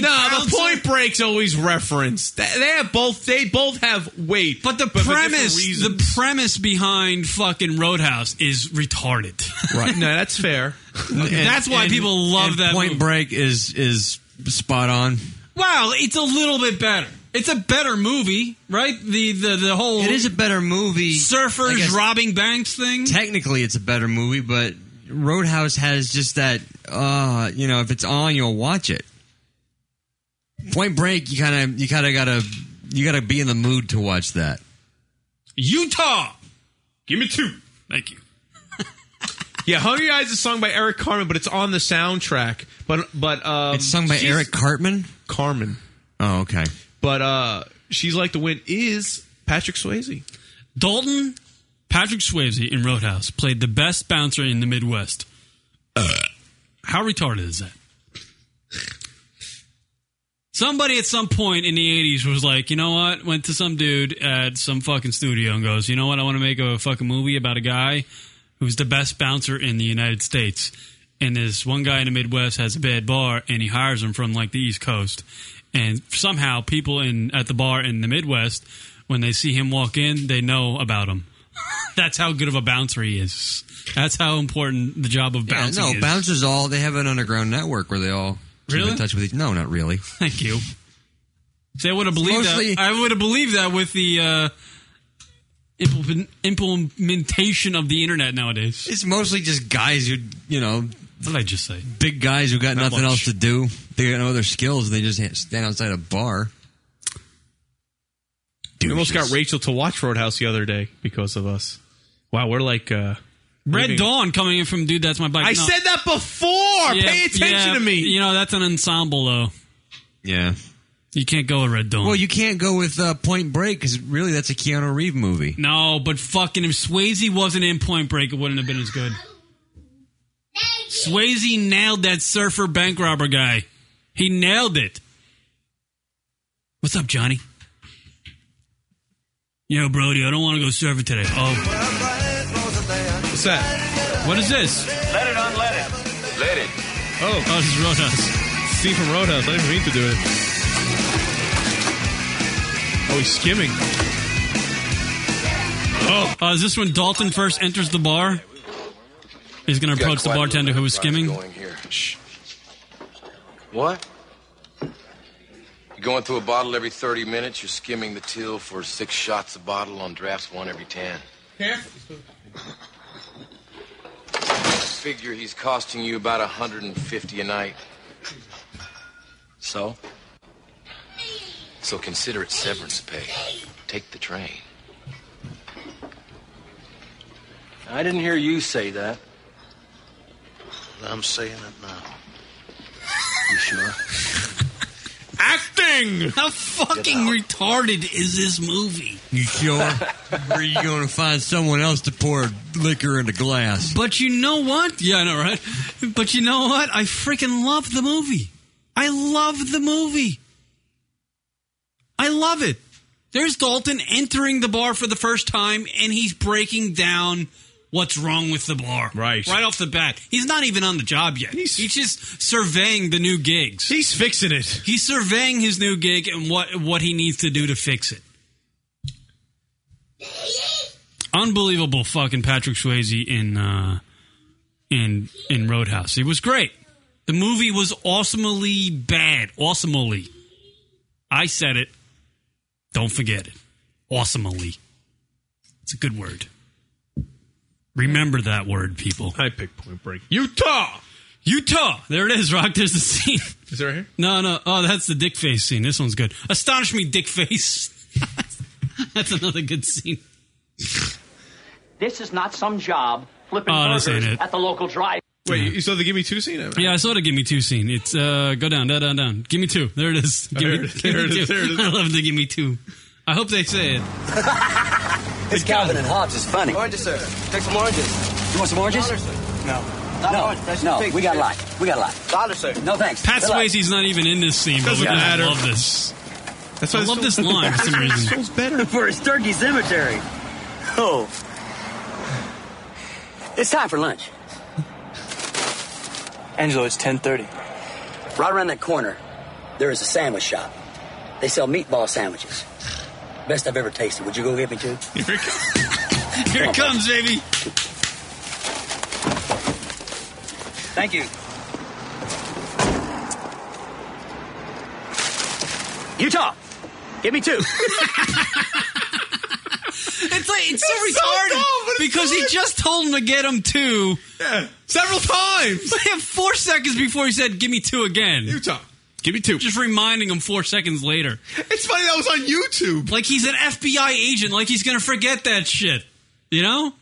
[SPEAKER 7] No, the
[SPEAKER 5] bouncer-
[SPEAKER 7] Point Break's always referenced. They they have both. They both have weight, but
[SPEAKER 5] the
[SPEAKER 7] for different
[SPEAKER 5] premise
[SPEAKER 7] reasons.
[SPEAKER 5] the premise behind fucking Roadhouse is retarded.
[SPEAKER 7] right? No, that's fair.
[SPEAKER 5] That's why people love
[SPEAKER 4] and
[SPEAKER 5] that
[SPEAKER 4] Point
[SPEAKER 5] movie.
[SPEAKER 4] Break is is spot on.
[SPEAKER 5] Well, it's a little bit better. It's a better movie, right? The the the whole
[SPEAKER 4] It is a better movie. I guess-
[SPEAKER 5] surfers robbing banks thing.
[SPEAKER 4] Technically, it's a better movie, but Roadhouse has just that. Uh, you know, if it's on, you'll watch it. Point Break, you kind of you kind of gotta you gotta be in the mood to watch that.
[SPEAKER 5] Utah.
[SPEAKER 7] Give me two.
[SPEAKER 5] Thank you.
[SPEAKER 7] yeah, Hungry Eyes is sung by Eric Carmen, but it's on the soundtrack. But but um,
[SPEAKER 4] It's sung by
[SPEAKER 7] she's-
[SPEAKER 4] Eric Cartman.
[SPEAKER 7] Carmen.
[SPEAKER 4] Oh, okay.
[SPEAKER 7] But uh, she's like the wind is Patrick Swayze.
[SPEAKER 5] Dalton Patrick Swayze in Roadhouse played the best bouncer in the Midwest. How retarded is that? Somebody at some point in the 80s was like, you know what? Went to some dude at some fucking studio and goes, you know what? I want to make a fucking movie about a guy who's the best bouncer in the United States. And this one guy in the Midwest has a bad bar and he hires him from like the East Coast. And somehow people in at the bar in the Midwest, when they see him walk in, they know about him. That's how good of a bouncer he is. That's how important the job of
[SPEAKER 4] Yeah,
[SPEAKER 5] bouncing
[SPEAKER 4] no,
[SPEAKER 5] is.
[SPEAKER 4] bouncers all they have an underground network where they all keep
[SPEAKER 5] Really?
[SPEAKER 4] in touch with each. No, not really.
[SPEAKER 5] Thank you. See, I would have believed
[SPEAKER 4] Mostly-
[SPEAKER 5] that. I would have believed that with the uh, implement- implementation of the internet nowadays.
[SPEAKER 4] It's mostly just guys who you know.
[SPEAKER 5] What did I just say?
[SPEAKER 4] Big guys who got
[SPEAKER 5] Not
[SPEAKER 4] nothing
[SPEAKER 5] much.
[SPEAKER 4] else to do. They got no other skills. They just ha- stand outside a bar.
[SPEAKER 7] We almost got Rachel to watch Roadhouse the other day because of us. Wow, we're like uh,
[SPEAKER 5] Red
[SPEAKER 7] living-
[SPEAKER 5] Dawn coming in from dude. That's my bike.
[SPEAKER 7] I
[SPEAKER 5] No.
[SPEAKER 7] said that before.
[SPEAKER 5] Yeah,
[SPEAKER 7] Pay attention
[SPEAKER 5] yeah,
[SPEAKER 7] to me.
[SPEAKER 5] You know that's an ensemble though.
[SPEAKER 4] Yeah.
[SPEAKER 5] You can't go with Red Dawn.
[SPEAKER 4] Well, you can't go with uh, Point Break because really that's a Keanu Reeves movie.
[SPEAKER 5] no, but fucking if Swayze wasn't in Point Break, it wouldn't have been as good. Swayze nailed that surfer bank robber guy. He nailed it. What's up, Johnny? Yo, Brody, I don't want to go surfing today. Oh,
[SPEAKER 7] what's that?
[SPEAKER 5] What is this?
[SPEAKER 26] Let it unlet it. Let it.
[SPEAKER 7] Oh,
[SPEAKER 5] oh, this is Roadhouse.
[SPEAKER 7] Steve from Roadhouse. I didn't mean to do it. Oh, he's skimming.
[SPEAKER 5] oh. Uh, is this when Dalton first enters the bar? He's going to approach the bartender who was skimming.
[SPEAKER 26] What?
[SPEAKER 27] You're going through a bottle every 30 minutes. You're skimming the till for six shots a bottle on drafts one every 10. Figure he's costing you about 150 a night. So? So consider it severance pay. Take the train.
[SPEAKER 11] I didn't hear you say that.
[SPEAKER 27] I'm saying it now. You sure?
[SPEAKER 5] Acting! How fucking retarded is this movie?
[SPEAKER 4] You sure? or are you going to find someone else to pour liquor in a glass?
[SPEAKER 5] But you know what? Yeah, I know, right? But you know what? I freaking love the movie. I love the movie. I love it. There's Dalton entering the bar for the first time, and he's breaking down what's wrong with the bar. Right. Right off the bat. He's not even on the job yet. He's, just surveying the new gigs.
[SPEAKER 7] He's fixing it.
[SPEAKER 5] He's surveying his new gig and what, what he needs to do to fix it. Unbelievable fucking Patrick Swayze in uh, in in Roadhouse. He was great. The movie was awesomely bad. Awesomely. I said it. Don't forget it. Awesomely. It's a good word. Remember that word, people.
[SPEAKER 7] I picked Point Break. Utah!
[SPEAKER 5] Utah! There it is, Rock. There's the scene.
[SPEAKER 7] Is it right here?
[SPEAKER 5] No, no. Oh, that's the dick face scene. This one's good. Astonish me, dick face. that's another good scene.
[SPEAKER 28] This is not some job flipping
[SPEAKER 5] Oh, this
[SPEAKER 28] burgers
[SPEAKER 5] ain't it.
[SPEAKER 28] at the local drive.
[SPEAKER 7] Wait, you saw the Give Me Two scene? I-
[SPEAKER 5] Yeah, I saw the Gimme Two scene. It's uh, go down, down, down, down. Gimme Two. There it is.
[SPEAKER 7] Oh,
[SPEAKER 5] Gimme,
[SPEAKER 7] there it is,
[SPEAKER 5] Gimme
[SPEAKER 7] there it is,
[SPEAKER 5] two.
[SPEAKER 7] there it is.
[SPEAKER 5] I love the Gimme Two. I hope they say it.
[SPEAKER 29] This Calvin and Hobbes is funny.
[SPEAKER 11] Oranges, sir. Take some oranges.
[SPEAKER 29] You want some oranges?
[SPEAKER 11] No.
[SPEAKER 29] No, no, we got a lot. We got a lot.
[SPEAKER 11] Dollar, sir.
[SPEAKER 29] No thanks.
[SPEAKER 5] Pat
[SPEAKER 29] Good luck.
[SPEAKER 5] Swayze's not even in this scene. but
[SPEAKER 29] Doesn't
[SPEAKER 5] we just
[SPEAKER 29] matter.
[SPEAKER 5] Love this.
[SPEAKER 7] That's
[SPEAKER 5] I love this line for some reason.
[SPEAKER 7] better
[SPEAKER 29] for his turkey cemetery. Oh, it's time for lunch. Angelo, it's ten thirty. Right around that corner, there is a sandwich shop. They sell meatball sandwiches. Best I've ever tasted. Would you go get me two?
[SPEAKER 5] Here it comes. Here it comes, baby.
[SPEAKER 29] Thank you. Utah, give me two.
[SPEAKER 5] It's like it's so
[SPEAKER 29] It's so
[SPEAKER 5] retarded
[SPEAKER 29] dumb, but it's
[SPEAKER 5] because he
[SPEAKER 29] good.
[SPEAKER 5] just told him to get him two
[SPEAKER 7] several times.
[SPEAKER 5] four seconds before he said, "Give me two again."
[SPEAKER 7] Utah, give me two.
[SPEAKER 5] Just reminding him four seconds later.
[SPEAKER 7] It's funny that was on YouTube.
[SPEAKER 5] Like he's an FBI agent. Like he's gonna forget that shit. You know,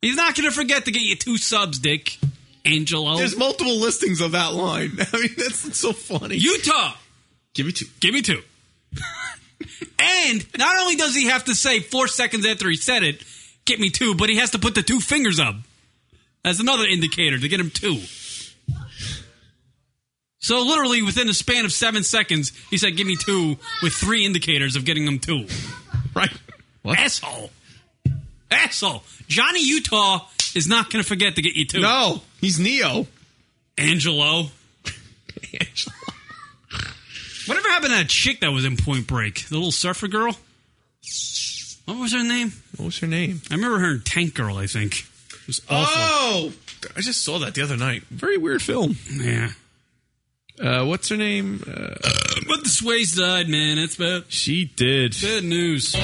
[SPEAKER 5] he's not gonna forget to get you two subs, Dick Angelo.
[SPEAKER 7] There's multiple listings of that line. I mean, that's so funny.
[SPEAKER 5] Utah.
[SPEAKER 7] Give me two.
[SPEAKER 5] Give me two. and not only does he have to say four seconds after he said it, get me two, but he has to put the two fingers up as another indicator to get him two. So literally within the span of seven seconds, he said, "Give me two with three indicators of getting him two.
[SPEAKER 7] Right?
[SPEAKER 5] Asshole. Asshole. Johnny Utah is not going to forget to get you two.
[SPEAKER 7] No, he's Neo.
[SPEAKER 5] Angelo. Angelo. Whatever happened to that chick that was in Point Break? The little surfer girl? What was her name?
[SPEAKER 7] What was her name?
[SPEAKER 5] I remember her in Tank Girl, I think. It was awful.
[SPEAKER 7] Oh, I just saw that the other night. Very weird film.
[SPEAKER 5] Yeah.
[SPEAKER 7] Uh, what's her name? Uh,
[SPEAKER 5] But the Sways died, man. That's bad.
[SPEAKER 7] she did.
[SPEAKER 5] Bad news.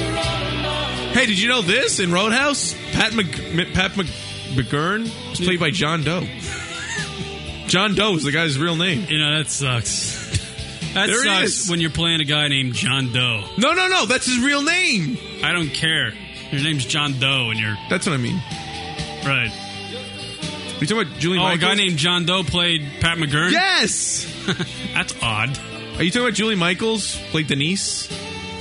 [SPEAKER 7] Hey, did you know this? In Roadhouse, Pat Mc, M- Pat Mc, McGurn was played by John Doe. John Doe is the guy's real name.
[SPEAKER 5] You know, that sucks. That
[SPEAKER 7] There he
[SPEAKER 5] sucks
[SPEAKER 7] is.
[SPEAKER 5] when you're playing a guy named John Doe.
[SPEAKER 7] No, no, no. That's his real name.
[SPEAKER 5] I don't care. Your name's John Doe and you're.
[SPEAKER 7] That's what I mean.
[SPEAKER 5] Right.
[SPEAKER 7] You talking about Julie
[SPEAKER 5] Oh, a
[SPEAKER 7] Michaels?
[SPEAKER 5] guy named John Doe played Pat McGurn?
[SPEAKER 7] Yes.
[SPEAKER 5] That's odd.
[SPEAKER 7] Are you talking about Julie Michaels played Denise?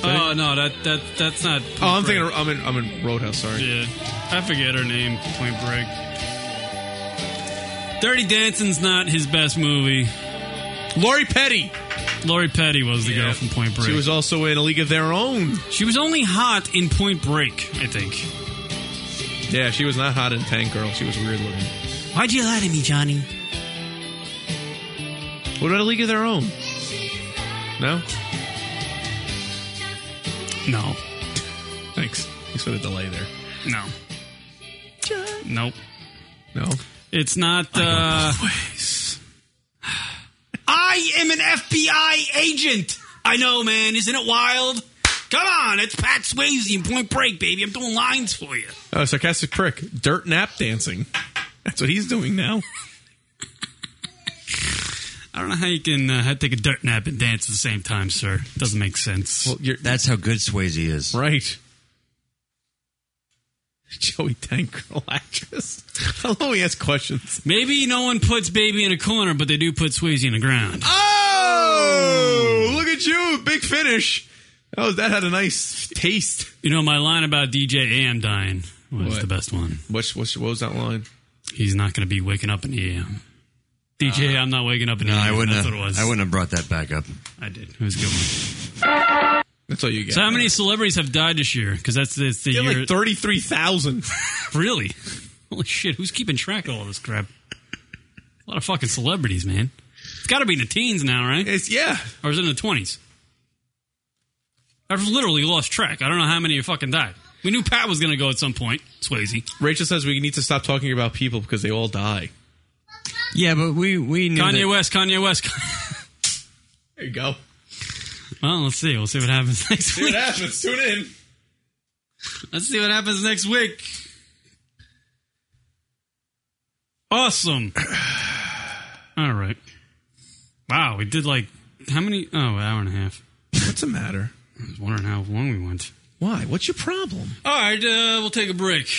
[SPEAKER 5] Oh, no, that that that's not.
[SPEAKER 7] Oh, I'm thinking. of- I'm in. I'm in Roadhouse. Sorry.
[SPEAKER 5] Yeah, I forget her name. Point Break. Dirty Dancing's not his best movie.
[SPEAKER 7] Lori Petty.
[SPEAKER 5] Lori Petty was the girl from Point Break.
[SPEAKER 7] She was also in A League of Their Own.
[SPEAKER 5] She was only hot in Point Break, I think.
[SPEAKER 7] Yeah, she was not hot in Tank Girl. She was weird looking.
[SPEAKER 5] Why'd you lie to me, Johnny?
[SPEAKER 7] What about A League of Their Own? No.
[SPEAKER 5] No,
[SPEAKER 7] Thanks. Thanks for the delay there.
[SPEAKER 5] no, nope.
[SPEAKER 7] No.
[SPEAKER 5] It It's not. Uh,
[SPEAKER 2] I am an FBI agent. I know, man. Isn't it wild? Come on, it's Pat Swayze in Point Break, baby. I'm doing lines for you.
[SPEAKER 7] Oh, sarcastic prick. Dirt nap dancing. That's what he's doing now.
[SPEAKER 5] I don't know how you can uh, take a dirt nap and dance at the same time, sir. Doesn't make sense. Well,
[SPEAKER 4] you're, that's how good Swayze is.
[SPEAKER 7] Right. Joey Tank girl actress. How long we ask questions?
[SPEAKER 5] Maybe no one puts baby in a corner, but they do put Swayze in the ground.
[SPEAKER 7] Ah! Oh, look at you, big finish. Oh, that had a nice taste.
[SPEAKER 5] You know my line about DJ AM dying was
[SPEAKER 7] What?
[SPEAKER 5] the best one.
[SPEAKER 7] What's, what's, what was that line?
[SPEAKER 5] He's not going to be waking up in the AM. DJ, I'm not waking up in
[SPEAKER 4] No,
[SPEAKER 5] the
[SPEAKER 4] I
[SPEAKER 5] AM.
[SPEAKER 4] wouldn't.
[SPEAKER 5] That's
[SPEAKER 4] Have,
[SPEAKER 5] what it was.
[SPEAKER 4] I wouldn't have brought that back up.
[SPEAKER 5] I did. It was a good one.
[SPEAKER 7] That's all you get.
[SPEAKER 5] So how many celebrities have died this year? Because that's the, it's the year
[SPEAKER 7] like thirty three thousand.
[SPEAKER 5] really? Holy shit! Who's keeping track of all this crap? A lot of fucking celebrities, man. It's got to be in the teens now, right?
[SPEAKER 7] It's yeah,
[SPEAKER 5] or is it in the twenties? I've literally lost track. I don't know how many have fucking died. We knew Pat was going to go at some point. Swayze.
[SPEAKER 7] Rachel says we need to stop talking about people because they all die.
[SPEAKER 4] Yeah, but we we knew
[SPEAKER 5] Kanye
[SPEAKER 4] that-
[SPEAKER 5] West. Kanye West.
[SPEAKER 7] There you go.
[SPEAKER 5] Well, let's see. We'll see what happens next
[SPEAKER 7] See
[SPEAKER 5] week.
[SPEAKER 7] what happens. Tune in.
[SPEAKER 5] Let's see what happens next week. Awesome. All right. Wow, we did like how many? Oh, an hour and a half.
[SPEAKER 7] What's the matter?
[SPEAKER 5] I was wondering how long we went.
[SPEAKER 7] Why? What's your problem?
[SPEAKER 5] All right, uh, we'll take a break.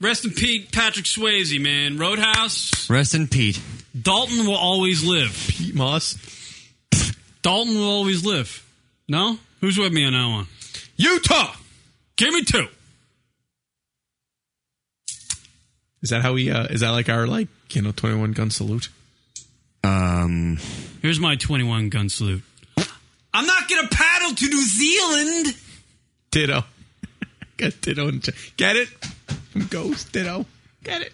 [SPEAKER 5] Rest in peace, Patrick Swayze, man. Roadhouse.
[SPEAKER 4] Rest in Pete.
[SPEAKER 5] Dalton will always live.
[SPEAKER 7] Pete Moss.
[SPEAKER 5] Dalton will always live. No? Who's with me on that one?
[SPEAKER 7] Utah.
[SPEAKER 5] Give me two.
[SPEAKER 7] Is that how we? Uh, is that like our like you know twenty one gun salute?
[SPEAKER 4] Um.
[SPEAKER 5] Here's my 21 gun salute.
[SPEAKER 2] I'm not going to paddle to New Zealand.
[SPEAKER 7] Ditto. Got ditto. In ch- Get it? From Ghost. Ditto. Get it?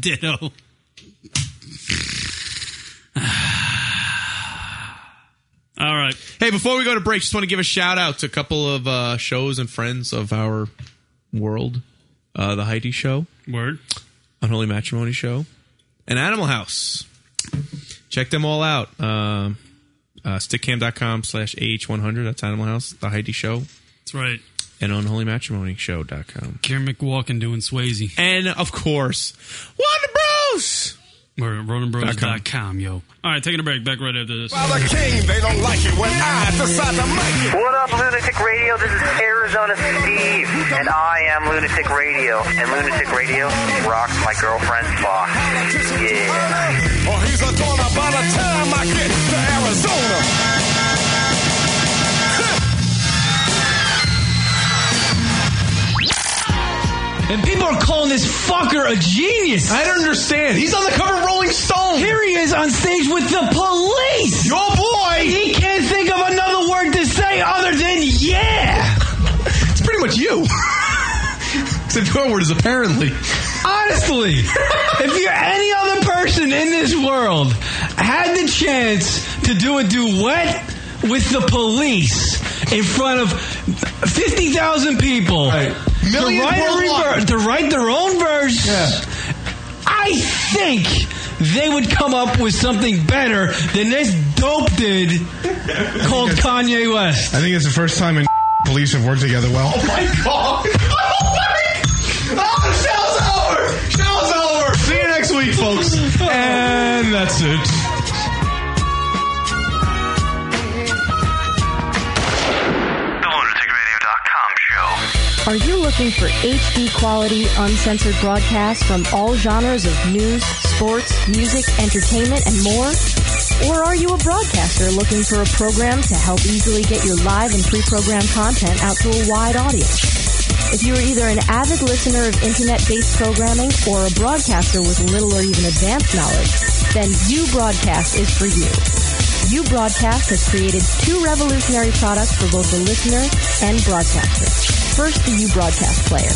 [SPEAKER 5] Ditto. All right.
[SPEAKER 7] Hey, before we go to break, just want to give a shout out to a couple of uh, shows and friends of our world. Uh, the Heidi Show.
[SPEAKER 5] Word.
[SPEAKER 7] Unholy Matrimony Show. And Animal House. Check them all out. Um uh, stickcam.com slash AH100. That's Animal House. The Heidi Show.
[SPEAKER 5] That's right.
[SPEAKER 7] And unholymatrimonyshow.com.
[SPEAKER 5] Karen McWalken doing Swayze.
[SPEAKER 7] And of course, Wonder Bros!
[SPEAKER 5] Or RonanBros.com, yo. All right, taking a break. Back right after this.
[SPEAKER 30] Father King, they don't like it when I decide to make it.
[SPEAKER 1] What up, Lunatic Radio? This is Arizona Steve, and I am Lunatic Radio. And Lunatic Radio rocks my girlfriend's box. Yeah.
[SPEAKER 30] Or Oh, he's a goner by the time I get to Arizona.
[SPEAKER 2] And people are calling this fucker a genius. I don't understand. He's on the cover of Rolling Stone. Here he is on stage with the police. Your boy. He can't think of another word to say other than yeah. it's pretty much you. Except your word is apparently. Honestly, if you're any other person in this world had the chance to do a duet with the police in front of 50,000 people
[SPEAKER 31] Millions
[SPEAKER 2] to, write a
[SPEAKER 31] worldwide.
[SPEAKER 2] rever- to write their own verse, I think they would come up with something better than this dope dude called Kanye West.
[SPEAKER 31] I think it's the first time in police have worked together well.
[SPEAKER 2] Oh my god!
[SPEAKER 31] Oh, show's over! Show's over! See you next week, folks. And that's it.
[SPEAKER 32] Are you looking for HD quality, uncensored broadcasts from all genres of news, sports, music, entertainment, and more? Or are you a broadcaster looking for a program to help easily get your live and pre-programmed content out to a wide audience? If you are either an avid listener of internet-based programming or a broadcaster with little or even advanced knowledge, then U Broadcast is for you. U Broadcast has created two revolutionary products for both the listener and broadcaster. First, the U Broadcast Player.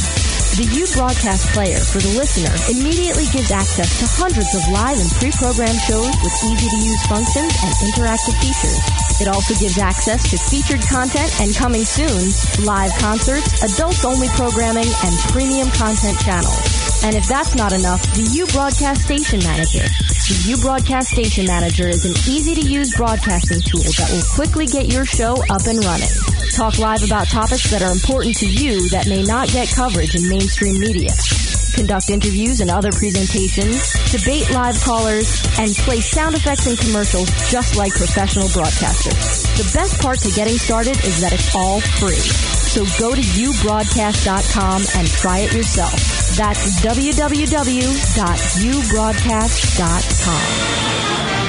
[SPEAKER 32] The U Broadcast Player for the listener immediately gives access to hundreds of live and pre-programmed shows with easy-to-use functions and interactive features. It also gives access to featured content and coming soon, live concerts, adults only programming, and premium content channels. And if that's not enough, the U Broadcast Station Manager. The U Broadcast Station Manager is an easy to use broadcasting tool that will quickly get your show up and running. Talk live about topics that are important to you that may not get coverage in mainstream media. Conduct interviews and other presentations, debate live callers, and play sound effects and commercials just like professional broadcasters. The best part to getting started is that it's all free. So go to ubroadcast.com and try it yourself. That's www.ubroadcast.com.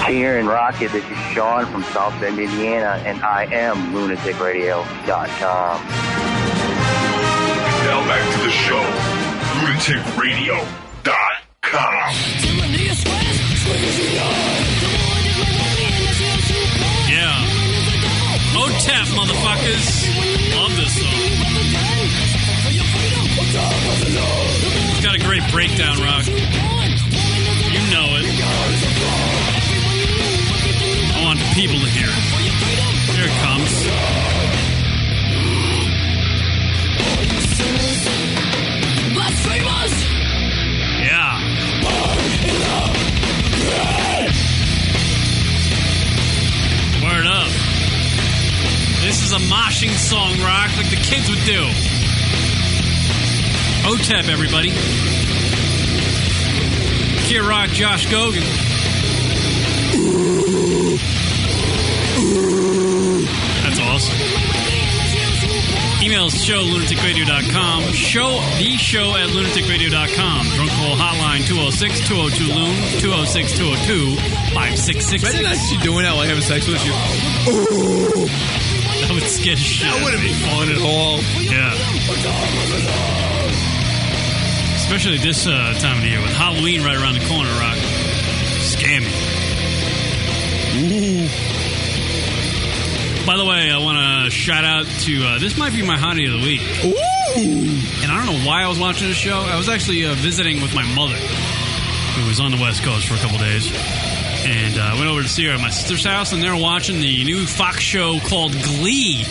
[SPEAKER 1] Cheer and Rocket, this is Sean from South Bend, Indiana, and I am lunaticradio.com.
[SPEAKER 2] Now back to the show. LunaticRadio.com.
[SPEAKER 5] Yeah. OTEP, motherfuckers. Love this song. It's got a great breakdown, Rock. You know it. I want people to hear it. Here it comes. Yeah. Word up. This is a moshing song, Rock, like the kids would do. OTEP, everybody. Kid Rock, Josh Gogan. That's awesome. Email us show at lunaticradio.com. Show the show at lunaticradio.com. Drunk Call Hotline 206 202 Loon 206 202 5666.
[SPEAKER 7] Imagine that she doing that while having sex with you.
[SPEAKER 5] That would scare the shit.
[SPEAKER 7] That wouldn't be fun at all.
[SPEAKER 5] Yeah. Especially this uh, time of the year with Halloween right around the corner, Rock. Scammy. By the way, I want to shout out to uh, this might be my hottie of the week. And I don't know why I was watching this show. I was actually uh, visiting with my mother, who was on the West Coast for a couple days, and uh, I went over to see her at my sister's house, and they're watching the new Fox show called Glee.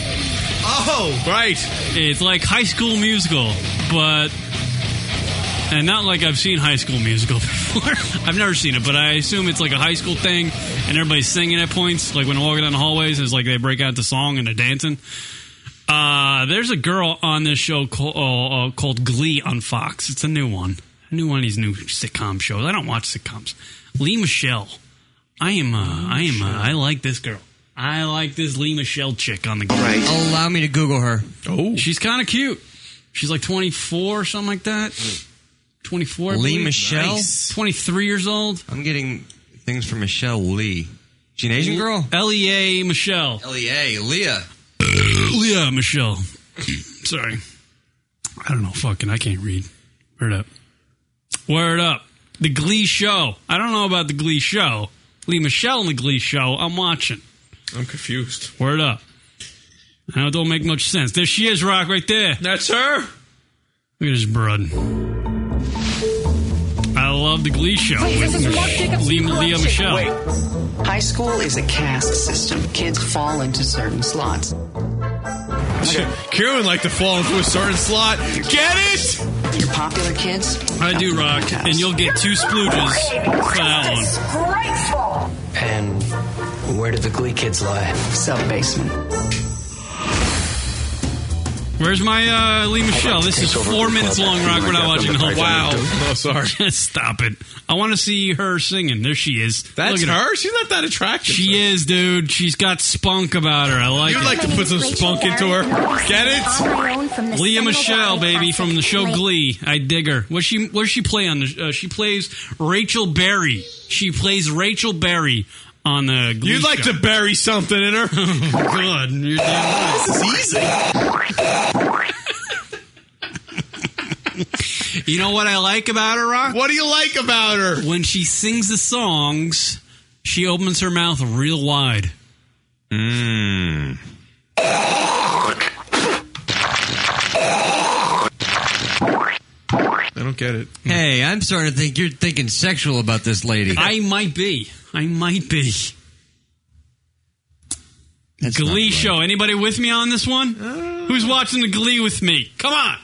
[SPEAKER 7] Oh, right.
[SPEAKER 5] It's like High School Musical, but and not like I've seen High School Musical before. I've never seen it, but I assume it's like a high school thing, and everybody's singing at points. Like when walking down the hallways, it's like they break out the song and they're dancing. Uh, there's a girl on this show called, uh, uh, called Glee on Fox. It's a new one, a new one of these new sitcom shows. I don't watch sitcoms. Lee Michelle. I am. Uh, I am. Uh, I like this girl. I like this Lee Michelle chick on the Glee.
[SPEAKER 4] Allow me to Google her.
[SPEAKER 5] Oh, she's kind of cute. She's like 24 or something like that. 24. I
[SPEAKER 4] Lee
[SPEAKER 5] believe.
[SPEAKER 4] Michelle?
[SPEAKER 5] Nice. 23 years old.
[SPEAKER 4] I'm getting things from Michelle Lee. She an Asian girl? E
[SPEAKER 5] Lea Michelle.
[SPEAKER 33] Lea, Leah.
[SPEAKER 5] Leah Michelle. Sorry. I don't know. Fucking, I can't read. Word up. Word up. The Glee Show. I don't know about the Glee Show. Lee Michelle and the Glee Show. I'm watching.
[SPEAKER 7] I'm confused.
[SPEAKER 5] Word up. I know it don't make much sense. There she is, Rock, right there.
[SPEAKER 7] That's her.
[SPEAKER 5] Look at this broad. I love the Glee Show. with Lee, Leah Michelle.
[SPEAKER 34] High school is a caste system. Kids fall into certain slots.
[SPEAKER 7] Kieran like to fall into a certain slot. Get it?
[SPEAKER 34] Your popular kids.
[SPEAKER 5] I do, Rock. And you'll get two splooges for that one.
[SPEAKER 34] Disgraceful.
[SPEAKER 19] And where do the Glee kids lie?
[SPEAKER 34] Sub basement.
[SPEAKER 5] Where's my uh, Lee Michelle? This is four minutes long, Rock. We're not watching the whole.
[SPEAKER 7] Wow. Oh, sorry.
[SPEAKER 5] Stop it. I want to see her singing. There she is.
[SPEAKER 7] That's
[SPEAKER 5] Look at
[SPEAKER 7] her? She's not that attractive.
[SPEAKER 5] She is, dude. She's got spunk about her. I like
[SPEAKER 7] You'd
[SPEAKER 5] it.
[SPEAKER 7] like to put some spunk into her. Get it?
[SPEAKER 5] Leah Michelle, baby, from the show Glee. I dig her. What she what does she play on? The, uh, she plays Rachel Berry. She plays Rachel Berry on the. Glee
[SPEAKER 7] You'd like
[SPEAKER 5] show.
[SPEAKER 7] to bury something in her.
[SPEAKER 5] God, you're damn right.
[SPEAKER 7] This is easy.
[SPEAKER 5] You know what I like about her, Rock?
[SPEAKER 7] What do you like about her?
[SPEAKER 5] When she sings the songs, she opens her mouth real wide.
[SPEAKER 7] Hmm.
[SPEAKER 4] Mmm.
[SPEAKER 7] I don't get it.
[SPEAKER 4] Hey, I'm starting to think you're thinking sexual about this lady.
[SPEAKER 5] I might be. I might be.
[SPEAKER 7] Uh,
[SPEAKER 5] Glee show. Anybody with me on this one? Who's watching the Glee with me? Come on.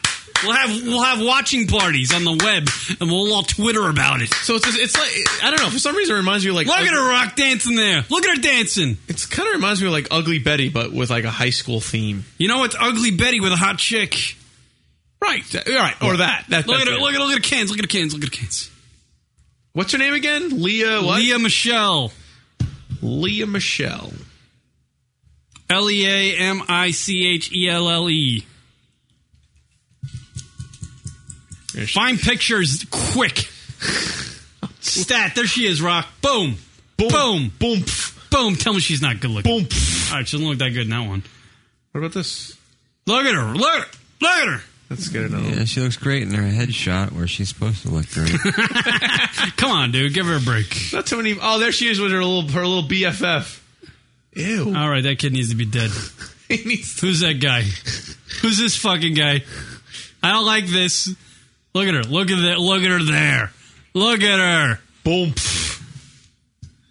[SPEAKER 5] We'll have we'll have watching parties on the web, and we'll all Twitter about it.
[SPEAKER 7] So it's it's like I don't know. For some reason, it reminds me of like
[SPEAKER 5] look at her rock dancing there. Look at her dancing.
[SPEAKER 7] It's kind of reminds me of like Ugly Betty, but with like a high school theme.
[SPEAKER 5] You know, it's Ugly Betty with a hot chick.
[SPEAKER 7] Right. All right. Or that. that
[SPEAKER 5] look at
[SPEAKER 7] that's
[SPEAKER 5] her,
[SPEAKER 7] it.
[SPEAKER 5] look at look at her cans. Look at her cans. Look at her cans.
[SPEAKER 7] What's her name again? Leah. What?
[SPEAKER 5] Leah Michelle.
[SPEAKER 7] Leah Michelle.
[SPEAKER 5] L e a m i c h e l l e. Find pictures quick. Stat. There she is. Rock. Boom. Boom. Boom. Boom. pff, Boom. Tell me she's not good looking. Boom. All right. She doesn't look that good in that one.
[SPEAKER 7] What about this?
[SPEAKER 5] Look at her. Look. at her, Look at her.
[SPEAKER 7] Let's get another
[SPEAKER 4] Yeah, she looks great in her headshot where she's supposed to look great.
[SPEAKER 5] Come on, dude. Give her a break.
[SPEAKER 7] Not too many. Oh, there she is with her little her little BFF. Ew.
[SPEAKER 5] All right, that kid needs to be dead. Who's that guy? Who's this fucking guy? I don't like this. Look at her. Look at that. Look at her there. Look at her. Boom.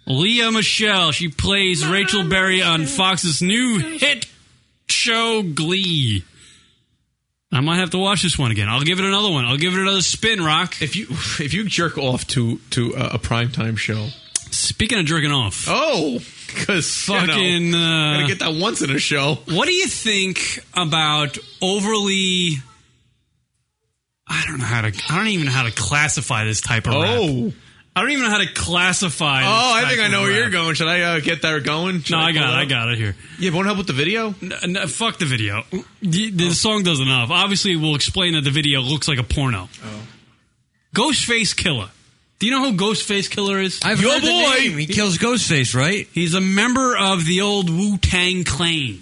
[SPEAKER 5] Leah Michelle. She plays Rachel Berry on Fox's new hit show Glee. I might have to watch this one again. I'll give it another one. I'll give it another spin, Rock.
[SPEAKER 7] If you if you jerk off to to a, a primetime show.
[SPEAKER 5] Speaking of jerking off.
[SPEAKER 7] Oh, because
[SPEAKER 5] Fucking,
[SPEAKER 7] you
[SPEAKER 5] uh,
[SPEAKER 7] know, gotta get that once in a show.
[SPEAKER 5] What do you think about overly? I don't know how to. I don't even know how to classify this type of rap.
[SPEAKER 7] Oh.
[SPEAKER 5] I don't even know how to
[SPEAKER 7] Oh,
[SPEAKER 5] classify. This
[SPEAKER 7] I
[SPEAKER 5] type
[SPEAKER 7] think I
[SPEAKER 5] of
[SPEAKER 7] know where
[SPEAKER 5] rap.
[SPEAKER 7] you're going. Should I uh, get that going? Should
[SPEAKER 5] No, I
[SPEAKER 7] pull
[SPEAKER 5] got.
[SPEAKER 7] up?
[SPEAKER 5] It, I got it here.
[SPEAKER 7] Yeah, but won't help with the video.
[SPEAKER 5] No, no, fuck the video. The,
[SPEAKER 7] Oh.
[SPEAKER 5] the song does enough. Obviously, we'll explain that the video looks like a porno.
[SPEAKER 7] Oh.
[SPEAKER 5] Ghostface Killer. Do you know who Ghostface Killer is?
[SPEAKER 4] I've Your heard the boy. name. He kills
[SPEAKER 5] Ghostface, right? He's a member of the old Wu Tang Clan.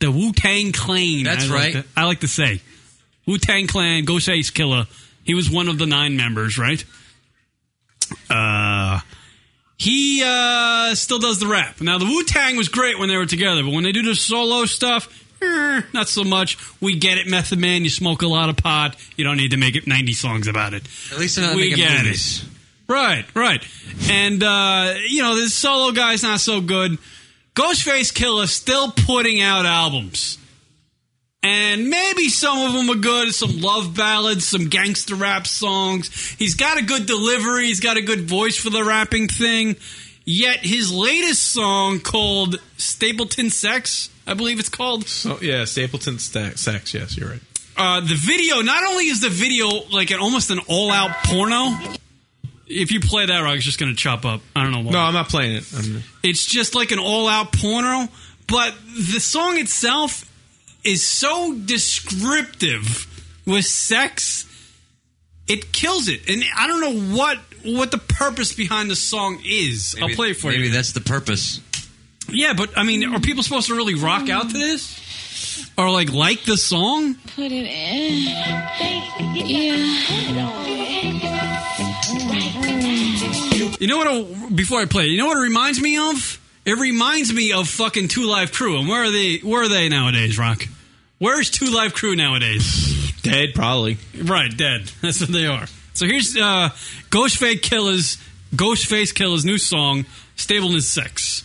[SPEAKER 5] The Wu Tang Clan.
[SPEAKER 4] That's
[SPEAKER 5] I
[SPEAKER 4] right.
[SPEAKER 5] Like to, I like to say Wu Tang Clan, Ghostface Killer. He was one of the nine members, right? Uh, he uh, still does the rap. Now the Wu Tang was great when they were together, but when they do the solo stuff, eh, not so much. We get it, Method Man. You smoke a lot of pot. You don't need to make it ninety songs about it.
[SPEAKER 4] At least they're not
[SPEAKER 5] we
[SPEAKER 4] making
[SPEAKER 5] get
[SPEAKER 4] movies.
[SPEAKER 5] it. Right, right. And uh, you know this solo guy's not so good. Ghostface Killer still putting out albums. And maybe some of them are good. Some love ballads, some gangster rap songs. He's got a good delivery. He's got a good voice for the rapping thing. Yet his latest song called Stapleton Sex, I believe it's called.
[SPEAKER 7] So Oh, yeah, Stapleton sta- Sacks. Yes, you're right.
[SPEAKER 5] Uh, the video, not only is the video like an almost an all out porno. If you play that, Rock, it's just going to chop up. I don't know why.
[SPEAKER 7] No, I'm not playing it. I'm,
[SPEAKER 5] It's just like an all out porno, but the song itself is so descriptive with sex. It kills it. And I don't know what what the purpose behind the song is. I'll play it for
[SPEAKER 4] Maybe
[SPEAKER 5] you.
[SPEAKER 4] that's the purpose.
[SPEAKER 5] Yeah, but I mean, are people supposed to really rock out to this? Or like like the song?
[SPEAKER 17] Put it in. Yeah.
[SPEAKER 5] You know what? it- Before I play, you know what it reminds me of? It reminds me of fucking Two Live Crew. And where are they? Where are they nowadays, Rock? Where's Two Live Crew nowadays?
[SPEAKER 7] Dead, probably.
[SPEAKER 5] Right, dead. That's what they are. So here's uh, Ghostface Killer's Ghostface Killer's new song, "Stableness Sex."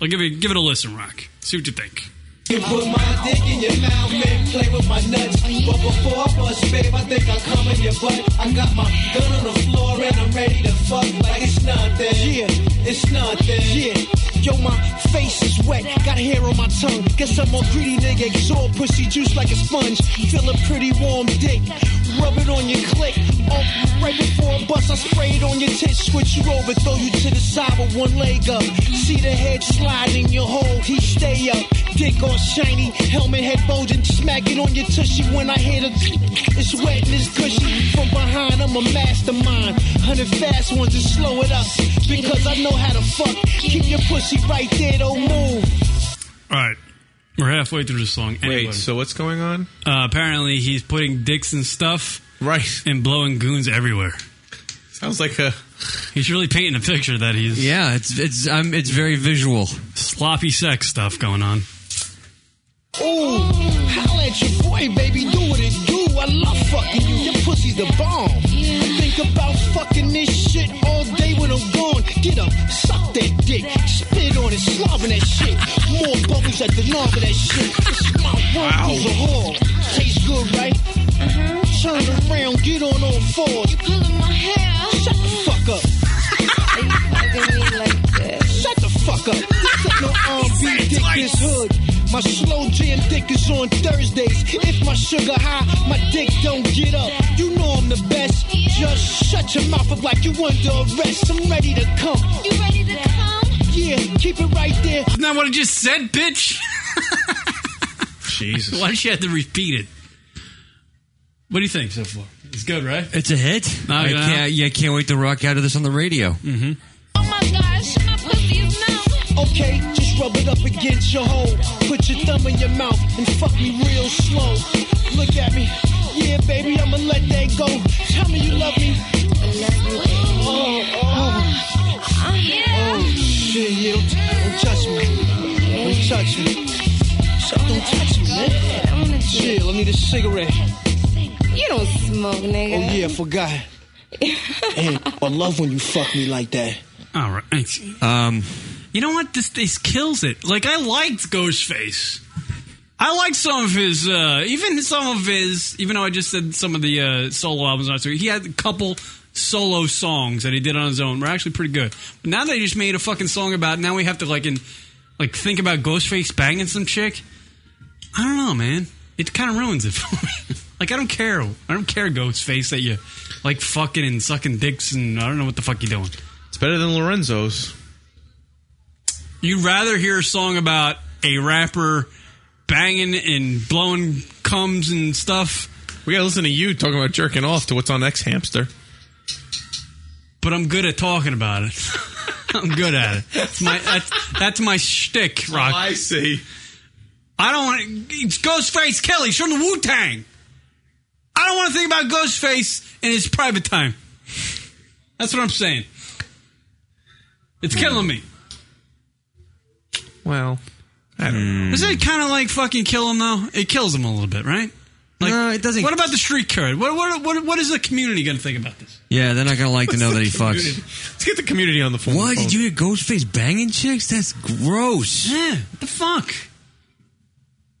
[SPEAKER 5] I'll give it give it a listen, Rock. See what you think.
[SPEAKER 2] You put my dick in your mouth and play with my nuts. But before I bust, babe, I think I'll come in your butt. I got my gun on the floor and I'm ready to fuck like it's nothing. Yeah, it's nothing. Yeah. Yo, my face is wet, got hair on my tongue. Guess I'm a greedy nigga, absorb pussy juice like a sponge. Feel a pretty warm dick, rub it on your clit. Oh, right before a bust, I spray it on your tits, switch you over, throw you to the side with one leg up. See the head sliding, your hole, he stay up. Dick all shiny, helmet head bulging, smack it on your tushy when I hit it. It's wet and it's cushy. From behind, I'm a mastermind. Hundred fast ones and slow it up because I know how to fuck. Keep your pussy right there, don't move.
[SPEAKER 5] All right, we're halfway through the song. Anyway.
[SPEAKER 7] Wait, so what's going on?
[SPEAKER 5] Uh, apparently, he's putting dicks and stuff
[SPEAKER 7] right
[SPEAKER 5] and blowing goons everywhere.
[SPEAKER 7] Sounds like a.
[SPEAKER 5] He's really painting a picture that he's
[SPEAKER 4] Yeah, it's it's um, it's very visual.
[SPEAKER 5] sloppy sex stuff going on.
[SPEAKER 2] Ooh, holla at your boy, baby, do what it do. I love fucking you, your pussy's the bomb. I think about fucking this shit all day when I'm gone. Get up, suck that dick, spit on it, slobbing that shit. More bubble You said the norm of that shit. My work
[SPEAKER 22] Wow.
[SPEAKER 2] is a whore. Tastes good, right? Turn around, get on all fours. Mm-hmm. You pulling my hair. Shut the fuck up. Shut the fuck up. This ain't no R&B dick, this hood. My slow jam dick is on Thursdays. If my sugar high, my dick don't get up. You know I'm the best. Just shut your mouth up like you under arrest. I'm ready to come. You ready to come? Yeah, keep it right there.
[SPEAKER 5] Isn't that what I just said, bitch?
[SPEAKER 7] Jesus.
[SPEAKER 5] Why did she have to repeat it? What do you think so far? It's good, right?
[SPEAKER 4] It's a hit. I
[SPEAKER 5] yeah.
[SPEAKER 4] can't, yeah, I can't wait to rock out of this on the radio.
[SPEAKER 5] uh, Mm-hmm.
[SPEAKER 2] Oh my gosh, my pussy is numb. Okay, just rub it up against your hole. Put your thumb in your mouth and fuck me real slow. Look at me. Yeah, baby, I'ma let that go. Tell me you love me. I love you. Oh, oh. Oh, shit, yeah, don't, don't touch me. Don't touch me. Shit, don't touch me, man. Chill, I need a cigarette.
[SPEAKER 19] You don't smoke, nigga.
[SPEAKER 2] Oh, yeah, I forgot. Man, I love when you fuck me like that.
[SPEAKER 5] All right.
[SPEAKER 4] Um,
[SPEAKER 5] you know what? This this kills it. Like I liked Ghostface. I liked some of his, uh, even some of his, even though I just said some of the uh, solo albums. Not so he had a couple solo songs that he did on his own. Were actually pretty good. But now they just made a fucking song about. Now we have to like in, like think about Ghostface banging some chick. I don't know, man. It kind of ruins it for me. like I don't care. I don't care, Ghostface, that you like fucking and sucking dicks and I don't know what the fuck you're doing.
[SPEAKER 7] It's better than Lorenzo's.
[SPEAKER 5] You'd rather hear a song about a rapper banging and blowing cums and stuff.
[SPEAKER 7] We gotta listen to you talking about jerking off to what's on X Hamster.
[SPEAKER 5] But I'm good at talking about it. I'm good at it. That's my that's, that's my shtick, Rock. I
[SPEAKER 7] see.
[SPEAKER 5] I don't want it's Ghostface Kelly he's from the Wu Tang. I don't want to think about Ghostface in his private time. That's what I'm saying. It's killing me.
[SPEAKER 7] Well, I don't know.
[SPEAKER 5] Is it kind of like fucking kill him though? It kills him a little bit, right? Like, no, it doesn't. What about the street card? What what what, what is the community going to think about this?
[SPEAKER 4] Yeah, they're not gonna like to know that he
[SPEAKER 7] Community.
[SPEAKER 4] fucks.
[SPEAKER 7] Let's get the community on the phone.
[SPEAKER 4] What did you hear Ghostface banging chicks? That's gross.
[SPEAKER 5] Yeah, what the fuck.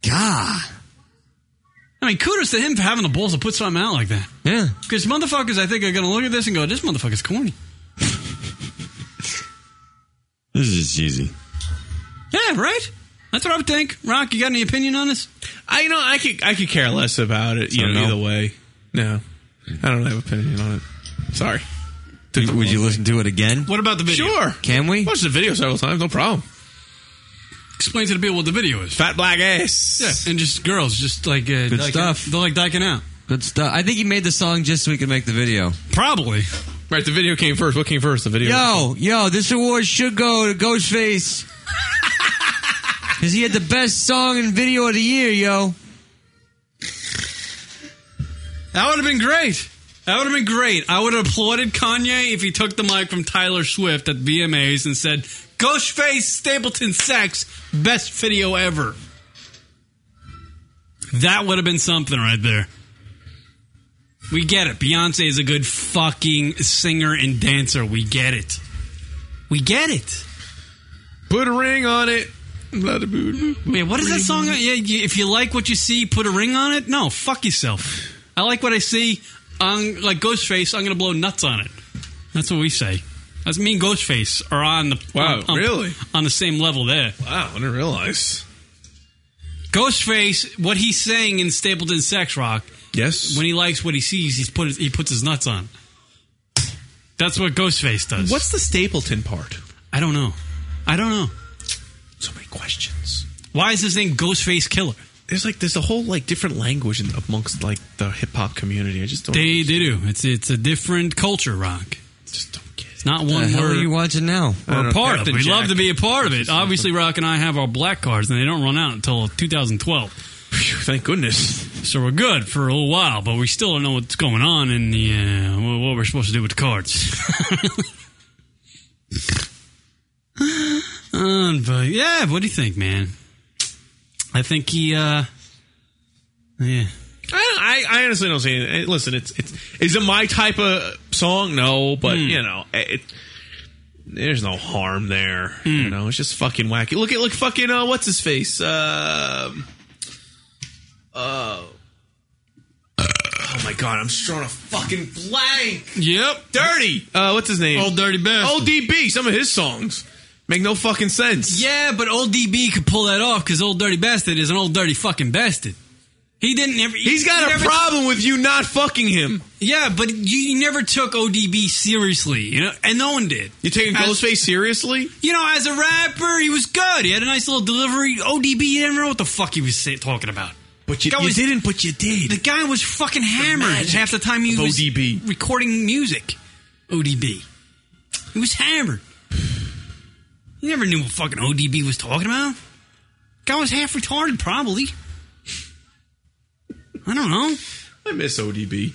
[SPEAKER 4] God.
[SPEAKER 5] I mean, kudos to him for having the balls to put something out like that.
[SPEAKER 4] Yeah,
[SPEAKER 5] because motherfuckers, I think are going to look at this and go, "This motherfucker's corny."
[SPEAKER 4] This is just cheesy.
[SPEAKER 5] Yeah, right. That's what I would think. Rock, you got any opinion on this?
[SPEAKER 7] I you know I could I could care less about it. You
[SPEAKER 5] So
[SPEAKER 7] know,
[SPEAKER 5] no.
[SPEAKER 7] either way. No, I don't have an opinion on it. Sorry.
[SPEAKER 4] Would, would you listen to it again?
[SPEAKER 5] What about the video?
[SPEAKER 7] Sure.
[SPEAKER 4] Can we
[SPEAKER 7] watch the video several times? No problem.
[SPEAKER 5] Explain to the people what the video is.
[SPEAKER 7] Fat black ass.
[SPEAKER 5] Yeah, and just girls, just like uh,
[SPEAKER 4] Good
[SPEAKER 5] dyking-
[SPEAKER 4] stuff.
[SPEAKER 5] They're like dyking out.
[SPEAKER 4] Good stuff. I think he made the song just so he could make the video.
[SPEAKER 5] Probably.
[SPEAKER 7] Right. The video came first. What came first? The video.
[SPEAKER 4] Yo, yo, this award should go to Ghostface. Because he had the best song and video of the year, yo.
[SPEAKER 5] That would have been great. That would have been great. I would have applauded Kanye if he took the mic from Tyler Swift at VMAs and said, Ghostface Stapleton Sex, best video ever. That would have been something right there. We get it. Beyonce is a good fucking singer and dancer. We get it. We get it.
[SPEAKER 7] Put a ring on it. Wait,
[SPEAKER 5] Wait, what is that song? Yeah, you- if you like what you see, put a ring on it. No, fuck yourself. I like what I see. I'm like Ghostface. I'm gonna blow nuts on it. That's what we say. That's me and Ghostface are on the
[SPEAKER 7] Wow,
[SPEAKER 5] on- on-
[SPEAKER 7] really?
[SPEAKER 5] on the same level there.
[SPEAKER 7] Wow, I didn't realize.
[SPEAKER 5] Ghostface, what he's saying in Stapleton Sex Rock.
[SPEAKER 7] Yes.
[SPEAKER 5] When he likes what he sees, he's put his, he puts his nuts on. That's what Ghostface does.
[SPEAKER 7] What's the Stapleton part?
[SPEAKER 5] I don't know. I don't know.
[SPEAKER 7] So many questions.
[SPEAKER 5] Why is his name Ghostface Killer?
[SPEAKER 7] There's like there's a whole like different language in, amongst like the hip hop community. I just don't.
[SPEAKER 5] They, they do. It's it's a different culture, Rock. Just
[SPEAKER 7] don't get it.
[SPEAKER 5] It's not
[SPEAKER 4] The
[SPEAKER 5] one
[SPEAKER 4] hell
[SPEAKER 5] word.
[SPEAKER 4] are you watching now?
[SPEAKER 5] We're a part of it.
[SPEAKER 4] Captain
[SPEAKER 5] We
[SPEAKER 4] Jack.
[SPEAKER 5] love to be a part of it. Obviously, Rock and I have our black cards, and they don't run out until 2012.
[SPEAKER 7] thank goodness.
[SPEAKER 5] So we're good for a little while, but we still don't know what's going on in the uh, wha- what we're supposed to do with the cards. Um, but yeah, what do you think, man? I think he, uh, yeah.
[SPEAKER 7] I, I, I honestly don't see. eh, Anything.
[SPEAKER 5] Hmm.
[SPEAKER 7] Listen, it's it's is it my type of song? No, but you know, it, eh, There's no harm there. You
[SPEAKER 5] Hmm.
[SPEAKER 7] know, it's just fucking wacky. Look at look fucking uh, what's his face? Um uh, oh my god, I'm just drawing a fucking blank. Yep, dirty. Uh, what's his name? Old dirty bastard. Old DB. Some of his songs make no fucking sense.
[SPEAKER 5] Yeah, but old DB could pull that off because old dirty bastard is an old dirty fucking bastard. He didn't ever.
[SPEAKER 7] He's got a problem with you not fucking him.
[SPEAKER 5] Yeah, but you, you never took ODB seriously, you know, and no one did.
[SPEAKER 7] You taking
[SPEAKER 5] As-
[SPEAKER 7] Ghostface seriously?
[SPEAKER 5] You know, as a rapper, he was good. He had a nice little delivery. ODB, you never know what the fuck he was say, talking about.
[SPEAKER 7] But you,
[SPEAKER 5] Guy
[SPEAKER 7] you
[SPEAKER 5] was-
[SPEAKER 7] didn't. But you did.
[SPEAKER 5] The guy was fucking hammered
[SPEAKER 7] magic
[SPEAKER 5] half the time he
[SPEAKER 7] of
[SPEAKER 5] was
[SPEAKER 7] ODB.
[SPEAKER 5] recording music. ODB. He was hammered. You never knew what fucking ODB was talking about. Guy was half retarded, probably. I don't know.
[SPEAKER 7] I miss ODB.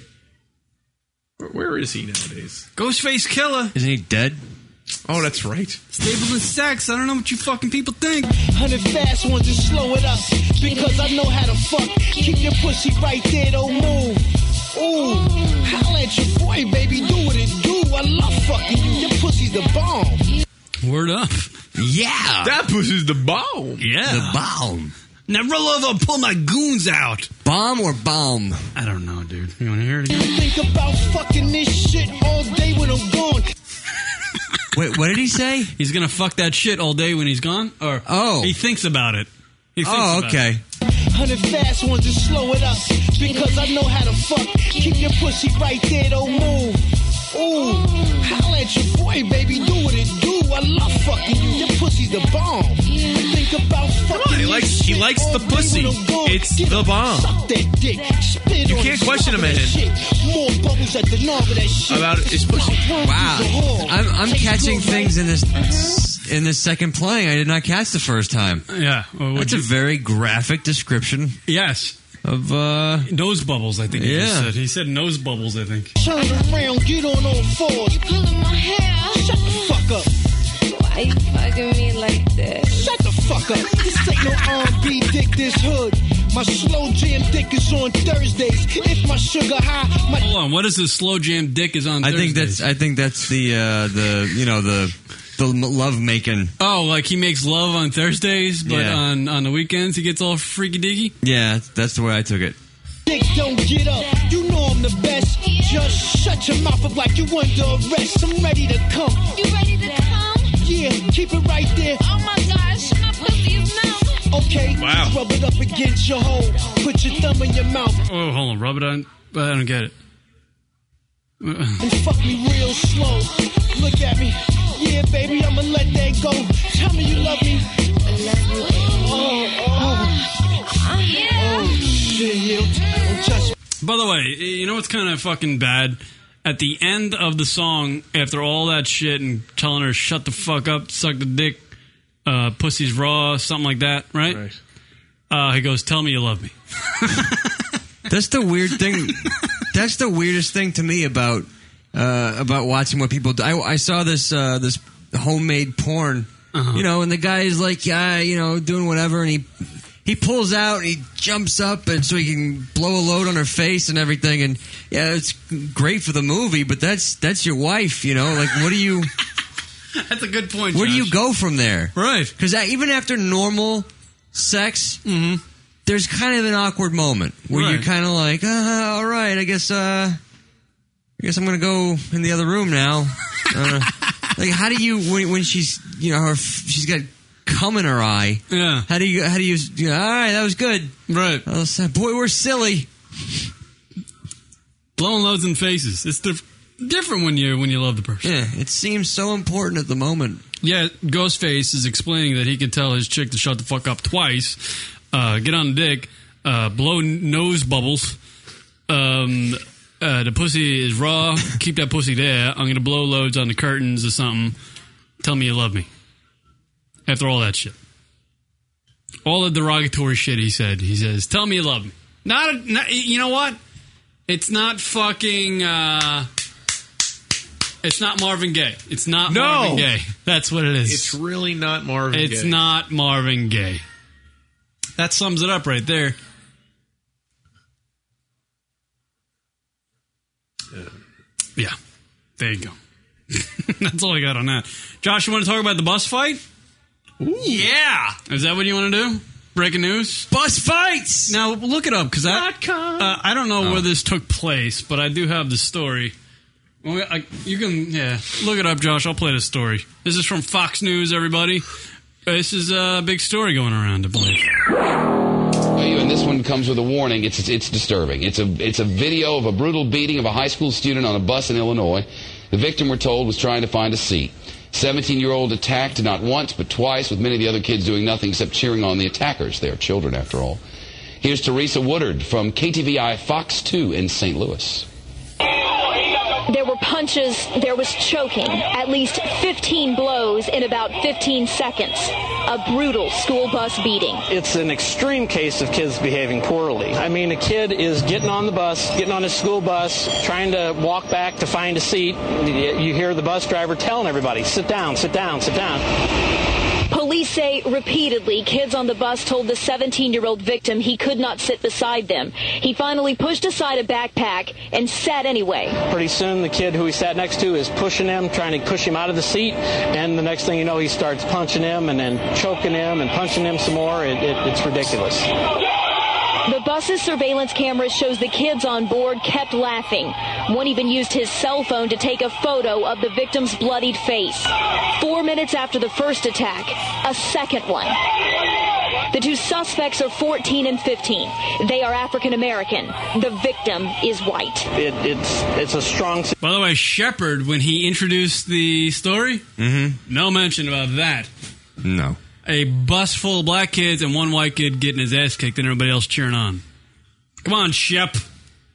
[SPEAKER 7] Where- where is he nowadays?
[SPEAKER 5] Ghostface Killer.
[SPEAKER 4] Isn't he dead?
[SPEAKER 7] Oh, that's right.
[SPEAKER 5] Stapleton Sacks. I don't know what you fucking people think.
[SPEAKER 2] Hundred fast ones and slow it up because I know how to fuck. Keep your pussy right there, don't move. Ooh, holla at your boy, baby, do what it do. I love fucking you. Your pussy's the bomb.
[SPEAKER 5] Word up. Yeah. That
[SPEAKER 7] pushes the bomb.
[SPEAKER 5] Yeah.
[SPEAKER 4] The bomb.
[SPEAKER 5] Now roll over and pull my goons out.
[SPEAKER 4] Bomb or bomb?
[SPEAKER 5] I don't know, dude. You want to hear it
[SPEAKER 2] You think about fucking this shit all day when I'm gone.
[SPEAKER 4] Wait, what did he say?
[SPEAKER 5] he's gonna fuck that shit all day when he's gone, or oh, he thinks about it. He thinks
[SPEAKER 4] Oh,
[SPEAKER 5] about
[SPEAKER 4] okay.
[SPEAKER 5] it.
[SPEAKER 2] Hundred fast ones and slow it up because I know how to fuck. Keep your pussy right there, don't move. Ooh, holla at your boy, baby, do what it do. I love fucking you. Your pussy's the bomb. You think about fucking
[SPEAKER 7] Come on, he likes he likes the pussy. It's the bomb.
[SPEAKER 2] Suck that dick. Spit
[SPEAKER 7] You
[SPEAKER 2] on
[SPEAKER 7] can't
[SPEAKER 2] it,
[SPEAKER 7] question
[SPEAKER 2] swallow
[SPEAKER 7] him,
[SPEAKER 2] that
[SPEAKER 7] man.
[SPEAKER 2] shit. More bubbles at the knob of that shit.
[SPEAKER 7] About his pussy.
[SPEAKER 4] Wow, I'm, I'm catching things in this in this second playing. I did not catch the first time.
[SPEAKER 5] Yeah, well, what'd
[SPEAKER 4] that's a
[SPEAKER 5] you-
[SPEAKER 4] very graphic description.
[SPEAKER 5] Yes,
[SPEAKER 4] of uh,
[SPEAKER 5] nose bubbles. I think. He just
[SPEAKER 4] Yeah.
[SPEAKER 5] said. he said nose bubbles. I think.
[SPEAKER 2] Turn around, get on all fours. You pulling my hair. Shut the fuck up.
[SPEAKER 35] Why you fucking me like that?
[SPEAKER 2] Shut the fuck up. This ain't no R&B dick, this hood. My slow jam dick is on Thursdays. If my sugar high, my
[SPEAKER 5] Hold on. What is this slow jam dick is on?
[SPEAKER 4] I think
[SPEAKER 5] Thursdays?
[SPEAKER 4] that's I think that's the uh, the you know the the love making.
[SPEAKER 5] Oh, like he makes love on Thursdays, but
[SPEAKER 4] Yeah.
[SPEAKER 5] on on the weekends he gets all freaky diggy.
[SPEAKER 4] Yeah, that's the way I took it.
[SPEAKER 2] dick don't get up. You know I'm the best. Just shut your mouth up like you under arrest. I'm ready to come.
[SPEAKER 35] You ready to come?
[SPEAKER 2] Yeah, keep it right there.
[SPEAKER 35] Oh my gosh, my pussy is numb.
[SPEAKER 2] Okay,
[SPEAKER 5] Wow.
[SPEAKER 2] rub it up against your hole. Put your thumb in your mouth
[SPEAKER 5] Oh, hold on. Rub it on. I don't get it.
[SPEAKER 2] and fuck me real slow. Look at me. Yeah, baby, I'ma let that go. Tell me you love me. Oh, oh. Oh, shit, you don't touch me.
[SPEAKER 5] By the way, you know what's kind of fucking bad? At the end of the song, after all that shit and telling her shut the fuck up, suck the dick, uh, pussy's raw, something like that, right? Uh, he goes, "Tell me you love me."
[SPEAKER 4] That's the weird thing. that's the weirdest thing to me about uh, about watching what people do. I, I saw this uh, this homemade porn, you know, and the guy is like, yeah, you know, doing whatever, and he he pulls out, and he jumps up, and so he can blow a load on her face and everything. And yeah, it's great for the movie, but that's that's your wife, you know. Like, what do you?
[SPEAKER 5] That's a good point.
[SPEAKER 4] Where do
[SPEAKER 5] Josh.
[SPEAKER 4] you go from there?
[SPEAKER 5] Right.
[SPEAKER 4] Because even after normal sex, there's kind of an awkward moment where
[SPEAKER 5] Mm-hmm.
[SPEAKER 4] you're
[SPEAKER 5] Right.
[SPEAKER 4] kind of like, uh, all right, I guess, uh, I guess I'm going to go in the other room now. Uh, like, how do you when, when she's you know her f- she's got cum in her eye?
[SPEAKER 5] Yeah.
[SPEAKER 4] How do you how do you? you know, all right, that was good.
[SPEAKER 5] Right.
[SPEAKER 4] I was like, Boy, we're silly.
[SPEAKER 5] Blowing loads in faces. It's diff- different when you when you love the person.
[SPEAKER 4] Yeah. It seems so important at the moment.
[SPEAKER 5] Yeah, Ghostface is explaining that he could tell his chick to shut the fuck up twice, uh, get on the dick, uh, blow n- nose bubbles. Um, uh, the pussy is raw. Keep that pussy there. I'm gonna blow loads on the curtains or something. Tell me you love me. After all that shit, all the derogatory shit he said, he says, "Tell me you love me." Not, a, not you know what? It's not fucking. Uh, it's not Marvin Gaye. It's not
[SPEAKER 7] No.
[SPEAKER 5] Marvin Gaye. That's what it is.
[SPEAKER 7] It's really not Marvin.
[SPEAKER 5] It's
[SPEAKER 7] Gaye.
[SPEAKER 5] not Marvin Gaye. That sums it up right there. Yeah. There you go. That's all I got on that. Josh, you want to talk about the bus fight? Yeah. Is that what you want to do? Breaking news? Bus fights! Now, look it up because I, uh, I don't know where this took place, but I do have the story. Well, I- you can, yeah. Look it up, Josh. I'll play the story. This is from Fox News, everybody. Uh, This is a big story going around, I believe.
[SPEAKER 25] And this one comes with a warning. It's, it's, it's disturbing. It's a, it's a video of a brutal beating of a high school student on a bus in Illinois. The victim, we're told, was trying to find a seat. 17 year old attacked not once, but twice, with many of the other kids doing nothing except cheering on the attackers. They are children, after all. Here's Teresa Woodard from KTVI Fox 2 in St. Louis.
[SPEAKER 36] There were punches, there was choking, at least 15 blows in about 15 seconds. A brutal school bus beating.
[SPEAKER 14] It's an extreme case of kids behaving poorly. I mean, a kid is getting on the bus, getting on his school bus, trying to walk back to find a seat. You hear the bus driver telling everybody, sit down, sit down, sit down.
[SPEAKER 36] Police say repeatedly kids on the bus told the 17 year old victim he could not sit beside them. He finally pushed aside a backpack and sat anyway.
[SPEAKER 14] Pretty soon, the kid who he sat next to is pushing him, trying to push him out of the seat, and the next thing you know, he starts punching him and then choking him and punching him some more. It, it, it's ridiculous.
[SPEAKER 36] The bus's surveillance camera shows the kids on board kept laughing. One even used his cell phone to take a photo of the victim's bloodied face. Four minutes after the first attack, a second one. The two suspects are 14 and 15. They are African American. The victim is white.
[SPEAKER 14] It, it's, it's a strong
[SPEAKER 5] By the way, Shepard, when he introduced the story, mm-hmm. no mention about that.
[SPEAKER 4] No.
[SPEAKER 5] A bus full of black kids and one white kid getting his ass kicked and everybody else cheering on. Come on, Shep.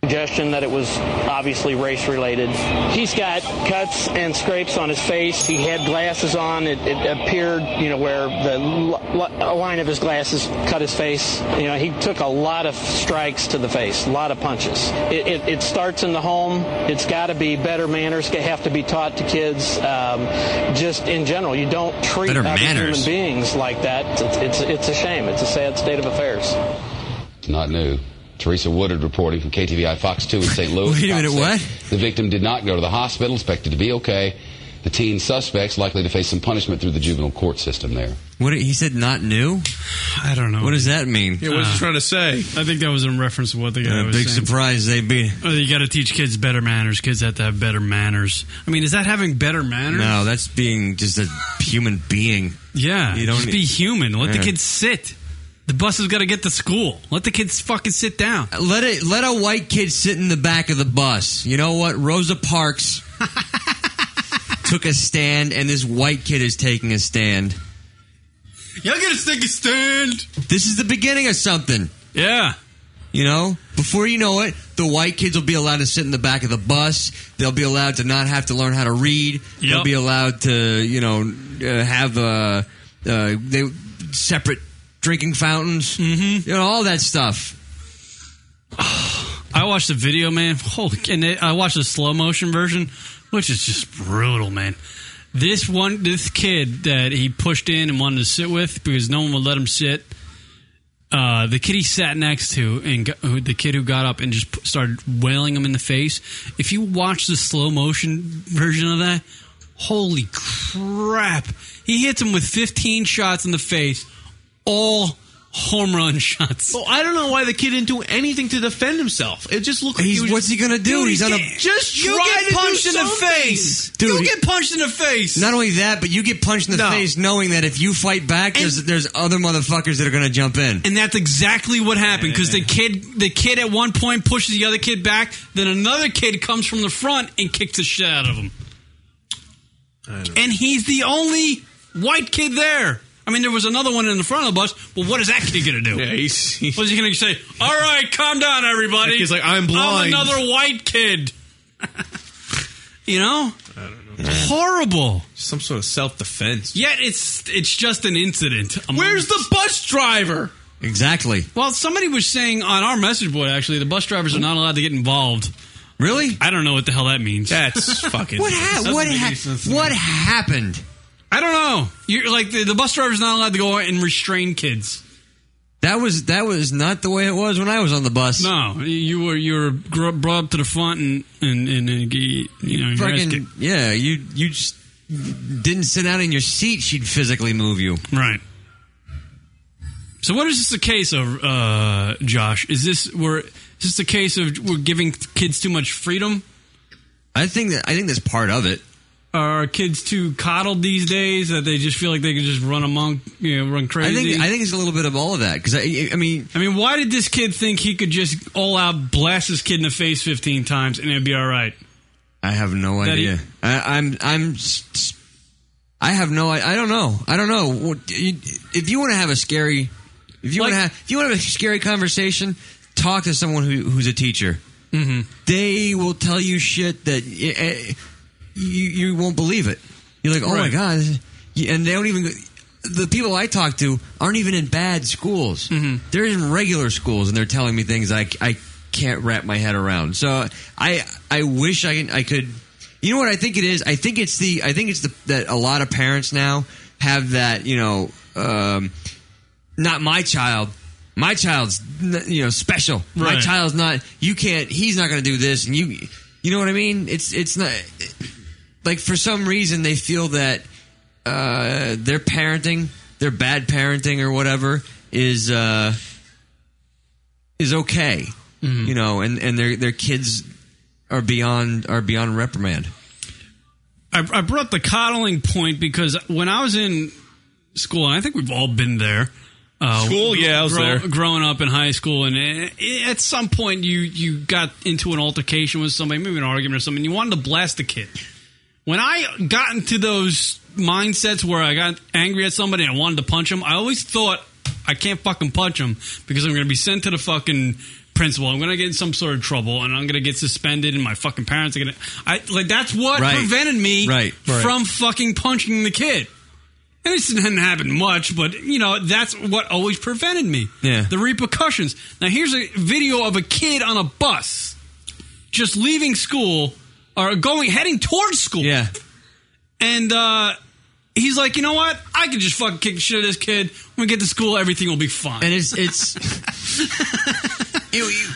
[SPEAKER 14] suggestion that it was obviously race related. He's got cuts and scrapes on his face. He had glasses on. It, it appeared, you know, where the l- l- line of his glasses cut his face. You know, he took a lot of strikes to the face, a lot of punches. It, it, it starts in the home. It's got to be better manners have to be taught to kids. Um, just in general, you don't treat
[SPEAKER 4] Better
[SPEAKER 14] other
[SPEAKER 4] manners.
[SPEAKER 14] human beings like that. It's, it's, it's a shame. It's a sad state of affairs.
[SPEAKER 25] Not new. Teresa Woodard reporting from KTVI Fox 2 in St. Louis.
[SPEAKER 4] Wait a minute,
[SPEAKER 25] Cops say
[SPEAKER 4] what?
[SPEAKER 25] The victim did not go to the hospital, expected to be okay. The teen suspects likely to face some punishment through the juvenile court system there.
[SPEAKER 4] What he said? Not new.
[SPEAKER 5] I don't know.
[SPEAKER 4] What does that mean?
[SPEAKER 5] to say? I think that was in reference to what the guy
[SPEAKER 4] Yeah,
[SPEAKER 5] was
[SPEAKER 4] big
[SPEAKER 5] saying.
[SPEAKER 4] surprise. They be
[SPEAKER 5] Oh, you got to teach kids better manners. Kids have to have better manners. I mean, is that having better manners?
[SPEAKER 4] no. That's being just a human being.
[SPEAKER 5] Yeah,
[SPEAKER 4] You don't
[SPEAKER 5] just
[SPEAKER 4] need-
[SPEAKER 5] be human. Let
[SPEAKER 4] Yeah.
[SPEAKER 5] the kids sit. The bus has got to get to school. Let the kids fucking sit down.
[SPEAKER 4] Let it. Let a white kid sit in the back of the bus. You know what? Rosa Parks took a stand, and this white kid is taking a stand.
[SPEAKER 5] Y'all gotta take a stand.
[SPEAKER 4] This is the beginning of something.
[SPEAKER 5] Yeah.
[SPEAKER 4] You know, before you know it, the white kids will be allowed to sit in the back of the bus. They'll be allowed to not have to learn how to read. They'll
[SPEAKER 5] Yep.
[SPEAKER 4] be allowed to, you know, uh, have uh, uh, they separate drinking fountains. Mm-hmm. You know, all that stuff.
[SPEAKER 5] I watched the video, man. Holy, and it, I watched the slow motion version, which is just brutal, man. This one, this kid that he pushed in and wanted to sit with because no one would let him sit. Uh, the kid he sat next to, and got, who, the kid who got up and just p- started wailing him in the face. If you watch the slow motion version of that, holy crap! He hits him with 15 shots in the face, all home run shots.
[SPEAKER 7] Well, I don't know why the kid didn't do anything to defend himself. It just looked like he was
[SPEAKER 4] what's he gonna do?
[SPEAKER 7] Dude,
[SPEAKER 4] He's on a
[SPEAKER 7] just
[SPEAKER 5] You
[SPEAKER 7] try
[SPEAKER 5] get
[SPEAKER 7] to do
[SPEAKER 5] punched in the
[SPEAKER 7] something.
[SPEAKER 5] face.
[SPEAKER 4] Dude,
[SPEAKER 5] you
[SPEAKER 4] he-
[SPEAKER 5] get punched in the face.
[SPEAKER 4] Not only that, but you get punched in the
[SPEAKER 5] No.
[SPEAKER 4] face knowing that if you fight back, there's there's other motherfuckers that are going to jump in.
[SPEAKER 5] And that's exactly what happened because the kid, the kid at one point pushes the other kid back. Then another kid comes from the front and kicks the shit out of him. And he's the only white kid there. I mean, there was another one in the front of the bus, but what is that kid going to do?
[SPEAKER 7] Yeah, he's, he's
[SPEAKER 5] What's he going to say? All right, calm down, everybody.
[SPEAKER 7] That kid's like, "I'm blind."
[SPEAKER 5] I'm another white kid. you know, I don't know. Horrible.
[SPEAKER 7] Some sort of self defense.
[SPEAKER 5] Yet it's it's just an incident.
[SPEAKER 7] Where's the bus driver?
[SPEAKER 4] Exactly.
[SPEAKER 5] Well, somebody was saying on our message board actually, the bus drivers are not allowed to get involved.
[SPEAKER 4] Really?
[SPEAKER 5] I don't know what the hell that means.
[SPEAKER 7] That's fucking.
[SPEAKER 4] What ha- what ha- what happened?
[SPEAKER 5] I don't know. You're like the, the bus driver's not allowed to go out and restrain kids.
[SPEAKER 4] That was that was not the way it was when I was on the bus.
[SPEAKER 5] No, you were you were gr- brought up to the front and and and, and you know your ass
[SPEAKER 4] Fucking
[SPEAKER 5] kicked.
[SPEAKER 4] yeah, you you just didn't sit down in your seat. She'd physically move you.
[SPEAKER 5] Right. So what is this a case of, uh, Josh? Is this we're is this a case of we're giving kids too much freedom?
[SPEAKER 4] I think that I think that's part of it.
[SPEAKER 5] Are kids too coddled these days that they just feel like they can just run among, you know, run
[SPEAKER 4] I
[SPEAKER 5] crazy?
[SPEAKER 4] think I think it's a little bit of all of that because I, I mean
[SPEAKER 5] I mean, why did this kid think he could just all out blast his kid in the face 15 times and it'd be all right?
[SPEAKER 4] I have no
[SPEAKER 5] That e- he-
[SPEAKER 4] idea. I, I'm I'm s- s- I have no I, I don't know I don't know What- you- if you want to have a scary if you want to have if you want to have a scary conversation talk to someone who, who's a teacher.
[SPEAKER 5] Mm-hmm.
[SPEAKER 4] They will tell you shit that eh, eh, you you won't believe it. You're like, oh my
[SPEAKER 5] Right.
[SPEAKER 4] god, this is- and they don't even. The people I talk to aren't even in bad schools. They're in regular schools, and they're telling me things I, I can't wrap my head around. So I I wish I can, I could. You know what I think it is? I think it's the I think it's the that a lot of parents now have that you know. Um, not my child. My child's n- you know special. My
[SPEAKER 5] Right.
[SPEAKER 4] child's not. You can't. He's not going to do this, and you. You know what I mean? It's it's not like for some reason they feel that uh, their parenting, their bad parenting or whatever, is uh, is okay.
[SPEAKER 5] Mm-hmm.
[SPEAKER 4] You know, and and their their kids are beyond are beyond reprimand.
[SPEAKER 5] I, I brought the coddling point because when I was in school, and I think we've all been there. Uh,
[SPEAKER 7] School? Yeah, I was there.
[SPEAKER 5] Growing up in high school, and eh, at some point you you got into an altercation with somebody, maybe an argument or something. You wanted to blast the kid. When I got into those mindsets where I got angry at somebody and I wanted to punch him, I always thought I can't fucking punch him because I'm going to be sent to the fucking principal. I'm going to get in some sort of trouble and I'm going to get suspended and my fucking parents are going to. I like that's what
[SPEAKER 4] Right.
[SPEAKER 5] prevented me
[SPEAKER 4] Right, right.
[SPEAKER 5] from fucking punching the kid. And this didn't happen much, but you know that's what always prevented me.
[SPEAKER 4] Yeah.
[SPEAKER 5] the repercussions. Now here's a video of a kid on a bus just leaving school or going heading towards school.
[SPEAKER 4] Yeah,
[SPEAKER 5] and uh, he's like, you know what? I can just fucking kick the shit out of this kid. When we get to school, everything will be fine.
[SPEAKER 4] And it's it's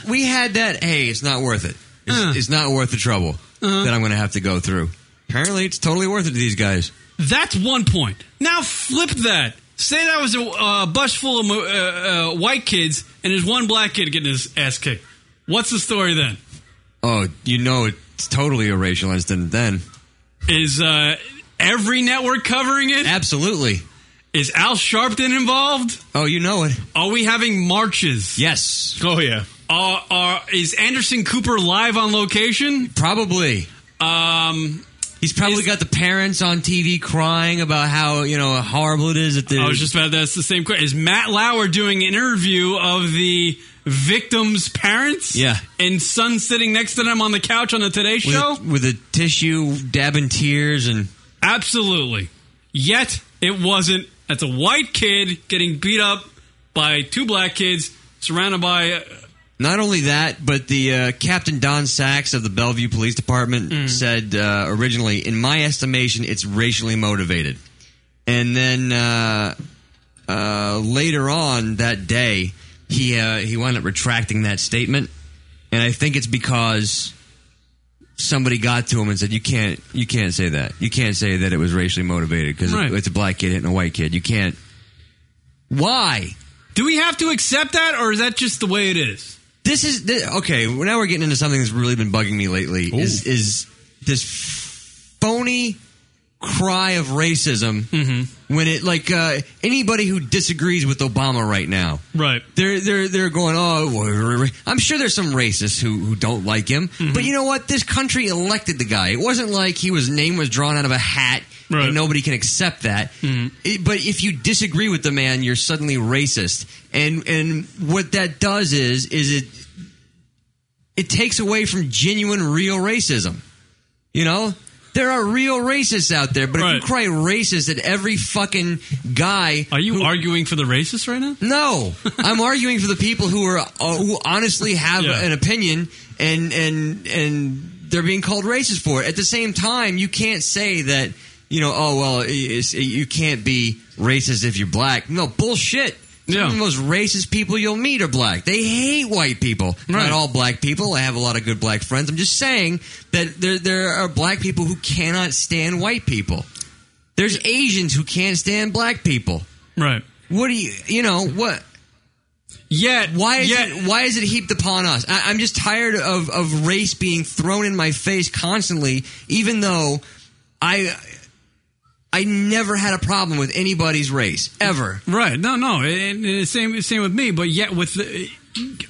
[SPEAKER 4] we had that. Hey, it's not worth it. It's, it's not worth the trouble
[SPEAKER 5] Uh-huh.
[SPEAKER 4] that I'm going to have to go through. Apparently, it's totally worth it to these guys.
[SPEAKER 5] That's one point. Now flip that. Say that was a uh, bus full of uh, uh, white kids, and there's one black kid getting his ass kicked. What's the story then?
[SPEAKER 4] Oh, you know, it's totally a racial incident then.
[SPEAKER 5] Is uh, every network covering it?
[SPEAKER 4] Absolutely.
[SPEAKER 5] Is Al Sharpton involved?
[SPEAKER 4] Oh, you know it.
[SPEAKER 5] Are we having marches?
[SPEAKER 4] Yes.
[SPEAKER 7] Oh yeah.
[SPEAKER 5] Are, are is Anderson Cooper live on location?
[SPEAKER 4] Probably.
[SPEAKER 5] Um,
[SPEAKER 4] He's probably got the parents on TV crying about how you know how horrible it is that the
[SPEAKER 5] I was just about that's the same question. Is Matt Lauer doing an interview of the victim's parents?
[SPEAKER 4] Yeah.
[SPEAKER 5] And son sitting next to them on the couch on the Today
[SPEAKER 4] with,
[SPEAKER 5] Show?
[SPEAKER 4] with a tissue dabbing tears and
[SPEAKER 5] Absolutely. Yet it wasn't. That's a white kid getting beat up by two black kids surrounded by. Uh,
[SPEAKER 4] Not only that, but the uh, Captain Don Sachs of the Bellevue Police Department said uh, originally, in my estimation, it's racially motivated. And then uh, uh, later on that day, he uh, he wound up retracting that statement, and I think it's because somebody got to him and said, "You can't, you can't say that. You can't say that it was racially motivated because
[SPEAKER 5] Right.
[SPEAKER 4] it's a black kid hitting a white kid. You can't." Why?
[SPEAKER 5] Do we have to accept that, or is that just the way it is?
[SPEAKER 4] This is this, okay. well, Now we're getting into something that's really been bugging me lately. Is is this phony cry of racism
[SPEAKER 5] Mm-hmm.
[SPEAKER 4] when it like uh, anybody who disagrees with Obama right now?
[SPEAKER 5] Right.
[SPEAKER 4] They're they're they're going. Oh, wha- wha- wha-" I'm sure there's some racists who who don't like him.
[SPEAKER 5] Mm-hmm.
[SPEAKER 4] But you know what? This country elected the guy. It wasn't like he was name was drawn out of a hat.
[SPEAKER 5] Right. Mm-hmm.
[SPEAKER 4] And nobody can accept that. It- but if you disagree with the man, you're suddenly racist. And and what that does is is it it takes away from genuine real racism. You know? There are real racists out there, but if you cry racist at every fucking guy,
[SPEAKER 5] are you arguing for the racists right now?
[SPEAKER 4] No, I'm arguing for the people who are uh, who honestly have
[SPEAKER 5] Yeah.
[SPEAKER 4] an opinion and and and they're being called racist for it. At the same time, you can't say that you know, oh well, it's, you can't be racist if you're black. No bullshit. Some of the most racist people you'll meet are black. They hate white people. Not all black people. I have a lot of good black friends. I'm just saying that there there are black people who cannot stand white people. There's Asians who can't stand black people.
[SPEAKER 5] Right.
[SPEAKER 4] What do you you know what?
[SPEAKER 5] Yet
[SPEAKER 4] why is it why is it heaped upon us? I, I'm just tired of of race being thrown in my face constantly, even though I I never had a problem with anybody's race ever.
[SPEAKER 5] Right. No, no. And, and same same with me, but yet with the,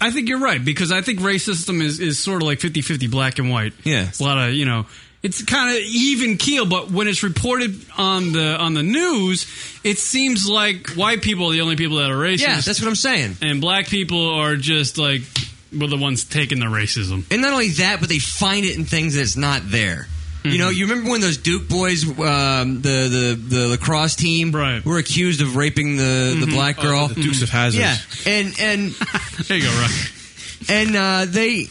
[SPEAKER 5] I think you're right because I think racism is is sort of like 50-50 black and white.
[SPEAKER 4] Yeah.
[SPEAKER 5] It's a lot of, you know, it's kind of even keel, but when it's reported on the on the news, it seems like white people are the only people that are racist.
[SPEAKER 4] Yeah, that's what I'm saying.
[SPEAKER 5] And black people are just like well, the ones taking the racism.
[SPEAKER 4] And not only that, but they find it in things that's not there. You know, you remember when those Duke boys, um, the, the the lacrosse team, were accused of raping the, the
[SPEAKER 7] Mhm.
[SPEAKER 4] black
[SPEAKER 7] Oh,
[SPEAKER 4] girl, Mm-hmm.
[SPEAKER 7] the Dukes of Hazzard.
[SPEAKER 4] Yeah, and and
[SPEAKER 5] there you go, Rock.
[SPEAKER 4] And uh, they.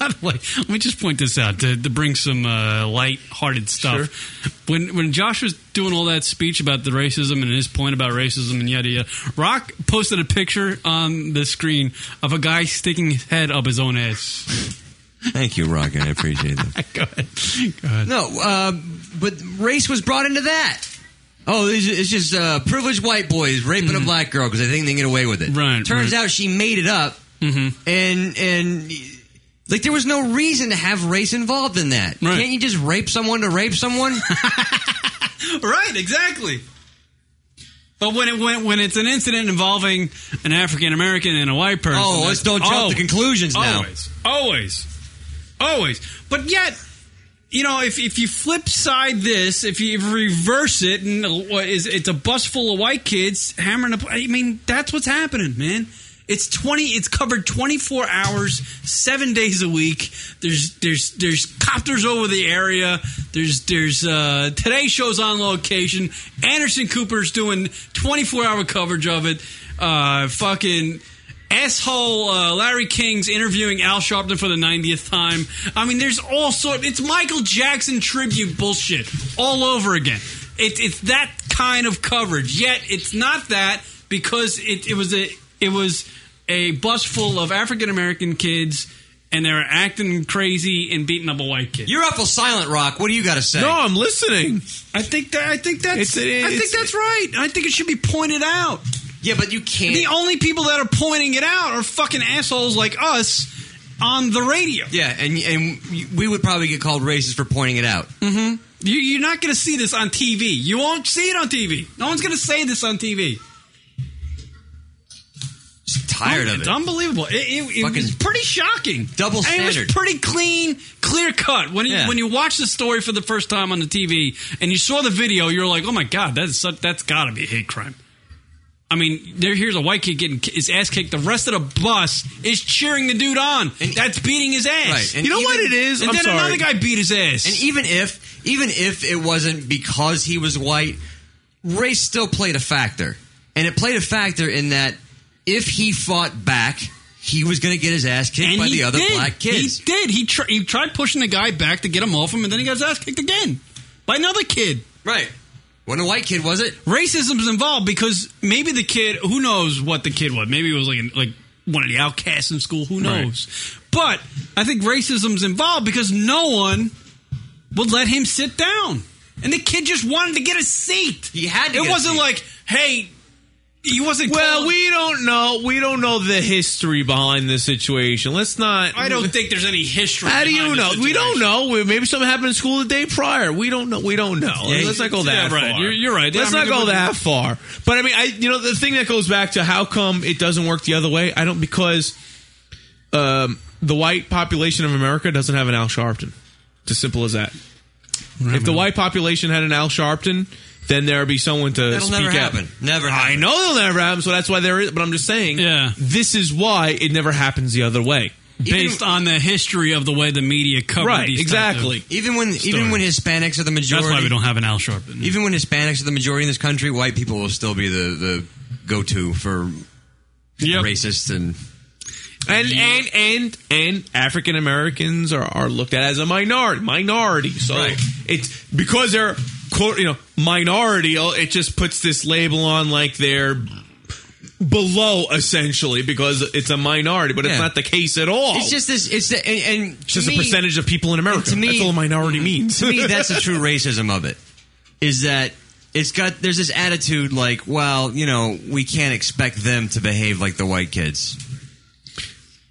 [SPEAKER 5] By the way, let me just point this out to, to bring some uh, light-hearted stuff. When when Josh was doing all that speech about the racism and his point about racism and yada yada, Rock posted a picture on the screen of a guy sticking his head up his own ass.
[SPEAKER 4] Thank you, Rockin. I appreciate that.
[SPEAKER 5] Go ahead.
[SPEAKER 4] No, uh, but race was brought into that. Oh, it's it's just uh, privileged white boys raping a black girl because they think they can get away with it. Right. Turns
[SPEAKER 5] right.
[SPEAKER 4] out she made it up, and and like there was no reason to have race involved in that. Can't you just rape someone to rape someone?
[SPEAKER 5] right, exactly. But when it when, when it's an incident involving an African American and a white person,
[SPEAKER 4] Oh, let's don't jump to conclusions now.
[SPEAKER 5] Always, always, always. But yet, you know, if if you flip side this, if you reverse it, and uh, what is it's a bus full of white kids hammering up. I mean, that's what's happening, man. It's twenty. It's covered twenty four hours, seven days a week. There's there's there's copters over the area. There's there's uh, today shows on location. Anderson Cooper's doing twenty four hour coverage of it. Uh, fucking asshole uh, Larry King's interviewing Al Sharpton for the 90th time. I mean, there's all sort. It's Michael Jackson tribute bullshit all over again. It, it's that kind of coverage. Yet it's not that because it, it was a it was a bus full of African American kids. And they're acting crazy and beating up a white kid.
[SPEAKER 4] You're awful silent, Rock. What do you got to say?
[SPEAKER 7] No, I'm listening.
[SPEAKER 5] I think that I think
[SPEAKER 7] It's-
[SPEAKER 5] that's
[SPEAKER 7] it-
[SPEAKER 5] I think
[SPEAKER 7] it's-
[SPEAKER 5] that's right. I think it should be pointed out.
[SPEAKER 4] Yeah, but you can't.
[SPEAKER 5] The only people that are pointing it out are fucking assholes like us on the radio.
[SPEAKER 4] Yeah, and and we would probably get called racist for pointing it out.
[SPEAKER 5] Mm-hmm. You, you're not going to see this on TV. You won't see it on TV. No one's going to say this on TV.
[SPEAKER 4] tired of
[SPEAKER 5] it's
[SPEAKER 4] it.
[SPEAKER 5] unbelievable. It, it, it was
[SPEAKER 4] Fucking
[SPEAKER 5] pretty shocking.
[SPEAKER 4] double
[SPEAKER 5] And It
[SPEAKER 4] standard.
[SPEAKER 5] was pretty clean, clear cut. When you,
[SPEAKER 4] Yeah.
[SPEAKER 5] when you watch the story for the first time on the TV and you saw the video, you're like, oh my god, that's such, that's got to be a hate crime. I mean, there here's a white kid getting ki- his ass kicked. The rest of the bus is cheering the dude on. that's beating his ass.
[SPEAKER 4] Right, and
[SPEAKER 5] You know
[SPEAKER 4] even-
[SPEAKER 5] what it is? And then another guy beat his ass.
[SPEAKER 4] And even if even if it wasn't because he was white, race still played a factor. And it played a factor in that if he fought back, he was going to get his ass kicked
[SPEAKER 5] And
[SPEAKER 4] by
[SPEAKER 5] he
[SPEAKER 4] the other
[SPEAKER 5] did.
[SPEAKER 4] black kids.
[SPEAKER 5] He did. He, tr- he tried pushing the guy back to get him off him, and then he got his ass kicked again by another kid.
[SPEAKER 4] Right. When a white kid was it?
[SPEAKER 5] Racism's involved because maybe the kid, who knows what the kid was? Maybe it was like an, like one of the outcasts in school. Who
[SPEAKER 37] Right.
[SPEAKER 5] knows? But I think racism's involved because no one would let him sit down, and the kid just wanted to get a seat. He
[SPEAKER 4] had
[SPEAKER 7] to
[SPEAKER 5] It
[SPEAKER 7] get a
[SPEAKER 5] wasn't
[SPEAKER 7] seat.
[SPEAKER 5] like, hey, he wasn't.
[SPEAKER 7] Well,
[SPEAKER 5] called-
[SPEAKER 7] we don't know. We don't know the history behind this situation. Let's not.
[SPEAKER 5] I don't think there's any history.
[SPEAKER 7] How do you
[SPEAKER 5] behind this
[SPEAKER 7] know? We don't know. We- Maybe something happened in school the day prior. We don't know. We don't know.
[SPEAKER 5] Yeah,
[SPEAKER 7] Let's not go
[SPEAKER 5] yeah,
[SPEAKER 7] that
[SPEAKER 5] right.
[SPEAKER 7] far.
[SPEAKER 5] You're- you're right.
[SPEAKER 7] Let's
[SPEAKER 5] I mean,
[SPEAKER 7] not
[SPEAKER 5] it
[SPEAKER 7] go
[SPEAKER 5] would-
[SPEAKER 7] that far. But I mean, I you know the thing that goes back to how come it doesn't work the other way. I don't because um, the white population of America doesn't have an Al Sharpton. It's as simple as that. if the white population had an Al Sharpton, then there'd be someone to
[SPEAKER 4] That'll
[SPEAKER 7] speak
[SPEAKER 4] never
[SPEAKER 7] out.
[SPEAKER 4] happen. Never happen.
[SPEAKER 7] I know it'll never happen, so that's why there is. But I'm just saying, yeah, this is why it never happens the other way.
[SPEAKER 5] based on the history of the way the media covered
[SPEAKER 7] Right,
[SPEAKER 5] these
[SPEAKER 7] exactly.
[SPEAKER 4] Even when even when Hispanics are the majority.
[SPEAKER 5] That's why we don't have an Al Sharpton.
[SPEAKER 4] Even when Hispanics are the majority in this country, white people will still be the, the go to for racist and
[SPEAKER 7] And and and and African Americans are, are looked at as a minority minority. So it's because they're quote you know minority. oh, It just puts this label on like they're below essentially because it's a minority, but
[SPEAKER 4] Yeah.
[SPEAKER 7] it's not the case at all.
[SPEAKER 4] It's just this. It's the, and, and
[SPEAKER 7] It's just a percentage of people in America.
[SPEAKER 4] To me,
[SPEAKER 7] That's all a minority means.
[SPEAKER 4] to me, that's the true racism of it. Is that it's got there's this attitude like, well, you know, we can't expect them to behave like the white kids.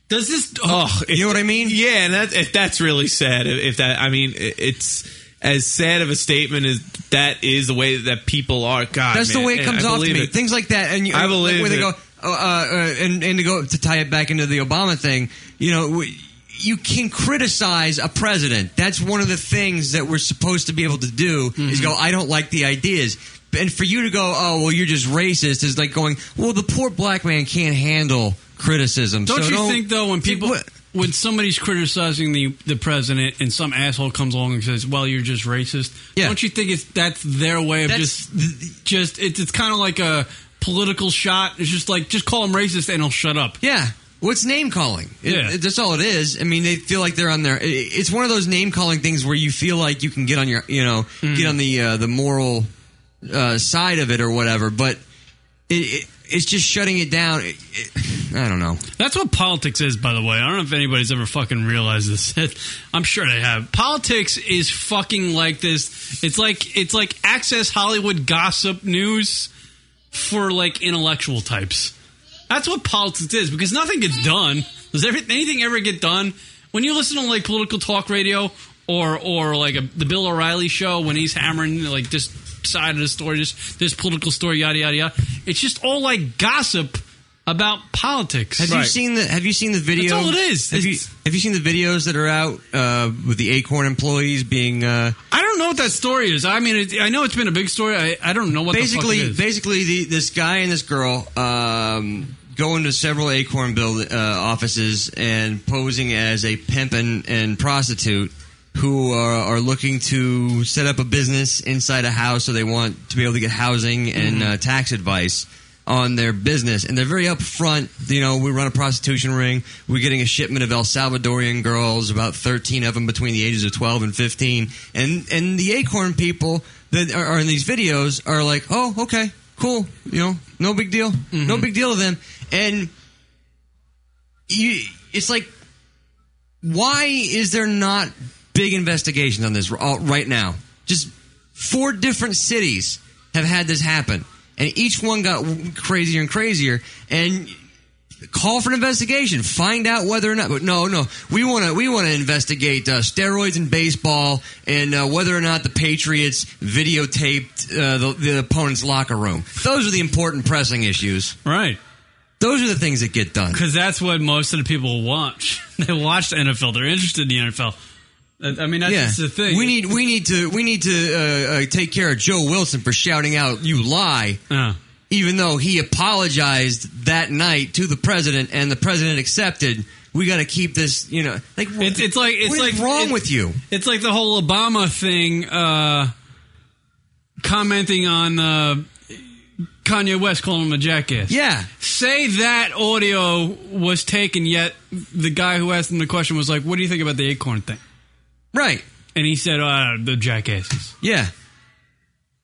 [SPEAKER 7] Does this? Oh, you know what I mean? Yeah, and that, if that's really sad. If if that, I mean, it- it's as sad of a statement as that is the way that people are. God,
[SPEAKER 4] that's
[SPEAKER 7] man,
[SPEAKER 4] the way it
[SPEAKER 7] and
[SPEAKER 4] comes
[SPEAKER 7] I
[SPEAKER 4] off to
[SPEAKER 7] believe
[SPEAKER 4] me.
[SPEAKER 7] it.
[SPEAKER 4] Things like that, and you,
[SPEAKER 7] I believe
[SPEAKER 4] where they
[SPEAKER 7] it.
[SPEAKER 4] go, uh, uh, and and to go to tie it back into the Obama thing, you know. We, you can criticize a president. That's one of the things that we're supposed to be able to do
[SPEAKER 7] Mm-hmm.
[SPEAKER 4] is go, I don't like the ideas. And for you to go, oh, well, you're just racist is like going, well, the poor black man can't handle criticism.
[SPEAKER 5] Don't
[SPEAKER 4] so
[SPEAKER 5] you think though when people when somebody's criticizing the the president and some asshole comes along and says, "Well, you're just racist," don't you think it's that's their way of just just it's it's kind of like a political shot. It's just like just call him racist and he'll shut up.
[SPEAKER 4] Yeah. What's name calling? It-
[SPEAKER 5] Yeah.
[SPEAKER 4] it- that's all it is. I mean, they feel like they're on their. it- It's one of those name calling things where you feel like you can get on your, you know,
[SPEAKER 5] Hmm.
[SPEAKER 4] get on the uh, the moral uh, side of it or whatever. But it, it, it's just shutting it down. It- it- I don't know.
[SPEAKER 5] That's what politics is, by the way. I don't know if anybody's ever fucking realized this. I'm sure they have. Politics is fucking like this. It's like it's like access Hollywood gossip news for like intellectual types. That's what politics is because nothing gets done. Does every, anything ever get done? When you listen to like political talk radio or or like a, the Bill O'Reilly show when he's hammering like this side of the story, this this political story, yada yada yada. It's just all like gossip about politics.
[SPEAKER 4] Have you seen the Have you seen the video?
[SPEAKER 5] That's all it is.
[SPEAKER 4] Have you, have you seen the videos that are out uh, with the Acorn employees being? Uh,
[SPEAKER 5] I don't know what that story is. I mean, it, I know it's been a big story. I, I don't know what
[SPEAKER 4] basically,
[SPEAKER 5] the fuck it is.
[SPEAKER 4] basically, the, this guy and this girl um, go into several Acorn build, uh, offices and posing as a pimp and, and prostitute who are, are looking to set up a business inside a house, so they want to be able to get housing and
[SPEAKER 5] Mm-hmm.
[SPEAKER 4] uh, tax advice on their business and they're very upfront you know we run a prostitution ring we're getting a shipment of el salvadorian girls about 13 of them between the ages of 12 and 15 and and the acorn people that are, are in these videos are like oh okay cool you know no big deal no big deal to them and you it's like why is there not big investigations on this r- all- right now? Just four different cities have had this happen, and each one got w- crazier and crazier. And call for an investigation, find out whether or not. But no, no, we want to we want to investigate uh, steroids in baseball and uh, whether or not the Patriots videotaped uh, the, the opponent's locker room. Those are the important pressing issues,
[SPEAKER 5] right?
[SPEAKER 4] Those are the things that get done.
[SPEAKER 5] Because that's what most of the people watch. they watch the NFL. They're interested in the NFL. I I mean, that's just the thing.
[SPEAKER 4] We need we need to we need to uh, uh, take care of Joe Wilson for shouting out "You lie,"
[SPEAKER 5] Uh.
[SPEAKER 4] even though he apologized that night to the president, and the president accepted. We got to keep this, you know, like
[SPEAKER 5] it's, it's like it's
[SPEAKER 4] what
[SPEAKER 5] like
[SPEAKER 4] is wrong
[SPEAKER 5] it's-
[SPEAKER 4] with you.
[SPEAKER 5] It's like the whole Obama thing, uh, commenting on uh, Kanye West calling him a jackass.
[SPEAKER 4] Yeah.
[SPEAKER 5] Say that audio was taken, yet the guy who asked him the question was like, "What do you think about the acorn thing?"
[SPEAKER 4] Right.
[SPEAKER 5] And he said, uh, "The jackasses."
[SPEAKER 4] Yeah.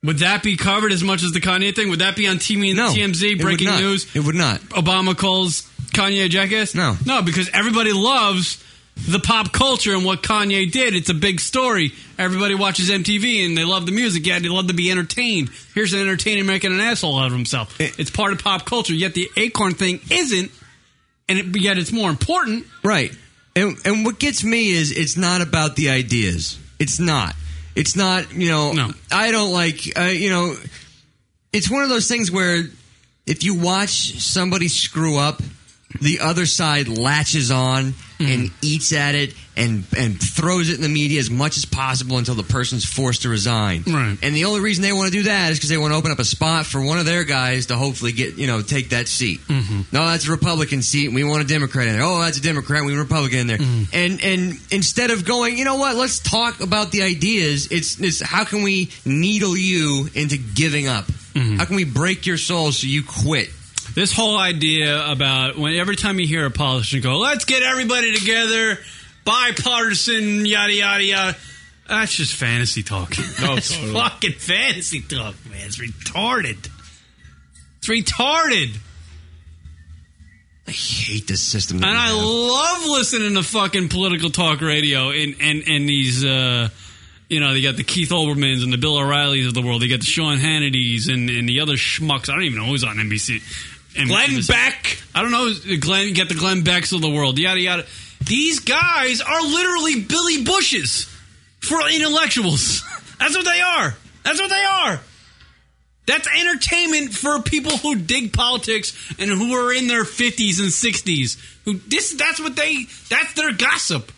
[SPEAKER 5] Would that be covered as much as the Kanye thing? Would that be on TV and
[SPEAKER 4] No, it
[SPEAKER 5] TMZ
[SPEAKER 4] would
[SPEAKER 5] breaking
[SPEAKER 4] not.
[SPEAKER 5] news?
[SPEAKER 4] It would not.
[SPEAKER 5] Obama calls Kanye a jackass? No. No, because everybody loves the pop culture and what Kanye did. It's a big story. Everybody watches MTV and they love the music, yet they love to be entertained. Here's an entertainer making an asshole out of himself. it's part of pop culture, yet the acorn thing isn't, and it, yet it's more important.
[SPEAKER 4] Right. And and what gets me is it's not about the ideas. It's not. It's not, you know, I don't like uh, you know it's one of those things where if you watch somebody screw up, the other side latches on and eats at it and and throws it in the media as much as possible until the person's forced to resign.
[SPEAKER 5] Right.
[SPEAKER 4] And the only reason they want to do that is because they want to open up a spot for one of their guys to hopefully get you know take that seat.
[SPEAKER 5] Mhm.
[SPEAKER 4] No, that's a Republican seat. and We want a Democrat in there. Oh, that's a Democrat. We want a Republican in there.
[SPEAKER 5] Mm-hmm.
[SPEAKER 4] And and instead of going, you know what? Let's talk about the ideas. It's it's how can we needle you into giving up?
[SPEAKER 5] Mm-hmm.
[SPEAKER 4] How can we break your soul so you quit?
[SPEAKER 5] This whole idea about when every time you hear a politician go, let's get everybody together, bipartisan, yada, yada, yada. That's just fantasy talk.
[SPEAKER 38] No,
[SPEAKER 5] That's
[SPEAKER 38] totally.
[SPEAKER 5] fucking fantasy talk, man. It's retarded. It's retarded.
[SPEAKER 4] hate this system.
[SPEAKER 5] And I love listening to fucking political talk radio and and and these. Uh, you know, they got the Keith Olbermans and the Bill O'Reillys of the world. They got the Sean Hannitys and, and the other schmucks. I don't even know who's on NBC. And
[SPEAKER 1] Glenn
[SPEAKER 5] Beck. I don't know. who's- Glenn, get the Glenn Becks of the world. Yada yada. These guys are literally Billy Bushes for intellectuals. That's what they are. That's what they are. That's entertainment for people who dig politics and who are in their fifties and sixties. Who this? That's what they. That's their gossip.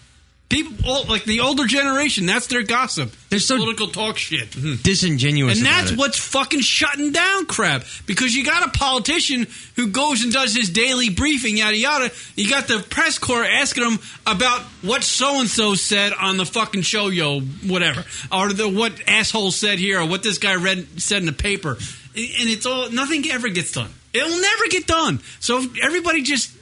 [SPEAKER 5] People all- like the older generation. That's their gossip. There's political talk shit.
[SPEAKER 4] disingenuous.
[SPEAKER 5] And
[SPEAKER 4] about
[SPEAKER 5] that's
[SPEAKER 4] it.
[SPEAKER 5] what's fucking shutting down crap because you got a politician who goes and does his daily briefing, yada yada. You got the press corps asking him about what so and so said on the fucking show, yo, whatever, or the what asshole said here, or what this guy read said in the paper, and and it's all nothing ever gets done. It'll never get done. So everybody just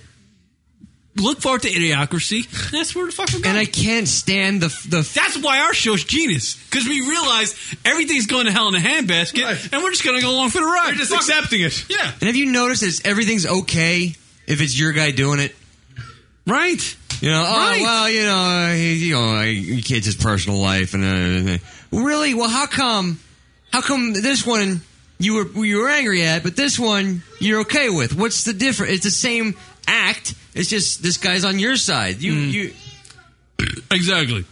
[SPEAKER 5] look forward to idiocracy. That's where the fuck we're going.
[SPEAKER 4] And I can't stand the the.
[SPEAKER 5] That's why our show's genius because we realize everything's going to hell in a handbasket, and we're just going to go along for the ride.
[SPEAKER 4] We're just
[SPEAKER 5] accepting
[SPEAKER 39] it.
[SPEAKER 5] Yeah.
[SPEAKER 4] And have you noticed that everything's okay if it's your guy doing it?
[SPEAKER 5] Right.
[SPEAKER 4] You know, oh,
[SPEAKER 5] Right.
[SPEAKER 4] well, you know, he, you know, he kids his personal life and uh, really. Well, how come? How come this one you were you were angry at, but this one you're okay with? What's the difference? It's the same act. It's just this guy's on your side. You you
[SPEAKER 5] Mm. exactly.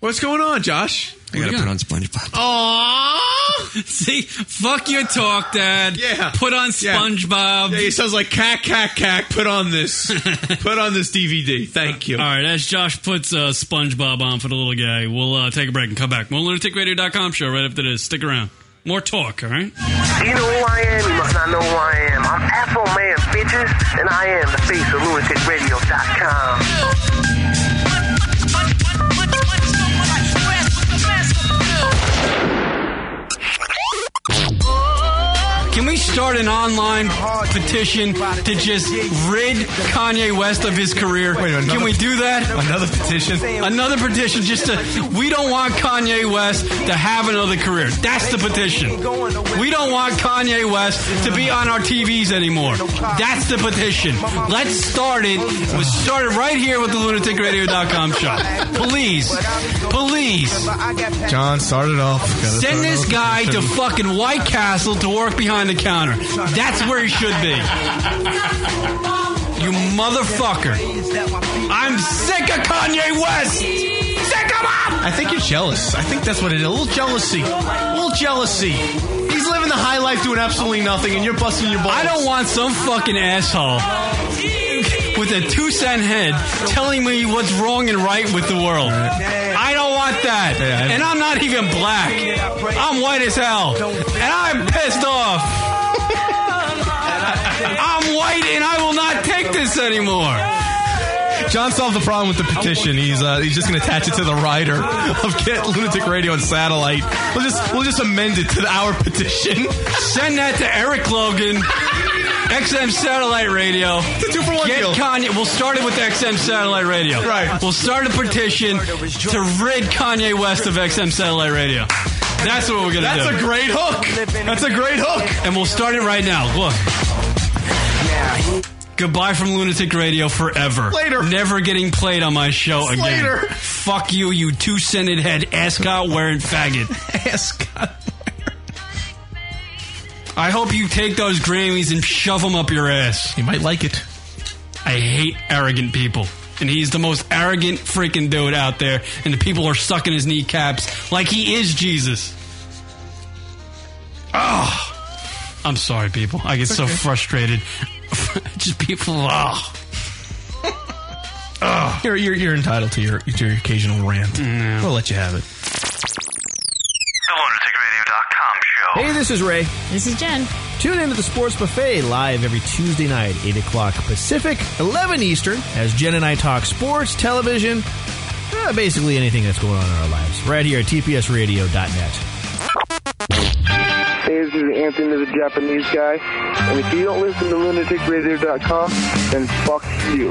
[SPEAKER 39] What's going on, Josh?
[SPEAKER 4] I gotta put on SpongeBob.
[SPEAKER 5] Aww. See, fuck your talk, Dad. Yeah. Put on SpongeBob.
[SPEAKER 39] Yeah, he sounds like cack, cack, cack. Put on this. Put on this DVD. Thank you.
[SPEAKER 5] All right, as Josh puts uh, SpongeBob on for the little guy, we'll uh, take a break and come back. More lunaticradio.com show right after this. Stick around. More talk, all right?
[SPEAKER 40] Do you know who I am? You must not know who I am. I'm Afro Man, bitches, and I am the face of lunaticradio.com.
[SPEAKER 5] Can we start an online petition to just rid Kanye West of his career? Can we do that?
[SPEAKER 39] Another petition?
[SPEAKER 5] Another petition just to, we don't want Kanye West to have another career. That's the petition. We don't want Kanye West to be on our TVs anymore. That's the petition. Let's start it. We started right here with the lunaticradio.com show. Please, please.
[SPEAKER 7] John, start it off. Gotta start
[SPEAKER 5] Send this
[SPEAKER 7] off.
[SPEAKER 5] guy to fucking White Castle to work behind the counter. That's where he should be. You motherfucker. I'm sick of Kanye West. Sick of him.
[SPEAKER 7] I think you're jealous. I think that's what it is. A little jealousy. A little jealousy. He's living the high life doing absolutely nothing, and you're busting your balls.
[SPEAKER 5] I don't want some fucking asshole with a two cent head telling me what's wrong and right with the world. I don't want that. And I'm not even black. I'm white as hell. And I'm pissed off. I'm white and I will not take this anymore.
[SPEAKER 7] John solved the problem with the petition. He's uh, he's just going to attach it to the rider of Get Lunatic Radio and Satellite. We'll just we'll just amend it to our petition.
[SPEAKER 5] Send that to Eric Logan, XM Satellite Radio.
[SPEAKER 7] two for one
[SPEAKER 5] Get
[SPEAKER 7] deal.
[SPEAKER 5] Kanye. We'll start it with XM Satellite Radio.
[SPEAKER 7] Right.
[SPEAKER 5] We'll start a petition to rid Kanye West of XM Satellite Radio. That's what we're gonna
[SPEAKER 7] That's
[SPEAKER 5] do.
[SPEAKER 7] a great hook. That's a great hook.
[SPEAKER 5] And we'll start it right now. Look. Goodbye from Lunatic Radio forever.
[SPEAKER 7] Later.
[SPEAKER 5] Never getting played on my show again.
[SPEAKER 7] Later.
[SPEAKER 5] Fuck you, you two scented head ascot wearing faggot.
[SPEAKER 7] Ascot.
[SPEAKER 5] I hope you take those Grammys and shove them up your ass.
[SPEAKER 7] You might like it.
[SPEAKER 5] I hate arrogant people. And he's the most arrogant freaking dude out there. And the people are sucking his kneecaps like he is Jesus. Oh, I'm sorry, people. I get
[SPEAKER 1] It's
[SPEAKER 5] so
[SPEAKER 1] okay.
[SPEAKER 5] frustrated. Just people. Oh.
[SPEAKER 7] You're, you're you're entitled to your to your occasional rant.
[SPEAKER 5] Mm.
[SPEAKER 7] We'll let you have it.
[SPEAKER 18] Hey, this is Ray. This is Jen. Tune in to the Sports Buffet live every Tuesday night, 8 o'clock Pacific, 11 Eastern, as Jen and I talk sports, television, uh, basically anything that's going on in our lives, right here at tpsradio.net.
[SPEAKER 2] Hey, this is Anthony the Japanese guy, and if you don't listen to lunaticradio.com, then fuck you.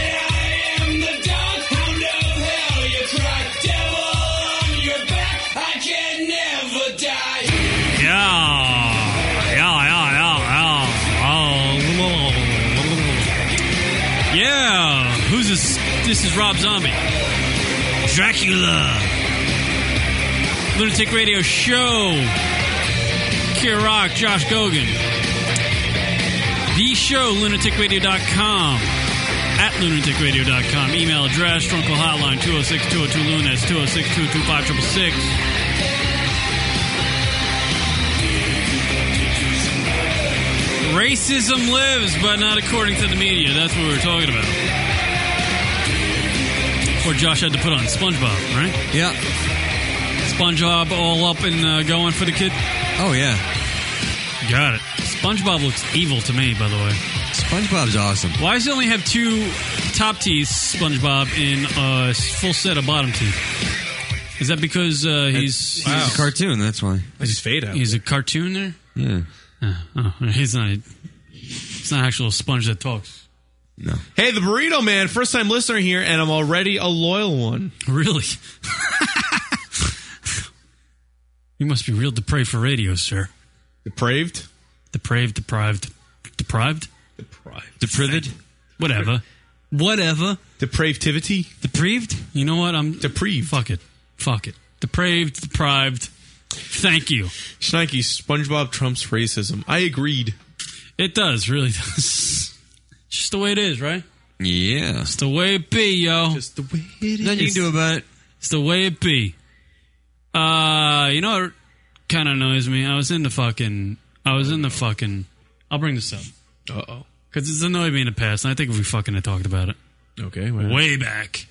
[SPEAKER 5] Yeah, yeah, yeah, yeah, yeah. Oh, yeah. Who's this? This is Rob Zombie. Dracula. Lunatic Radio Show. Kid Rock, Josh Gogan. The show, lunaticradio.com. At lunaticradio.com. Email address, drunkle hotline, 206-202-LUN. That's 206-225-666. Racism lives, but not according to the media. That's what we were talking about. Or Josh had to put on SpongeBob, right?
[SPEAKER 4] Yeah.
[SPEAKER 5] SpongeBob all up and uh, going for the kid.
[SPEAKER 4] Oh yeah.
[SPEAKER 5] Got it. SpongeBob looks evil to me, by the way.
[SPEAKER 4] SpongeBob's awesome.
[SPEAKER 5] Why does he only have two top teeth, SpongeBob, and a full set of bottom teeth? Is that because uh, he's,
[SPEAKER 4] He's a cartoon. That's why.
[SPEAKER 5] He's, he's fade out. He's a cartoon there.
[SPEAKER 4] Yeah.
[SPEAKER 5] Uh, oh, he's not. It's not actual sponge that talks.
[SPEAKER 7] Hey, the burrito man, first time listener here, and I'm already a loyal one.
[SPEAKER 5] Really? You must be real depraved for radio, sir.
[SPEAKER 7] Depraved?
[SPEAKER 5] Depraved, deprived, deprived, deprived, deprived. Whatever. Whatever.
[SPEAKER 7] Depravtivity.
[SPEAKER 5] Depraved. You know what? I'm depraved. Fuck it. Fuck it. Depraved, deprived. Thank you.
[SPEAKER 7] Schneike, SpongeBob trumps racism. I agreed.
[SPEAKER 5] It does, really does. Just the way it is, right?
[SPEAKER 4] Yeah.
[SPEAKER 5] It's the way it be, yo. Just
[SPEAKER 7] the way it
[SPEAKER 4] Nothing you can do about it.
[SPEAKER 5] It's the way it be. Uh, you know what kind of annoys me? I was in the fucking. I was in the fucking. I'll bring this up.
[SPEAKER 7] Uh oh.
[SPEAKER 5] Because it's annoyed me in the past, and I think we fucking had talked about it.
[SPEAKER 7] Okay.
[SPEAKER 5] Way back.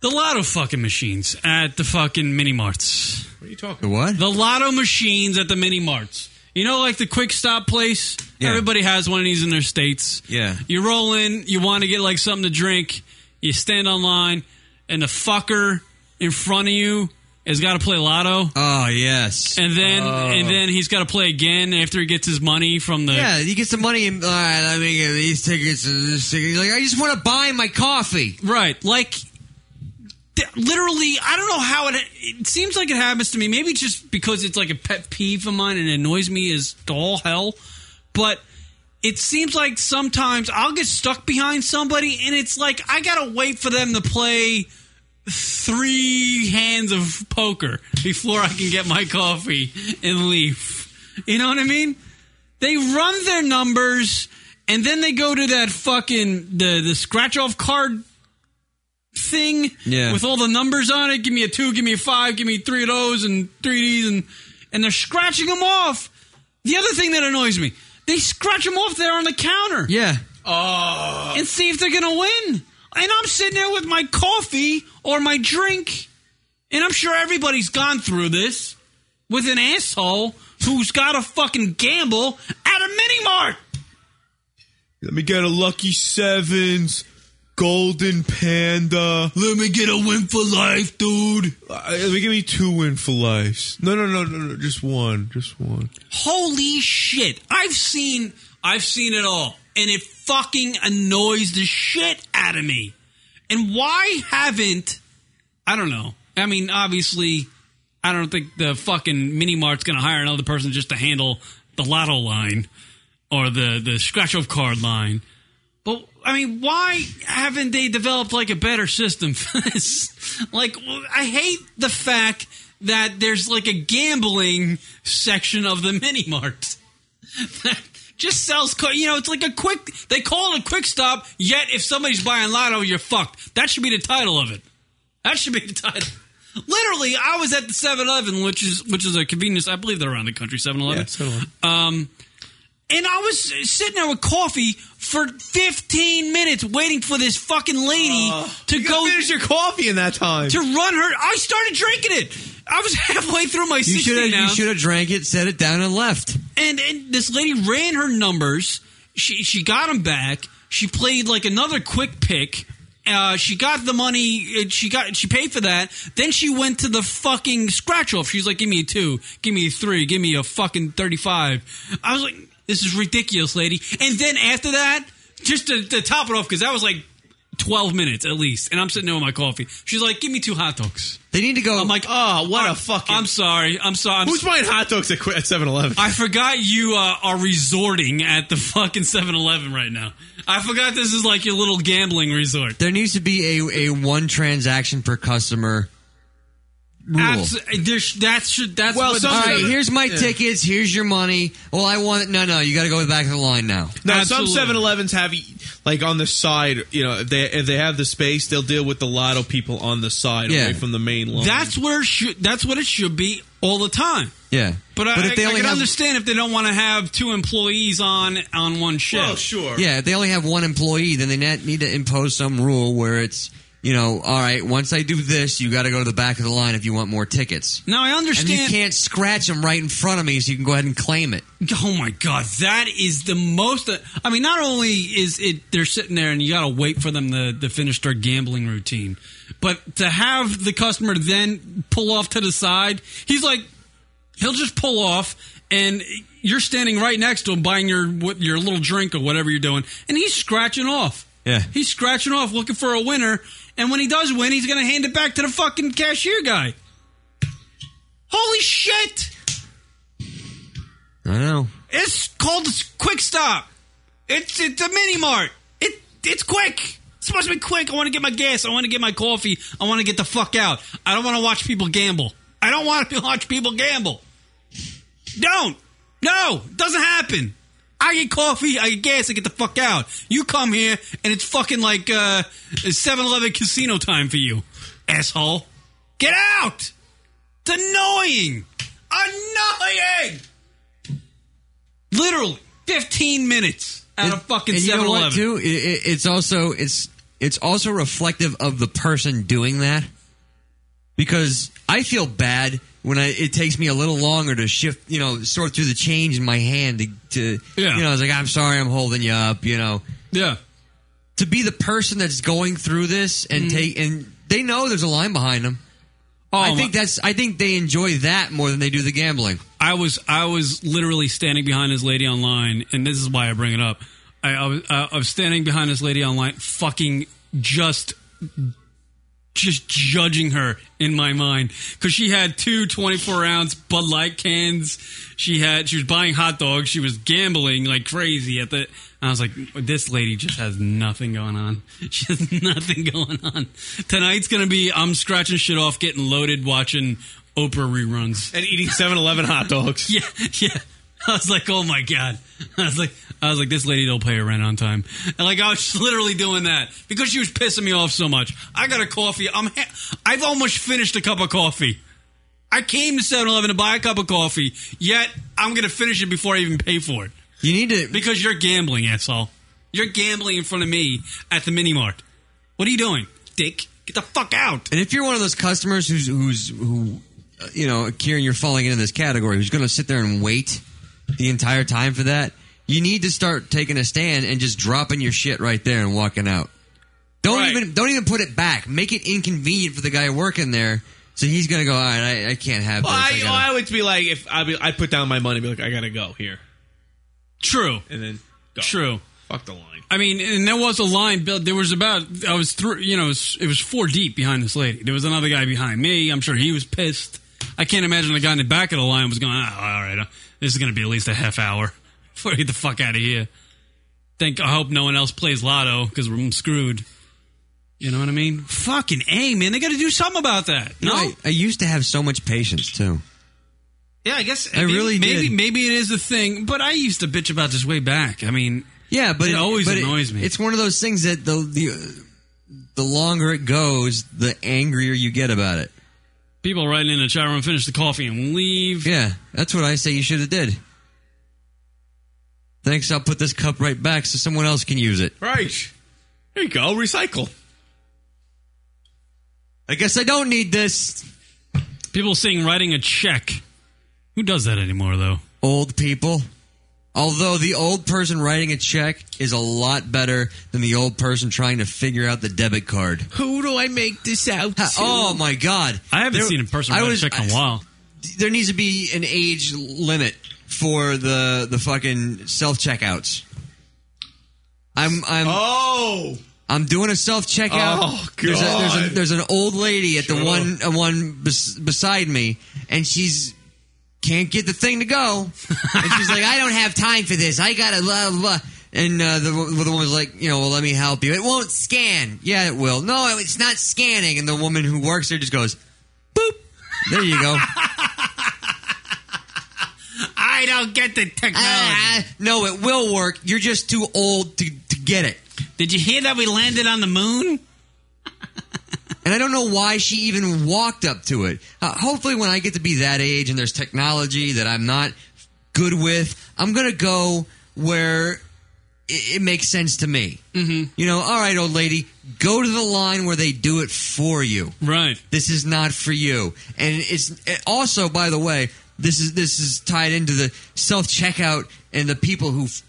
[SPEAKER 5] The lotto fucking machines at the fucking mini marts.
[SPEAKER 7] What are you talking
[SPEAKER 4] The what?
[SPEAKER 5] The lotto machines at the mini marts. You know, like the quick stop place?
[SPEAKER 4] Yeah.
[SPEAKER 5] Everybody has one of these in their states.
[SPEAKER 4] Yeah.
[SPEAKER 5] You roll in, you want to get like something to drink, you stand online, and the fucker in front of you has got to play lotto.
[SPEAKER 4] Oh yes.
[SPEAKER 5] And then
[SPEAKER 4] Oh.
[SPEAKER 5] and then he's got to play again after he gets his money from the
[SPEAKER 4] Yeah, he gets the money and all right, let me get these tickets and this ticket. He's like, I just want to buy my coffee.
[SPEAKER 5] Right. Like th- literally i don't know how it it seems like it happens to me maybe just because it's like a pet peeve of mine and it annoys me as all hell but it seems like sometimes i'll get stuck behind somebody and it's like i gotta wait for them to play three hands of poker before i can get my coffee and leave you know what i mean they run their numbers and then they go to that fucking the the scratch off card thing
[SPEAKER 4] Yeah.
[SPEAKER 5] with all the numbers on it. Give me a two, give me a five, give me three of those and three of these, and and they're scratching them off. The other thing that annoys me, they scratch them off there on the counter.
[SPEAKER 4] Yeah.
[SPEAKER 5] Oh. And see if they're gonna win. And I'm sitting there with my coffee or my drink, and I'm sure everybody's gone through this with an asshole who's got to fucking gamble at a mini mart.
[SPEAKER 7] Let me get a Lucky Sevens, Golden Panda.
[SPEAKER 5] Let me get a win for life, dude.
[SPEAKER 7] Uh, let me give me two win for lives. No, no, no, no, no. Just one. Just one.
[SPEAKER 5] Holy shit. I've seen I've seen it all. And it fucking annoys the shit out of me. And why haven't I don't know. I mean, obviously I don't think the fucking mini mart's gonna hire another person just to handle the lotto line or the, the scratch off card line. But I mean, why haven't they developed like a better system for this? Like, I hate the fact that there's like a gambling section of the mini mart that just sells. Co- you know, it's like a quick. They call it a quick stop. Yet, if somebody's buying lotto, you're fucked. That should be the title of it. That should be the title. Literally, I was at the 7-Eleven, which is which is a convenience. I believe they're around the country. 7-Eleven. Um, and I was sitting there with coffee for 15 minutes waiting for this
[SPEAKER 7] Uh,
[SPEAKER 5] fucking lady to go
[SPEAKER 7] finish your coffee in that time.
[SPEAKER 5] to run her. I started drinking it. I was halfway through my
[SPEAKER 4] You should
[SPEAKER 5] 16
[SPEAKER 4] have you
[SPEAKER 5] ounce.
[SPEAKER 4] should have drank it, set it down, and left.
[SPEAKER 5] And, and this lady ran her numbers. She she got them back. She played like another quick pick. Uh, she got the money. uh, She got she paid for that. Then she went to the fucking scratch off. She's like, "Give me a two. Give me a three. Give me a fucking thirty-five. I was like, "This is ridiculous, lady." And then after that, just to, to top it off, because that was like twelve minutes at least, and I'm sitting there with my coffee. She's like, "Give me two hot dogs."
[SPEAKER 4] They need to go.
[SPEAKER 5] I'm like,
[SPEAKER 7] "Oh, what
[SPEAKER 5] I'm,
[SPEAKER 7] a fucking."
[SPEAKER 5] I'm sorry. I'm sorry. I'm
[SPEAKER 7] Who's
[SPEAKER 5] so-
[SPEAKER 7] buying hot dogs at Qu- at 7-Eleven?
[SPEAKER 5] I forgot you uh, are resorting at the fucking 7-Eleven right now. I forgot this is like your little gambling resort.
[SPEAKER 4] There needs to be a, a one transaction per customer rule.
[SPEAKER 5] Abs- there's- that should that's
[SPEAKER 4] well,
[SPEAKER 5] what-
[SPEAKER 4] all right, here's my tickets. Here's your money. Well, I want it. No, no, you got to go back to the line now.
[SPEAKER 7] Now some 7-Elevens have like on the side, you know, if they if they have the space, they'll deal with the lotto people on the side
[SPEAKER 4] Yeah.
[SPEAKER 7] away from the main line.
[SPEAKER 5] That's where it should that's what it should be all the time.
[SPEAKER 4] Yeah,
[SPEAKER 5] But, I, I, I can
[SPEAKER 4] have,
[SPEAKER 5] understand if they don't want to have two employees on on one shift.
[SPEAKER 7] Well, sure.
[SPEAKER 4] yeah, if they only have one employee, then they net- need to impose some rule where it's you know, all right. Once I do this, you got to go to the back of the line if you want more tickets.
[SPEAKER 5] Now I understand.
[SPEAKER 4] And you can't scratch them right in front of me, so you can go ahead and claim it.
[SPEAKER 5] Oh my god, that is the most. I mean, not only is it they're sitting there and you got to wait for them to, to finish their gambling routine, but to have the customer then pull off to the side, he's like, he'll just pull off and you're standing right next to him buying your what, your little drink or whatever you're doing, and he's scratching off.
[SPEAKER 4] Yeah.
[SPEAKER 5] he's scratching off looking for a winner, and when he does win, he's going to hand it back to the fucking cashier guy. Holy shit!
[SPEAKER 4] I know.
[SPEAKER 5] It's called s- Quick Stop. It's it's a mini mart. It it's quick. It's supposed to be quick. I want to get my gas. I want to get my coffee. I want to get the fuck out. I don't want to watch people gamble. I don't want to watch people gamble. Don't. No, it doesn't happen. I get coffee, I get gas, I get the fuck out. You come here and it's fucking like uh 7-Eleven casino time for you. Asshole. Get out. It's annoying. Annoying. Literally 15 minutes out of fucking
[SPEAKER 4] and you know
[SPEAKER 5] 7-Eleven.
[SPEAKER 4] what, too? It, it, it's also it's it's also reflective of the person doing that because I feel bad when I it takes me a little longer to shift, you know, sort through the change in my hand to, to
[SPEAKER 5] Yeah.
[SPEAKER 4] you know, I was like, I'm sorry, I'm holding you up, you know.
[SPEAKER 5] Yeah.
[SPEAKER 4] To be the person that's going through this and take and they know there's a line behind them.
[SPEAKER 5] Mm-hmm. Oh,
[SPEAKER 4] I
[SPEAKER 5] my-
[SPEAKER 4] think that's I think they enjoy that more than they do the gambling.
[SPEAKER 5] I was I was literally standing behind this lady online, and this is why I bring it up. I, I was I, I was standing behind this lady online, fucking just just judging her in my mind because she had two 24 ounce Bud Light cans. She had she was buying hot dogs. She was gambling like crazy at the. and I was like, this lady just has nothing going on. She has nothing going on. Tonight's gonna be I'm scratching shit off, getting loaded, watching Oprah reruns
[SPEAKER 7] and eating 7-Eleven hot dogs.
[SPEAKER 5] yeah, yeah. I was like, oh my god. I was like, I was like, this lady don't pay her rent on time. And like, I was literally doing that because she was pissing me off so much. I got a coffee. I'm, ha- I've almost finished a cup of coffee. I came to 7-Eleven to buy a cup of coffee. Yet I'm gonna finish it before I even pay for it.
[SPEAKER 4] You need to
[SPEAKER 5] because you're gambling, asshole. You're gambling in front of me at the mini mart. What are you doing, Dick? Get the fuck out.
[SPEAKER 4] And if you're one of those customers who's who's who, uh, you know, Kieran, you're falling into this category. Who's going to sit there and wait the entire time for that? You need to start taking a stand and just dropping your shit right there and walking out. Don't even don't even put it back. Make it inconvenient for the guy working there, so he's going to go. All right, I, I can't have
[SPEAKER 7] Well, I,
[SPEAKER 4] this. I gotta-"
[SPEAKER 7] I would be like if I be, I'd put down my money, and be like, I gotta go here,
[SPEAKER 5] True.
[SPEAKER 7] and then go.
[SPEAKER 5] True.
[SPEAKER 7] Fuck the line.
[SPEAKER 5] I mean, and there was a line. Bill, there was about I was through. You know, it was, it was four deep behind this lady. There was another guy behind me. I'm sure he was pissed. I can't imagine the guy in the back of the line was going. Oh, all right, uh, this is going to be at least a half hour before I get the fuck out of here. Think I hope no one else plays lotto because we're screwed. You know what I mean? Fucking a man, they got to do something about that.
[SPEAKER 4] You know, I, I used to have so much patience too.
[SPEAKER 5] Yeah, I guess
[SPEAKER 4] I
[SPEAKER 5] maybe,
[SPEAKER 4] really
[SPEAKER 5] maybe
[SPEAKER 4] did.
[SPEAKER 5] maybe it is a thing. But I used to bitch about this way back. I mean,
[SPEAKER 4] Yeah, but
[SPEAKER 5] it, always
[SPEAKER 4] but
[SPEAKER 5] annoys me.
[SPEAKER 4] It's one of those things that the the the longer it goes, the angrier you get about it.
[SPEAKER 5] People writing in the chat room, finish the coffee and leave.
[SPEAKER 4] Yeah, that's what I say you should have did. Thanks, I'll put this cup right back so someone else can use it.
[SPEAKER 7] Right. There you go. Recycle.
[SPEAKER 4] I guess I don't need this.
[SPEAKER 5] People saying writing a check. Who does that anymore, though?
[SPEAKER 4] Old people. Although the old person writing a check is a lot better than the old person trying to figure out the debit card.
[SPEAKER 7] Who do I make this out to?
[SPEAKER 4] Oh my god!
[SPEAKER 5] I haven't seen a person
[SPEAKER 4] I
[SPEAKER 5] write a
[SPEAKER 4] was-
[SPEAKER 5] check in a
[SPEAKER 4] I-
[SPEAKER 5] while.
[SPEAKER 4] There needs to be an age limit for the the fucking self checkouts. I'm I'm
[SPEAKER 7] oh
[SPEAKER 4] I'm doing a self checkout.
[SPEAKER 7] Oh,
[SPEAKER 4] There's, a, there's, a,
[SPEAKER 7] God.
[SPEAKER 4] there's an old lady at
[SPEAKER 7] Sure.
[SPEAKER 4] the one uh, one bes- beside me, and she's can't get the thing to go, and she's like, I don't have time for this. I gotta blah blah. blah." And uh, the, wo- the woman's like, you know, well, let me help you. It won't scan. Yeah, it will. No, it's not scanning. And the woman who works there just goes, boop. There you go.
[SPEAKER 5] I don't get the technology.
[SPEAKER 4] Uh, no, it will work. You're just too old to, to get it.
[SPEAKER 5] Did you hear that we landed on the moon?
[SPEAKER 4] and I don't know why she even walked up to it. Uh, hopefully, when I get to be that age and there's technology that I'm not good with, I'm going to go where it, it makes sense to me. Mm-hmm. You know, all right, old lady, go to the line where they do it for you.
[SPEAKER 5] Right.
[SPEAKER 4] This is not for you. And it's and also, by the way, this is this is tied into the self checkout and the people who f-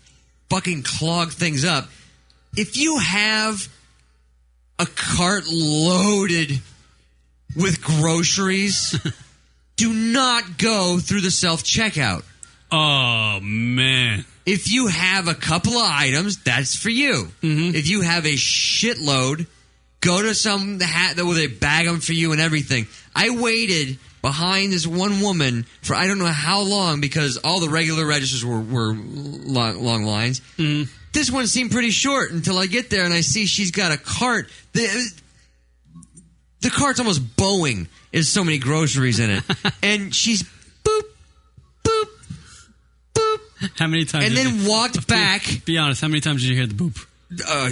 [SPEAKER 4] fucking clog things up. If you have a cart loaded with groceries, do not go through the self checkout.
[SPEAKER 5] Oh man.
[SPEAKER 4] If you have a couple of items, that's for you.
[SPEAKER 5] Mm-hmm.
[SPEAKER 4] If you have a shitload, go to some hat where they bag them for you and everything. I waited behind this one woman for I don't know how long because all the regular registers were, were long, long lines.
[SPEAKER 5] Mm-hmm.
[SPEAKER 4] This one seemed pretty short until I get there and I see she's got a cart. The, the cart's almost Boeing. There's so many groceries in it. and she's
[SPEAKER 5] How many times?
[SPEAKER 4] And
[SPEAKER 5] did
[SPEAKER 4] then
[SPEAKER 5] you-
[SPEAKER 4] walked back.
[SPEAKER 5] Be honest. How many times did you hear the boop?
[SPEAKER 4] Uh,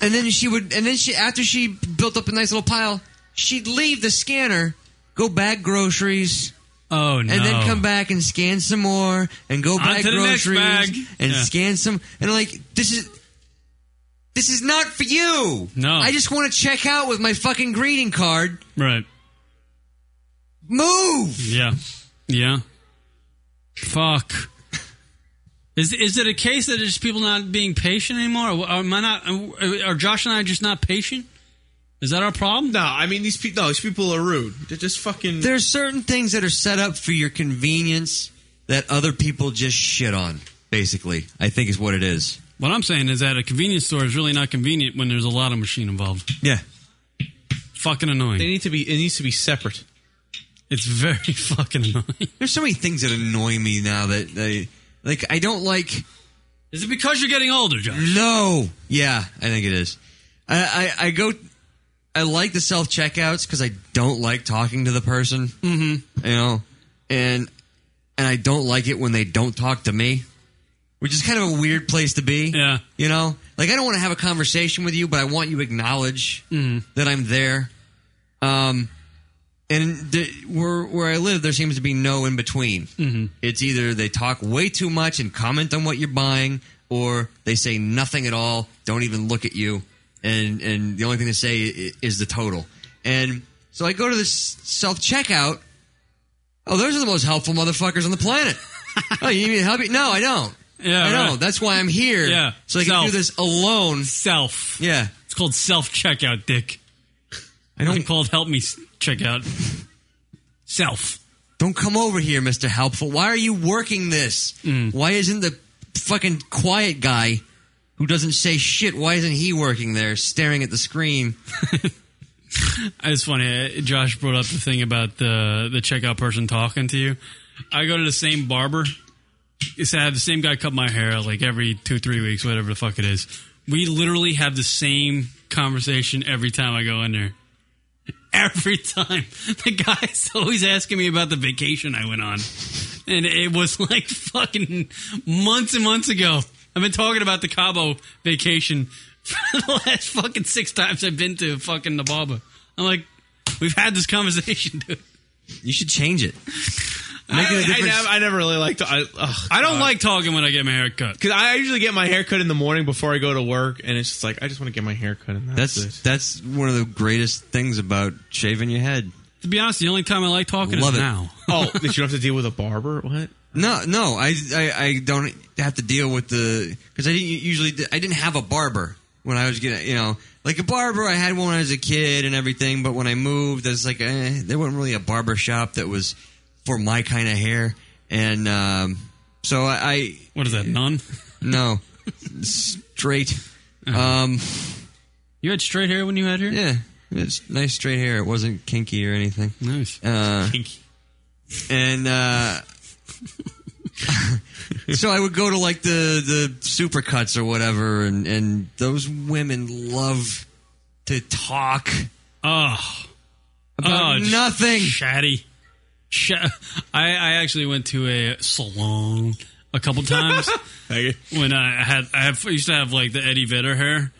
[SPEAKER 4] and then she would, and then she after she built up a nice little pile, she'd leave the scanner, go bag groceries.
[SPEAKER 5] Oh
[SPEAKER 4] And
[SPEAKER 5] no.
[SPEAKER 4] then come back and scan some more, and go
[SPEAKER 5] On
[SPEAKER 4] bag
[SPEAKER 5] to the next
[SPEAKER 4] groceries,
[SPEAKER 5] bag.
[SPEAKER 4] and
[SPEAKER 5] Yeah.
[SPEAKER 4] scan some, and like this is. This is not for you.
[SPEAKER 5] No.
[SPEAKER 4] I just want to check out with my fucking greeting card.
[SPEAKER 5] Right.
[SPEAKER 4] Move.
[SPEAKER 5] Yeah. Yeah. Fuck. Is is it a case that it's people not being patient anymore? Or am I not? Are Josh and I just not patient? Is that our problem?
[SPEAKER 7] No, I mean these people. No, these people are rude. They're just fucking.
[SPEAKER 4] There's certain things that are set up for your convenience that other people just shit on. Basically, I think is what it is.
[SPEAKER 5] What I'm saying is that a convenience store is really not convenient when there's a lot of machine involved.
[SPEAKER 4] Yeah.
[SPEAKER 5] Fucking annoying.
[SPEAKER 7] They need to be. It needs to be separate.
[SPEAKER 5] It's very fucking annoying.
[SPEAKER 4] There's so many things that annoy me now that they like. I don't like.
[SPEAKER 5] Is it because you're getting older, Josh?
[SPEAKER 4] No. Yeah, I think it is. I I, I go. I like the self checkouts because I don't like talking to the person. Mm-hmm. You know, and and I don't like it when they don't talk to me, which is kind of a weird place to be.
[SPEAKER 5] Yeah.
[SPEAKER 4] You know, like I don't want to have a conversation with you, but I want you to acknowledge
[SPEAKER 5] Mm.
[SPEAKER 4] that I'm there. Um, and the, where where I live, there seems to be no in between.
[SPEAKER 5] Mhm.
[SPEAKER 4] It's either they talk way too much and comment on what you're buying, or they say nothing at all, don't even look at you, and and the only thing they say i- is the total. And so I go to this self checkout. Oh, those are the most helpful motherfuckers on the planet. oh, you need me to help you? No, I don't.
[SPEAKER 5] Yeah,
[SPEAKER 4] I don't.
[SPEAKER 5] right.
[SPEAKER 4] That's why I'm here.
[SPEAKER 5] Yeah,
[SPEAKER 4] so I can
[SPEAKER 5] self.
[SPEAKER 4] do this alone.
[SPEAKER 5] Self.
[SPEAKER 4] Yeah,
[SPEAKER 5] It's called self checkout, Dick. I don't called help me s- checkout. Self.
[SPEAKER 4] Don't come over here, Mr. Helpful. Why are you working this? Why isn't the fucking quiet guy who doesn't say shit, why isn't he working there staring at the screen?
[SPEAKER 5] It's funny. uh, Josh brought up the thing about the the checkout person talking to you. I go to the same barber. It's I have the same guy cut my hair like every two three weeks, whatever the fuck it is. We literally have the same conversation every time I go in there. Every time the guy's always asking me about the vacation I went on, and it was like fucking months and months ago. I've been talking about the Cabo vacation for the last fucking six times I've been to fucking the Baba. I'm like, we've had this conversation, dude.
[SPEAKER 4] You should change it.
[SPEAKER 7] I, I never, I never really like to. I,
[SPEAKER 5] I don't like talking when I get my hair cut.
[SPEAKER 7] Because I usually get my hair cut in the morning before I go to work, and it's just like I just want to get my hair cut. And that's,
[SPEAKER 4] That's that's one of the greatest things about shaving your head.
[SPEAKER 5] To be honest, the only time I like talking
[SPEAKER 4] Love
[SPEAKER 5] is
[SPEAKER 4] it.
[SPEAKER 5] now.
[SPEAKER 4] Oh,
[SPEAKER 7] that you don't have to deal with a barber? What?
[SPEAKER 4] No, no, I, I, I don't have to deal with the because I didn't usually I didn't have a barber when I was getting you know like a barber I had one when I was a kid and everything, but when I moved, there's like eh, there wasn't really a barber shop that was for my kind of hair, and um, so I, I
[SPEAKER 5] what is that none? Uh-huh.
[SPEAKER 4] No, straight. Um,
[SPEAKER 5] you had straight hair when you had hair.
[SPEAKER 4] Yeah, it's nice straight hair. It wasn't kinky or anything.
[SPEAKER 5] Nice.
[SPEAKER 4] Uh,
[SPEAKER 5] kinky.
[SPEAKER 4] And uh, so I would go to like the the supercuts or whatever, and and those women love to talk.
[SPEAKER 5] Oh,
[SPEAKER 4] About
[SPEAKER 5] just
[SPEAKER 4] nothing.
[SPEAKER 5] Shatty. Sh- I, I actually went to a salon a couple times when I had I have, used to have like the Eddie Vedder hair.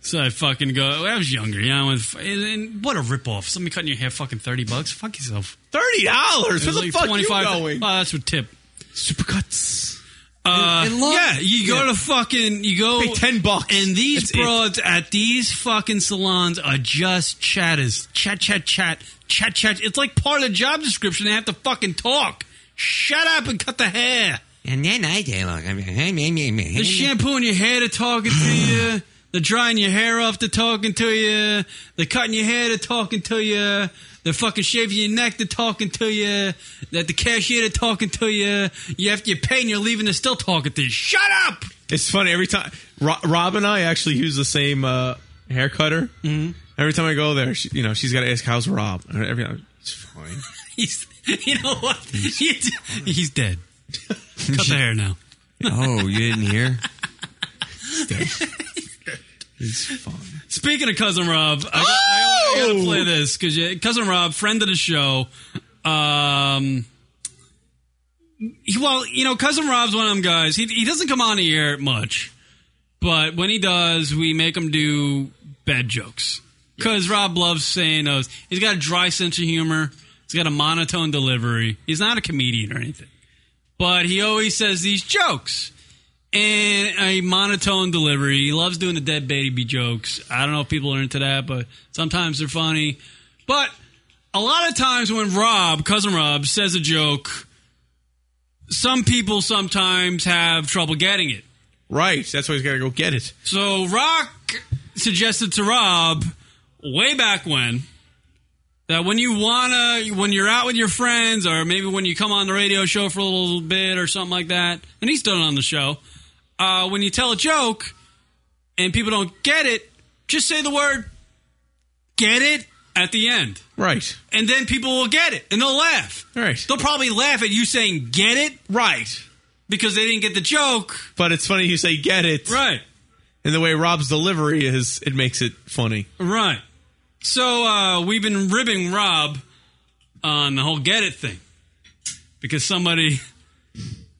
[SPEAKER 5] So I fucking go. I was younger, yeah. I went, f- and, and what a ripoff! Somebody cutting your hair, fucking thirty bucks. Fuck yourself.
[SPEAKER 7] Thirty dollars?
[SPEAKER 5] It
[SPEAKER 7] Where
[SPEAKER 5] was
[SPEAKER 7] the fuck you going?
[SPEAKER 5] Oh, that's with tip.
[SPEAKER 7] Supercuts.
[SPEAKER 5] Uh,
[SPEAKER 7] And- and long-
[SPEAKER 5] yeah, you go
[SPEAKER 7] yeah.
[SPEAKER 5] to fucking you go
[SPEAKER 7] Pay 10 bucks.
[SPEAKER 5] and these
[SPEAKER 7] That's it.
[SPEAKER 5] broads at these fucking salons are just chatters, chat, chat, chat, chat, chat. It's like part of the job description. They have to fucking talk. Shut up and cut the hair.
[SPEAKER 4] And then I do look. I mean, hey, me, me, me,
[SPEAKER 5] The shampooing your hair to talking to you. They're drying your hair off to talking to you. They're cutting your hair to talking to you. They're fucking shaving your neck to talking to you. That the cashier to talking to you. You after you pay and you're leaving, they're still talking to you. Shut up.
[SPEAKER 7] It's funny every time. Ro- Rob and I actually use the same uh, hair cutter. Mm-hmm. Every time I go there, she, you know, she's got to ask, "How's Rob?" And Every time, it's fine.
[SPEAKER 5] He's, you know what? He's, he's dead. Cut the hair now.
[SPEAKER 4] oh, you didn't hear?
[SPEAKER 5] Speaking of cousin Rob, I, got- I, I gotta play this because cousin Rob, friend of the show, um, he- well, you know, cousin Rob's one of them guys. He he doesn't come on the air much, but when he does, we make him do bad jokes because Rob loves saying those. He's got a dry sense of humor. He's got a monotone delivery. He's not a comedian or anything, but he always says these jokes and a monotone delivery. He loves doing the dead baby jokes. I don't know if people are into that, but sometimes they're funny. But a lot of times when Rob, cousin Rob, says a joke, some people sometimes have trouble getting it.
[SPEAKER 7] Right. That's why he's got to go get it.
[SPEAKER 5] So Rock suggested to Rob way back when that when you wanna when you're out with your friends or maybe when you come on the radio show for a little bit or something like that, and he's done it on the show. Uh, when you tell a joke and people don't get it, just say the word "get it" at the end,
[SPEAKER 7] right?
[SPEAKER 5] And then people will get it and they'll laugh.
[SPEAKER 7] Right?
[SPEAKER 5] They'll probably laugh at you saying "get it,"
[SPEAKER 7] right?
[SPEAKER 5] Because they didn't get the joke.
[SPEAKER 7] But it's funny you say "get it,"
[SPEAKER 5] right?
[SPEAKER 7] And the way Rob's delivery is, it makes it funny.
[SPEAKER 5] Right. So uh, we've been ribbing Rob on the whole get it thing because somebody.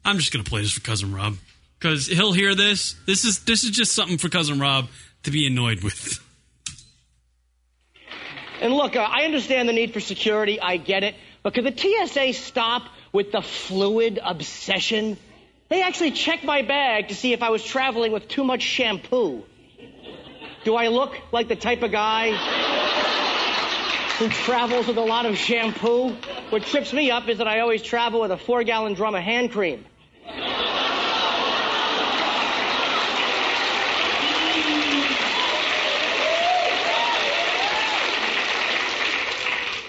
[SPEAKER 5] I'm just gonna play this for cousin Rob because he'll hear this. This is this is just something for cousin Rob to be annoyed with.
[SPEAKER 10] And look, uh, I understand the need for security. I get it. But could the TSA stop with the fluid obsession? They actually checked my bag to see if I was traveling with too much shampoo. Do I look like the type of guy who travels with a lot of shampoo? What trips me up is that I always travel with a four gallon drum of hand cream.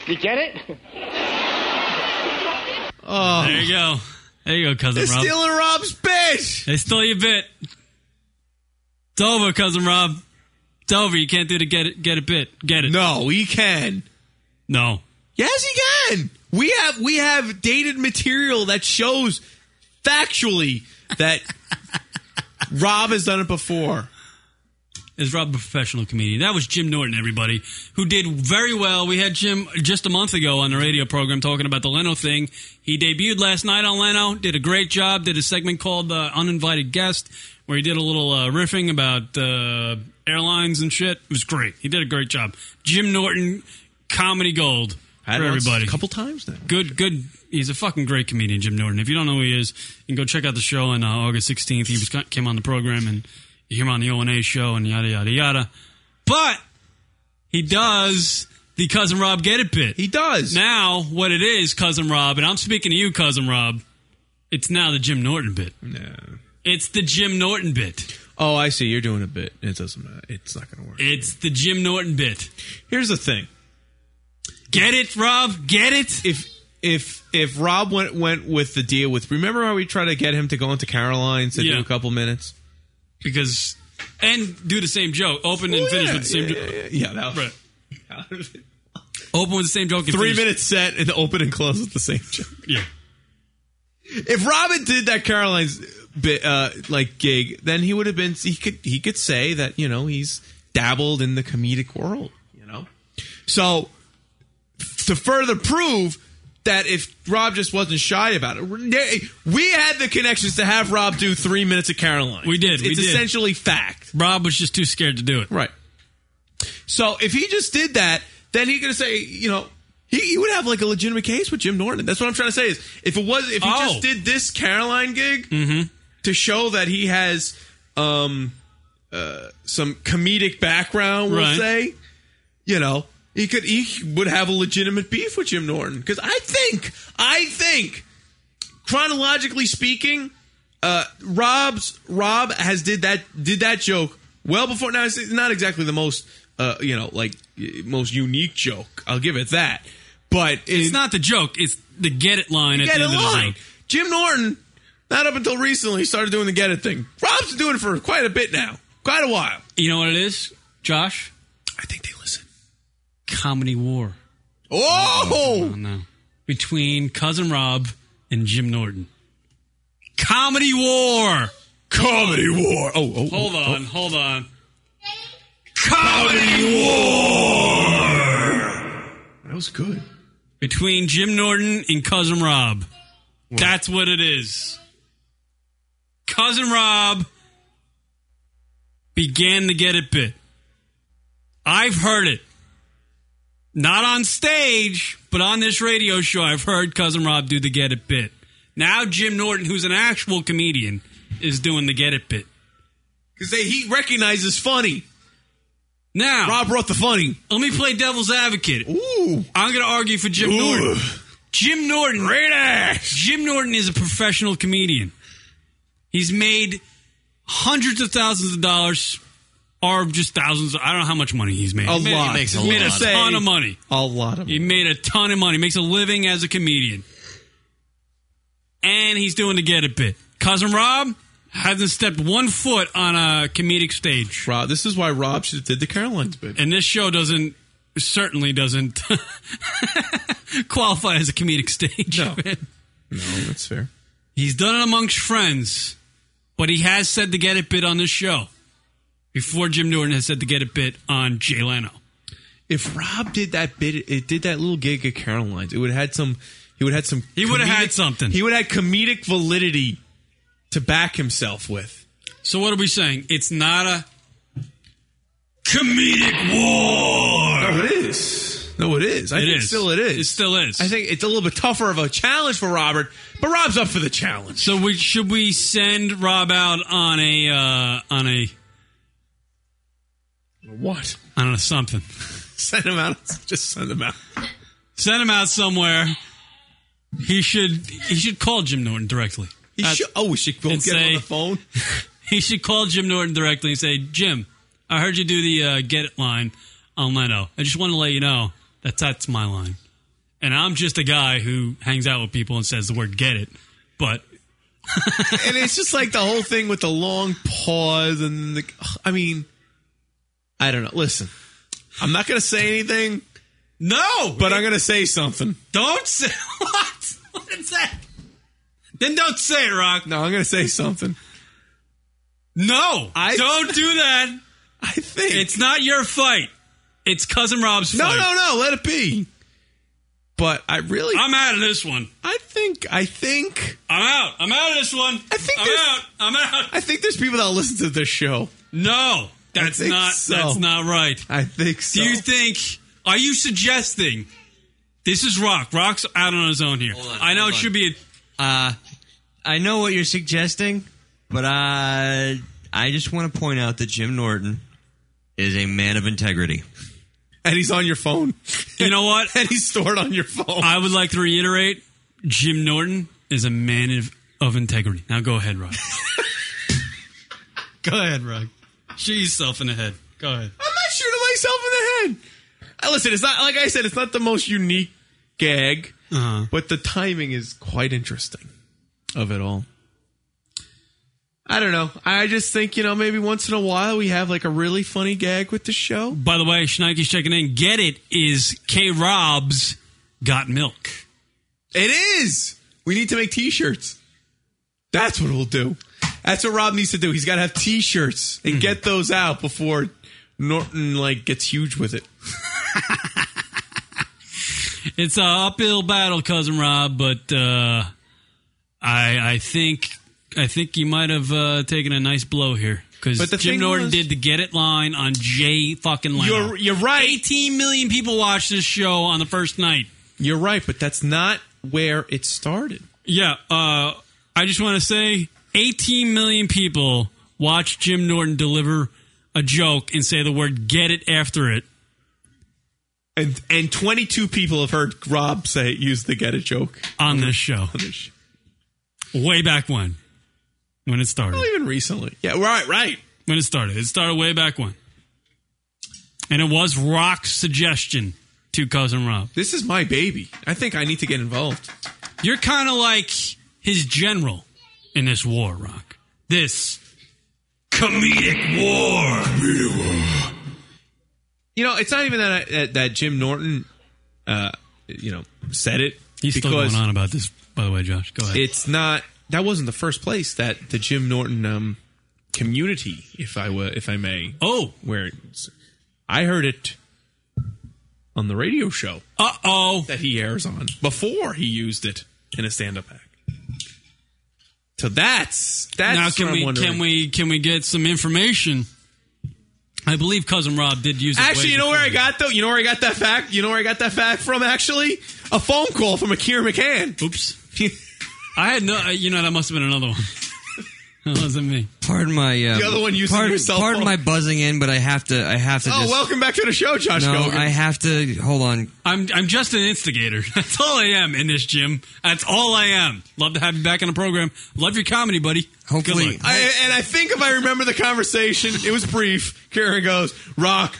[SPEAKER 10] You get it?
[SPEAKER 5] Oh, there you go, there you go, cousin
[SPEAKER 7] They're
[SPEAKER 5] Rob.
[SPEAKER 7] stealing Rob's bit.
[SPEAKER 5] they stole your bit. It's over, cousin Rob. It's over. You can't do the get it, get it bit. Get it?
[SPEAKER 7] No, he can.
[SPEAKER 5] No.
[SPEAKER 7] Yes, he can. We have we have dated material that shows factually that Rob has done it before.
[SPEAKER 5] is Rob a professional comedian? That was Jim Norton, everybody, who did very well. We had Jim just a month ago on the radio program talking about the Leno thing. He debuted last night on Leno, did a great job, did a segment called uh, Uninvited Guest, where he did a little uh, riffing about uh, airlines and shit. It was great. He did a great job. Jim Norton, comedy gold
[SPEAKER 7] Had
[SPEAKER 5] for
[SPEAKER 7] it on
[SPEAKER 5] everybody.
[SPEAKER 7] a couple times now.
[SPEAKER 5] Good, good. He's a fucking great comedian, Jim Norton. If you don't know who he is, you can go check out the show on uh, August 16th. He was, came on the program and you hear him on the O&A show and yada, yada, yada. But he does the cousin Rob get it bit. He
[SPEAKER 7] does.
[SPEAKER 5] Now what it is, cousin Rob, and I'm speaking to you, cousin Rob. It's now the Jim Norton bit.
[SPEAKER 7] No.
[SPEAKER 5] It's the Jim Norton bit.
[SPEAKER 7] Oh, I see. You're doing a bit. It doesn't matter. It's not going to work.
[SPEAKER 5] It's the Jim Norton bit.
[SPEAKER 7] Here's the thing.
[SPEAKER 5] Get it, Rob? Get it?
[SPEAKER 7] If if if Rob went went with the deal with remember how we tried to get him to go into Caroline's to
[SPEAKER 5] Yeah.
[SPEAKER 7] do a couple minutes?
[SPEAKER 5] Because and do the same joke. Open and
[SPEAKER 7] Well,
[SPEAKER 5] finish
[SPEAKER 7] Oh, yeah,
[SPEAKER 5] with the same
[SPEAKER 7] yeah,
[SPEAKER 5] joke.
[SPEAKER 7] yeah, yeah, that was-
[SPEAKER 5] right. Open with the same joke. and
[SPEAKER 7] Three
[SPEAKER 5] finish-
[SPEAKER 7] minutes set and open and close with the same joke.
[SPEAKER 5] Yeah.
[SPEAKER 7] If Robin did that Caroline's bit, uh, like gig, then he would have been he could he could say that, you know, he's dabbled in the comedic world, you know? So to further prove that if Rob just wasn't shy about it, we had the connections to have Rob do three minutes of Caroline.
[SPEAKER 5] We did.
[SPEAKER 7] It's
[SPEAKER 5] we did.
[SPEAKER 7] essentially fact.
[SPEAKER 5] Rob was just too scared to do it.
[SPEAKER 7] Right. So if he just did that, then he could say, you know, he, he would have like a legitimate case with Jim Norton. That's what I'm trying to say is if it was if he
[SPEAKER 5] Oh. Mm-hmm.
[SPEAKER 7] just did this Caroline gig to show that he has um uh some comedic background, we'll
[SPEAKER 5] Right.
[SPEAKER 7] say, you know, he could he would have a legitimate beef with Jim Norton because I think I think chronologically speaking, uh, Rob's Rob has did that did that joke well before. Now it's not exactly the most uh, you know like uh, most unique joke. I'll give it that, but
[SPEAKER 5] It's not the joke. It's the get it line at
[SPEAKER 7] get
[SPEAKER 5] the
[SPEAKER 7] it
[SPEAKER 5] end of the
[SPEAKER 7] line.
[SPEAKER 5] joke.
[SPEAKER 7] Jim Norton, not up until recently, started doing the get it thing. Rob's been doing it for quite a bit now, quite a while.
[SPEAKER 5] You know what it is, Josh? I think they listen. Comedy war.
[SPEAKER 7] Oh,
[SPEAKER 5] no, no, no. between cousin Rob and Jim Norton. Comedy war.
[SPEAKER 7] Comedy war. Oh, oh,
[SPEAKER 5] hold on, hold on.
[SPEAKER 7] Comedy
[SPEAKER 5] war.
[SPEAKER 7] That was good.
[SPEAKER 5] Between Jim Norton and cousin Rob. That's what it is. Cousin Rob began the get it bit. I've heard it. Not on stage, but on this radio show, I've heard Cousin Rob do the get it bit. Now Jim Norton, who's an actual comedian, is doing the get it bit.
[SPEAKER 7] Because he recognizes funny.
[SPEAKER 5] Now
[SPEAKER 7] Rob brought the funny.
[SPEAKER 5] Let me play devil's advocate.
[SPEAKER 7] Ooh.
[SPEAKER 5] I'm gonna argue for Jim
[SPEAKER 7] Ooh.
[SPEAKER 5] Norton. Jim Norton Jim Norton is a professional comedian. He's made hundreds of thousands of dollars or just thousands I don't know how much money he's made.
[SPEAKER 7] A
[SPEAKER 5] He made-
[SPEAKER 7] lot.
[SPEAKER 5] He makes a,
[SPEAKER 7] He made a
[SPEAKER 5] ton
[SPEAKER 7] save.
[SPEAKER 5] of money.
[SPEAKER 7] A lot of
[SPEAKER 5] He made a ton of money. Makes a living as a comedian. And he's doing the get it bit. Cousin Rob hasn't stepped one foot on a comedic stage.
[SPEAKER 7] Rob, this is why Rob should have did the Carolines bit.
[SPEAKER 5] And this show doesn't certainly doesn't qualify as a comedic stage.
[SPEAKER 7] No, that's fair.
[SPEAKER 5] He's done it amongst friends, but he has said the get it bit on this show. Before Jim Norton has said the get it bit on Jay Leno.
[SPEAKER 7] If Rob did that bit, it did that little gig at Caroline's. It would have had some. He would have had some.
[SPEAKER 5] He would have had
[SPEAKER 7] comedic-
[SPEAKER 5] something.
[SPEAKER 7] He would have had comedic validity to back himself with.
[SPEAKER 5] So what are we saying? It's not a comedic war.
[SPEAKER 7] No, it is. No, it is. I
[SPEAKER 5] It
[SPEAKER 7] think
[SPEAKER 5] is.
[SPEAKER 7] still it is.
[SPEAKER 5] It still is.
[SPEAKER 7] I think it's a little bit tougher of a challenge for Robert, but Rob's up for the challenge.
[SPEAKER 5] So we should we send Rob out on a uh, on a
[SPEAKER 7] What?
[SPEAKER 5] I don't know something.
[SPEAKER 7] Send him out. Just send him out.
[SPEAKER 5] Send him out somewhere. He should he should call Jim Norton directly.
[SPEAKER 7] He
[SPEAKER 5] Uh,
[SPEAKER 7] should, oh, we should go
[SPEAKER 5] and
[SPEAKER 7] get him on
[SPEAKER 5] say-
[SPEAKER 7] the phone.
[SPEAKER 5] He should call Jim Norton directly and say, Jim, I heard you do the uh, get it line on Leno. I just want to let you know that that's my line. And I'm just a guy who hangs out with people and says the word get it. But
[SPEAKER 7] and it's just like the whole thing with the long pause and the I mean I don't know. Listen. I'm not going to say anything.
[SPEAKER 5] No,
[SPEAKER 7] but I'm going to say something.
[SPEAKER 5] don't say what? What is that? Then don't say it, Rock.
[SPEAKER 7] No, I'm going to say something.
[SPEAKER 5] No,
[SPEAKER 7] I-
[SPEAKER 5] don't do that.
[SPEAKER 7] I think
[SPEAKER 5] it's not your fight. It's cousin Rob's
[SPEAKER 7] No,
[SPEAKER 5] fight.
[SPEAKER 7] no, no, let it be. But I really
[SPEAKER 5] I'm out of this one.
[SPEAKER 7] I think I think
[SPEAKER 5] I'm out. I'm out of this one. I
[SPEAKER 7] think
[SPEAKER 5] I'm
[SPEAKER 7] there's-
[SPEAKER 5] out. I'm out.
[SPEAKER 7] I think there's people that listen to this show.
[SPEAKER 5] No, that's
[SPEAKER 7] think
[SPEAKER 5] not
[SPEAKER 7] so.
[SPEAKER 5] that's not right.
[SPEAKER 7] I think so.
[SPEAKER 5] Do you think? Are you suggesting? This is Rock. Rock's out on his own here. I know it should be.
[SPEAKER 4] Uh, I know what you're suggesting, but I I just want to point out that Jim Norton is a man of integrity.
[SPEAKER 7] and he's on your phone.
[SPEAKER 5] You know what?
[SPEAKER 7] and he's stored on your phone.
[SPEAKER 5] I would like to reiterate Jim Norton is a man of, of integrity. Now go ahead, Rod. go ahead, Rod. Shoot yourself in the head. Go ahead.
[SPEAKER 7] I'm not shooting myself in the head. Uh, Listen, it's not like I said. It's not the most unique gag, but the timing is quite interesting of it all. I don't know. I just think you know maybe once in a while we have like a really funny gag with the show.
[SPEAKER 5] By the way, Schneike's checking in. Get it is K Rob's got milk.
[SPEAKER 7] It is. We need to make T-shirts. That's what we'll do. That's what Rob needs to do. He's got to have T-shirts and get those out before Norton like gets huge with it.
[SPEAKER 5] It's a uphill battle, cousin Rob, but uh, I I think I think you might have uh, taken a nice blow here because
[SPEAKER 41] But the
[SPEAKER 5] Jim
[SPEAKER 41] thing
[SPEAKER 5] Norton
[SPEAKER 41] was-
[SPEAKER 5] did the get it line on Jay fucking Leno.
[SPEAKER 7] You're- you're right.
[SPEAKER 5] 18 million people watched this show on the first night.
[SPEAKER 7] You're right, but that's not where it started.
[SPEAKER 5] Yeah, uh, I just want to say 18 million people watched Jim Norton deliver a joke and say the word "get it" after it.
[SPEAKER 7] And and 22 people have heard Rob say use the get a joke
[SPEAKER 5] on this show. Way back when, when it started. Not
[SPEAKER 7] even recently. Yeah, right, right.
[SPEAKER 5] When it started, it started way back when, and it was Rock's suggestion to cousin Rob.
[SPEAKER 7] This is my baby. I think I need to get involved.
[SPEAKER 5] You're kind of like his general in this war, Rock. This comedic war.
[SPEAKER 7] You know, it's not even that that, that Jim Norton, uh, you know, said it.
[SPEAKER 5] He's still going on about this, by the way, Josh. Go ahead.
[SPEAKER 7] It's not that wasn't the first place that the Jim Norton um, community, if I were, if I may.
[SPEAKER 5] Oh,
[SPEAKER 7] where it's, I heard it on the radio show.
[SPEAKER 5] Uh oh,
[SPEAKER 7] that he airs on before he used it in a stand-up act. So that's that's
[SPEAKER 5] now can
[SPEAKER 7] what I'm
[SPEAKER 5] we
[SPEAKER 7] wondering.
[SPEAKER 5] can we can we get some information? I believe cousin Rob did use. it way
[SPEAKER 7] Actually, you know where I got though. You know where I got that fact. You know where I got that fact from. Actually, a phone call from Akira McCann.
[SPEAKER 5] Oops. I had no. uh, You know that must have been another one. that wasn't me.
[SPEAKER 4] Pardon my uh,
[SPEAKER 5] The other one using
[SPEAKER 4] pardon,
[SPEAKER 5] your cell
[SPEAKER 4] pardon
[SPEAKER 5] phone.
[SPEAKER 4] my buzzing in, but I have to. I have to.
[SPEAKER 5] Oh,
[SPEAKER 4] just,
[SPEAKER 5] welcome back to the show, Josh
[SPEAKER 4] No,
[SPEAKER 5] Gogan.
[SPEAKER 4] I have to. Hold on.
[SPEAKER 5] I'm I'm just an instigator. That's all I am in this gym. That's all I am. Love to have you back on the program. Love your comedy, buddy. Good luck.
[SPEAKER 7] I, and I think if I remember the conversation, it was brief. Karen goes, "Rock,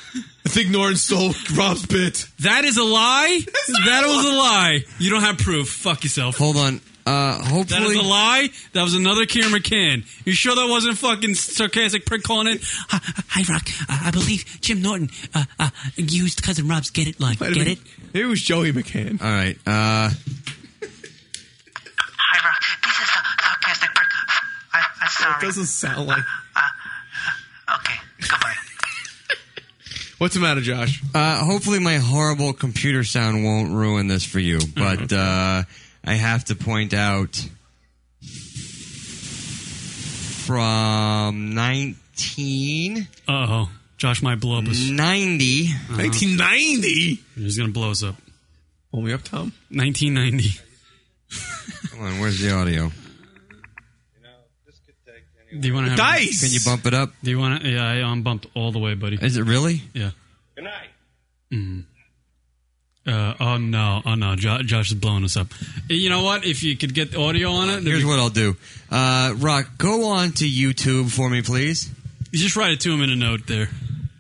[SPEAKER 7] I think Norton stole Rob's bit."
[SPEAKER 5] That is a lie. That was a lie. You don't have proof. Fuck yourself.
[SPEAKER 4] Hold on. Uh, hopefully,
[SPEAKER 5] That is a lie. That was another Kieran McCann. You sure that wasn't fucking sarcastic prick calling it? Hi, hi Rock. Uh, I believe Jim Norton uh, uh, used cousin Rob's get it line. Get it?
[SPEAKER 7] Maybe it was Joey McCann.
[SPEAKER 4] All right. Uh,
[SPEAKER 11] I'm sorry.
[SPEAKER 7] It doesn't sound like.
[SPEAKER 11] Goodbye.
[SPEAKER 7] What's the matter, Josh?
[SPEAKER 4] Uh, hopefully, my horrible computer sound won't ruin this for you, but uh, I have to point out from 19.
[SPEAKER 5] Uh oh. Josh might blow up us.
[SPEAKER 4] 90.
[SPEAKER 7] 1990?
[SPEAKER 5] He's going to blow us up.
[SPEAKER 7] Hold me up, Tom.
[SPEAKER 5] 1990.
[SPEAKER 4] Come on, where's the audio?
[SPEAKER 5] Do you want to have
[SPEAKER 4] Dice! Can you bump it up?
[SPEAKER 5] Do you want to? Yeah, I, I'm bumped all the way, buddy.
[SPEAKER 4] Is it really?
[SPEAKER 5] Yeah.
[SPEAKER 11] Good night.
[SPEAKER 5] Mm. Uh, oh no! Oh no! Jo- Josh is blowing us up. You know what? If you could get the audio on it, that'd
[SPEAKER 4] Here's
[SPEAKER 5] be-
[SPEAKER 4] what I'll do. Uh, Rock, go on to YouTube for me, please.
[SPEAKER 5] you just write it to him in a note there.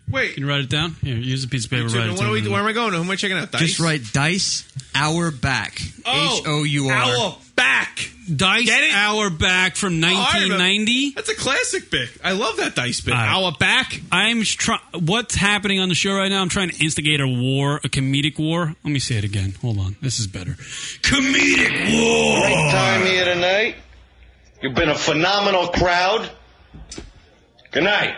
[SPEAKER 7] Wait.
[SPEAKER 5] Can you write it down? Here, use a piece of paper.
[SPEAKER 7] What
[SPEAKER 5] Write it to
[SPEAKER 7] are
[SPEAKER 5] him
[SPEAKER 7] we,
[SPEAKER 5] in a
[SPEAKER 7] where am
[SPEAKER 5] note.
[SPEAKER 7] I going? Who am I checking out? Dice?
[SPEAKER 4] Just write Dice Hour Back.
[SPEAKER 7] Oh,
[SPEAKER 4] H O U R.
[SPEAKER 7] Hour Back. Oh,
[SPEAKER 5] Dice Hour Back from
[SPEAKER 7] I remember.
[SPEAKER 5] 1990.
[SPEAKER 7] That's a classic bit. I love that dice bit.
[SPEAKER 5] All right.
[SPEAKER 7] Hour back.
[SPEAKER 5] I'm just try- what's happening on the show right now? I'm trying to instigate a war, a comedic war. Let me say it again. Hold on, this is better. Comedic war.
[SPEAKER 2] Great time here tonight. You've been a phenomenal crowd. Good night.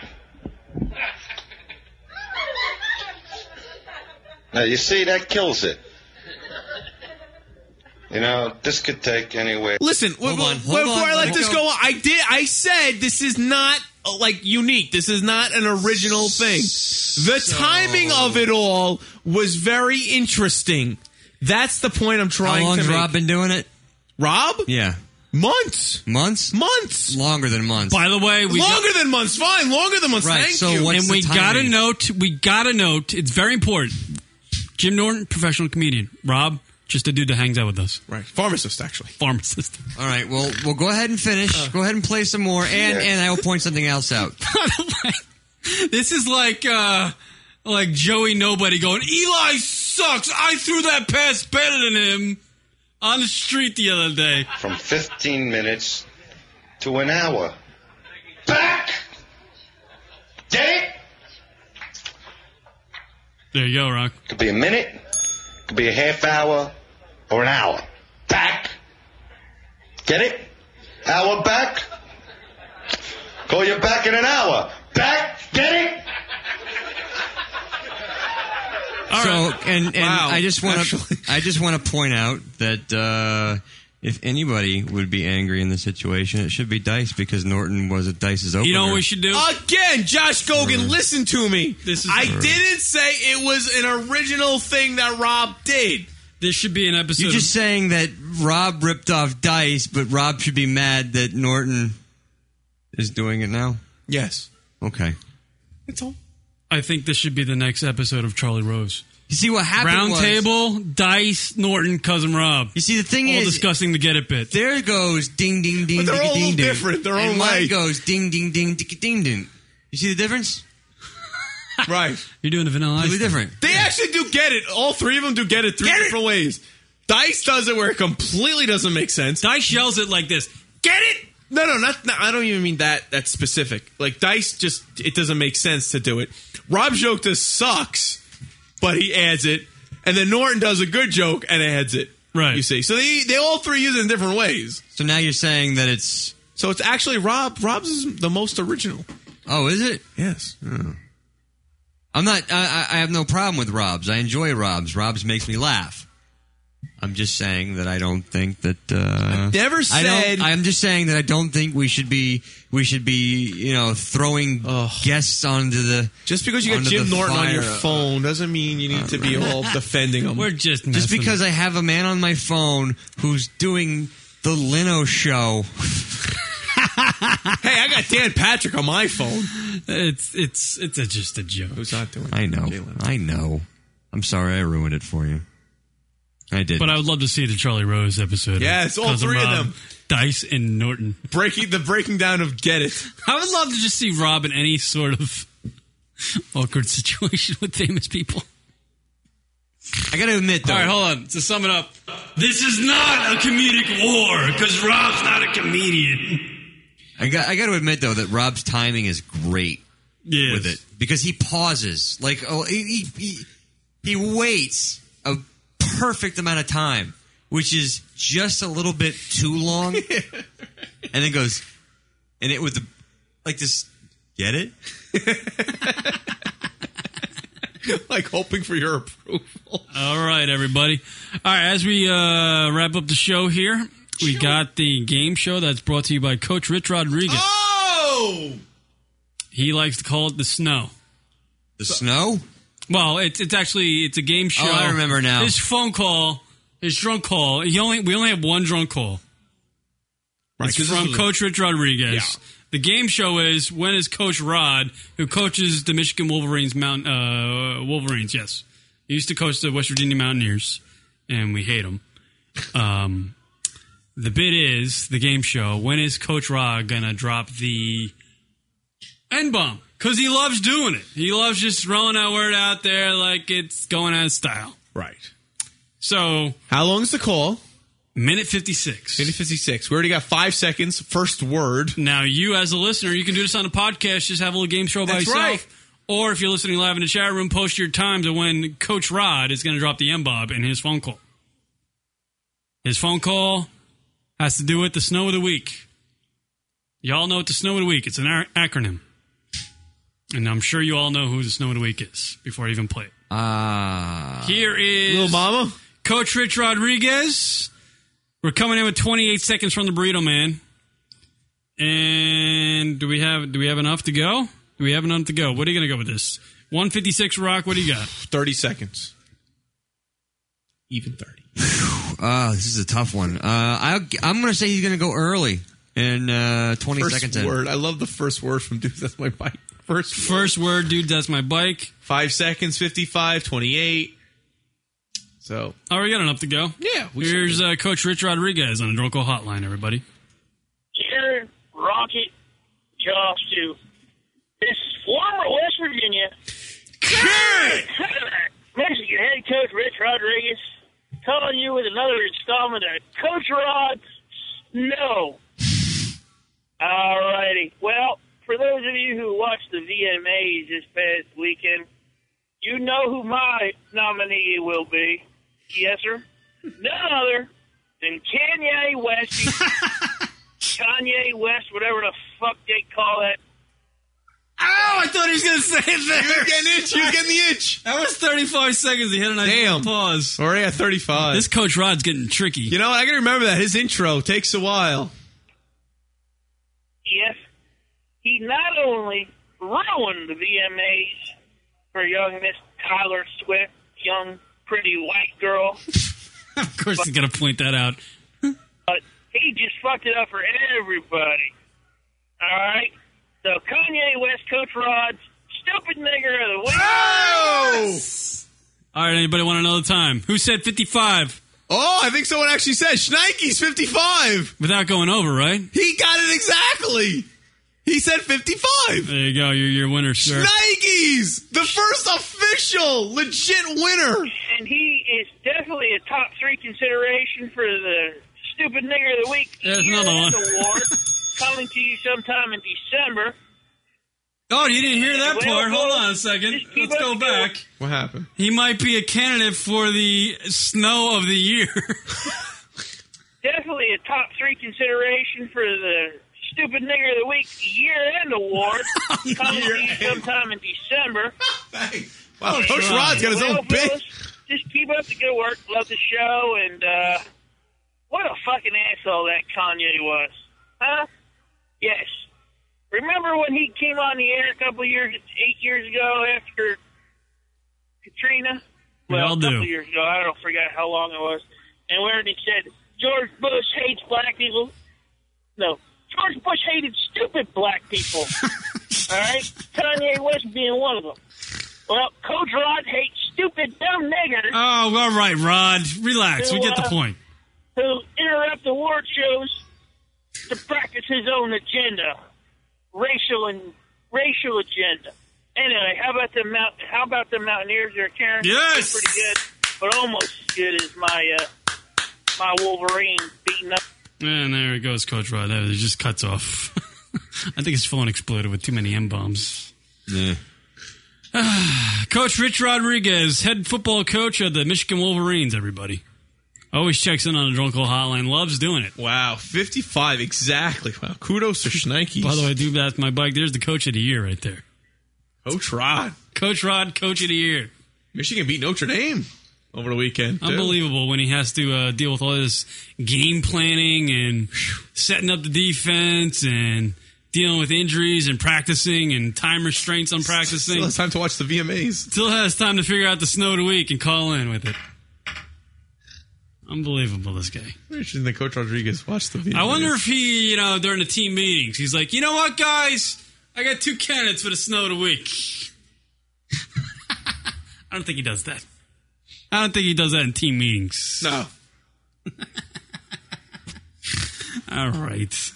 [SPEAKER 2] Now you see that kills it. You know this could take anywhere.
[SPEAKER 7] Listen, wait, wait, wait, before I let this go, on, I did. I said this is not uh, like unique. This is not an original thing. The timing of it all was very interesting. That's the point I'm trying
[SPEAKER 4] How long's
[SPEAKER 7] to make.
[SPEAKER 4] Rob been doing it?
[SPEAKER 7] Rob?
[SPEAKER 4] Yeah.
[SPEAKER 7] Months.
[SPEAKER 4] Months?
[SPEAKER 7] Months.
[SPEAKER 4] Longer than months.
[SPEAKER 5] By the way, we
[SPEAKER 7] longer than months. Fine, longer than months. Thank you.
[SPEAKER 5] and we got a note. We got a note. It's very important. Jim Norton, professional comedian. Rob, just a dude that hangs out with us.
[SPEAKER 7] Right. Pharmacist, actually.
[SPEAKER 5] Pharmacist.
[SPEAKER 4] All right. Well, we'll go ahead and
[SPEAKER 5] Uh.
[SPEAKER 4] finish. go ahead and play some more, and and I will point something else out.
[SPEAKER 5] This is like uh like Joey Nobody going, Eli sucks. I threw that pass better than him on the street the other day.
[SPEAKER 2] From 15 minutes to an hour. Back! Dang!
[SPEAKER 5] There you go, Rock.
[SPEAKER 2] Could be a minute, could be a half hour, or an hour. Back! Get it? Hour back? Call you back in an hour. Back! Get it?
[SPEAKER 4] so and and I just want to I just want to point out that uh, if anybody would be angry in this situation, it should be Dice because Norton was at Dice's opener.
[SPEAKER 7] You know what
[SPEAKER 5] we should do?
[SPEAKER 7] Again, Josh Gogan, listen to me. This
[SPEAKER 5] is-
[SPEAKER 7] I didn't say it was an original thing that Rob did.
[SPEAKER 5] This should be an episode.
[SPEAKER 4] You're just saying that Rob ripped off Dice, but Rob should be mad that Norton is doing it now.
[SPEAKER 7] Yes.
[SPEAKER 4] Okay.
[SPEAKER 7] It's all.
[SPEAKER 5] I think this should be the next episode of Charlie Rose.
[SPEAKER 4] You see what happened
[SPEAKER 5] Round
[SPEAKER 4] was-
[SPEAKER 5] table, dice, Norton, cousin Rob. You
[SPEAKER 4] see the thing
[SPEAKER 5] all
[SPEAKER 4] is-
[SPEAKER 5] discussing the get it bit.
[SPEAKER 4] There goes ding ding
[SPEAKER 5] But
[SPEAKER 4] ding.
[SPEAKER 5] they're all a
[SPEAKER 4] ding,
[SPEAKER 5] little
[SPEAKER 4] ding,
[SPEAKER 5] different. They're
[SPEAKER 4] and
[SPEAKER 5] all
[SPEAKER 4] mine
[SPEAKER 5] like-
[SPEAKER 4] goes ding ding ding ding ding ding. You see the difference?
[SPEAKER 7] right.
[SPEAKER 5] You're doing a vanilla.
[SPEAKER 4] Totally different.
[SPEAKER 7] They actually do get it. All three of them do get it three different ways. Dice does it where it completely doesn't make sense.
[SPEAKER 5] Dice yells it like this: "Get it!"
[SPEAKER 7] No, no, not. No, I don't even mean that. That's specific. Like Dice, just it doesn't make sense to do it. Rob joke this sucks, but he adds it, and then Norton does a good joke and adds it. Right. You see, so they they all three use it in different ways.
[SPEAKER 4] So now you're saying that it's
[SPEAKER 7] so it's actually Rob. Rob's is the most original.
[SPEAKER 4] Oh, is it?
[SPEAKER 7] Yes.
[SPEAKER 4] I'm not. I, I I have no problem with Rob's. I enjoy Rob's. Rob's makes me laugh. I'm just saying that I don't think that. Uh,
[SPEAKER 7] never
[SPEAKER 4] I
[SPEAKER 7] said-
[SPEAKER 4] don't, I'm just saying that I don't think we should be. We should be. You know, throwing guests onto the.
[SPEAKER 7] Just because you got
[SPEAKER 4] onto
[SPEAKER 7] Jim
[SPEAKER 4] the
[SPEAKER 7] Norton on your
[SPEAKER 4] fire.
[SPEAKER 7] phone doesn't mean you need to be all defending him.
[SPEAKER 5] We're just
[SPEAKER 4] Uh, Just because I have a man on my phone who's doing the Leno show.
[SPEAKER 7] hey, I got Dan Patrick on my phone.
[SPEAKER 5] It's it's it's a, just a joke.
[SPEAKER 7] Who's not doing?
[SPEAKER 4] I know. I know. I'm sorry I ruined it for you. I did.
[SPEAKER 5] But I would love to see the Charlie Rose episode.
[SPEAKER 7] Yes, all
[SPEAKER 5] Cousin
[SPEAKER 7] three of
[SPEAKER 5] Rob,
[SPEAKER 7] them.
[SPEAKER 5] Dice and Norton.
[SPEAKER 7] Breaking the breaking down of Get It.
[SPEAKER 5] I would love to just see Rob in any sort of awkward situation with famous people.
[SPEAKER 4] I gotta admit, though.
[SPEAKER 5] All right, hold on. To sum it up, this is not a comedic war because Rob's not a comedian.
[SPEAKER 4] I got I got to admit though that Rob's timing is great
[SPEAKER 5] Yes.
[SPEAKER 4] with it because he pauses like oh he, he he he waits a perfect amount of time which is just a little bit too long and then goes and it with the like this get it
[SPEAKER 7] like hoping for your approval.
[SPEAKER 5] All right, everybody. All right, as we uh, wrap up the show here, we got the game show that's brought to you by Coach Rich Rodriguez.
[SPEAKER 7] Oh!
[SPEAKER 5] He likes to call it the snow.
[SPEAKER 4] The snow?
[SPEAKER 5] Well, it's it's actually it's a game show.
[SPEAKER 4] Oh, I remember now.
[SPEAKER 5] His phone call, his drunk call. He only we only have one drunk call.
[SPEAKER 7] Right,
[SPEAKER 5] it's
[SPEAKER 7] 'cause this
[SPEAKER 5] from
[SPEAKER 7] was a-
[SPEAKER 5] Coach Rich Rodriguez.
[SPEAKER 7] Yeah.
[SPEAKER 5] The game show is when is Coach Rod, who coaches the Michigan Wolverines, Mount uh, Wolverines. Yes, he used to coach the West Virginia Mountaineers, and we hate him. Um, the bit is the game show. When is Coach Rod gonna drop the N bomb because he loves doing it. He loves just throwing that word out there like it's going out of style.
[SPEAKER 7] Right.
[SPEAKER 5] So
[SPEAKER 7] how long is the call?
[SPEAKER 5] Minute fifty six.
[SPEAKER 7] Minute fifty six. We already got five seconds. First word.
[SPEAKER 5] Now you, as a listener, you can do this on the podcast. Just have a little game show by
[SPEAKER 7] That's
[SPEAKER 5] yourself.
[SPEAKER 7] right.
[SPEAKER 5] Or if you're listening live in the chat room, post your times of when Coach Rod is going to drop the M Bob in his phone call. His phone call has to do with the snow of the week. Y'all know what the snow of the week. It's an ar- acronym, and I'm sure you all know who the snow of the week is before I even play it.
[SPEAKER 4] ah
[SPEAKER 5] Here is
[SPEAKER 7] Little Mama.
[SPEAKER 5] Coach Rich Rodriguez. We're coming in with 28 seconds from the burrito man. And do we have do we have enough to go? Do we have enough to go? What are you going to go with this? 156 rock, what do you got?
[SPEAKER 7] 30 seconds. Even 30.
[SPEAKER 4] ah this is a tough one uh I I'm gonna say he's gonna go early in uh 20
[SPEAKER 7] First
[SPEAKER 4] seconds in.
[SPEAKER 7] word. I love the first word from Dude, That's My Bike. First
[SPEAKER 5] First word, Dude, That's My Bike.
[SPEAKER 7] Five seconds, 55, 28, So
[SPEAKER 5] All right, Oh, we got enough to go.
[SPEAKER 7] Yeah.
[SPEAKER 5] Here's uh, Coach Rich Rodriguez on the Drunko Hotline, everybody.
[SPEAKER 1] Karen, Rocket, Josh, to this former West Virginia Michigan head coach Rich Rodriguez calling you with another installment of Coach Rod. No. All righty. Well, for those of you who watched the VMAs this past weekend, you know who my nominee will be. Yes, sir. None other than Kanye West. Kanye West, whatever the fuck they call that.
[SPEAKER 5] Oh, I thought he was going to say that.
[SPEAKER 1] You were getting itch. You were getting
[SPEAKER 7] the itch.
[SPEAKER 5] That was 35 seconds. He had an
[SPEAKER 7] Damn.
[SPEAKER 5] pause.
[SPEAKER 7] Already at 35. This
[SPEAKER 5] Coach Rod's getting tricky.
[SPEAKER 7] You know what? I got to remember that. His intro takes a while.
[SPEAKER 1] Yes, he not only ruined the VMAs for young Miss Tyler Swift, young pretty white girl,
[SPEAKER 5] Of course, he's going to point that out.
[SPEAKER 1] but he just fucked it up for everybody. All right, so Kanye West, Coach Rod, stupid nigger of the week.
[SPEAKER 7] Oh!
[SPEAKER 5] All right, anybody want another time? Who said 55?
[SPEAKER 7] Oh, I think someone actually said Schneike's 55.
[SPEAKER 5] Without going over, right?
[SPEAKER 7] He got it exactly. He said 55.
[SPEAKER 5] There you go. You're your winner, sir.
[SPEAKER 7] Nikes, the first official legit winner.
[SPEAKER 1] And he is definitely a top three consideration for the stupid nigger of the week
[SPEAKER 5] There's
[SPEAKER 1] Year
[SPEAKER 5] another
[SPEAKER 1] End
[SPEAKER 5] one.
[SPEAKER 1] award coming to you sometime in December.
[SPEAKER 5] Oh, you didn't hear that
[SPEAKER 1] Well,
[SPEAKER 5] part. Hold
[SPEAKER 1] well,
[SPEAKER 5] on a second.
[SPEAKER 1] keep
[SPEAKER 5] Let's
[SPEAKER 1] us
[SPEAKER 5] go
[SPEAKER 1] going.
[SPEAKER 5] back.
[SPEAKER 7] What happened?
[SPEAKER 5] He might be a candidate for the snow of the year.
[SPEAKER 1] Definitely a top three consideration for the stupid nigger of the week year end award coming to you sometime in December. Uh,
[SPEAKER 7] Wow, Coach Rod's got his
[SPEAKER 1] Well,
[SPEAKER 7] own bit.
[SPEAKER 1] fellas, Just keep up the good work. Love the show, and uh, what a fucking asshole that Kanye was, huh? Yes. Remember when he came on the air a couple of years, eight years ago after Katrina?
[SPEAKER 5] We all
[SPEAKER 1] a couple
[SPEAKER 5] do.
[SPEAKER 1] years ago. I don't forget how long it was. And where he said George Bush hates black people. No, George Bush hated stupid black people. all right, Kanye West being one of them. Well, Coach Rod hates stupid dumb niggers
[SPEAKER 5] Oh, all right, Rod. Relax. We
[SPEAKER 1] Who,
[SPEAKER 5] get the
[SPEAKER 1] uh,
[SPEAKER 5] point.
[SPEAKER 1] who interrupt award shows to practice his own agenda, racial and racial agenda. Anyway, how about the Mount? How about the Mountaineers there, Karen?
[SPEAKER 5] Yes!
[SPEAKER 1] pretty good, but almost as good as my uh, my Wolverine beating up.
[SPEAKER 5] And there it goes, Coach Rod. That- It just cuts off. I think his phone exploded with too many M bombs.
[SPEAKER 4] Yeah.
[SPEAKER 5] coach Rich Rodriguez, head football coach of the Michigan Wolverines, everybody. Always checks in on the Drunk Old Hotline. Loves doing it.
[SPEAKER 7] Wow, 55 exactly. Wow, kudos to Schneikes.
[SPEAKER 5] By the way, do that's my bike. There's the coach of the year right there.
[SPEAKER 7] Coach Rod.
[SPEAKER 5] Coach Rod, coach of the year.
[SPEAKER 7] Michigan beat Notre Dame over the weekend. too.
[SPEAKER 5] Unbelievable when he has to uh, deal with all this game planning and setting up the defense and dealing with injuries and practicing and time restraints on practicing.
[SPEAKER 7] Still has time to watch the VMAs.
[SPEAKER 5] Still has time to figure out the snow of the week and call in with it. Unbelievable, this guy.
[SPEAKER 7] Interesting that Coach Rodriguez watched the VMAs.
[SPEAKER 5] I wonder if he, you know, during the team meetings, he's like, you know what, guys? I got two candidates for the snow of the week. I don't think he does that. I don't think he does that in team meetings.
[SPEAKER 7] No.
[SPEAKER 5] All right.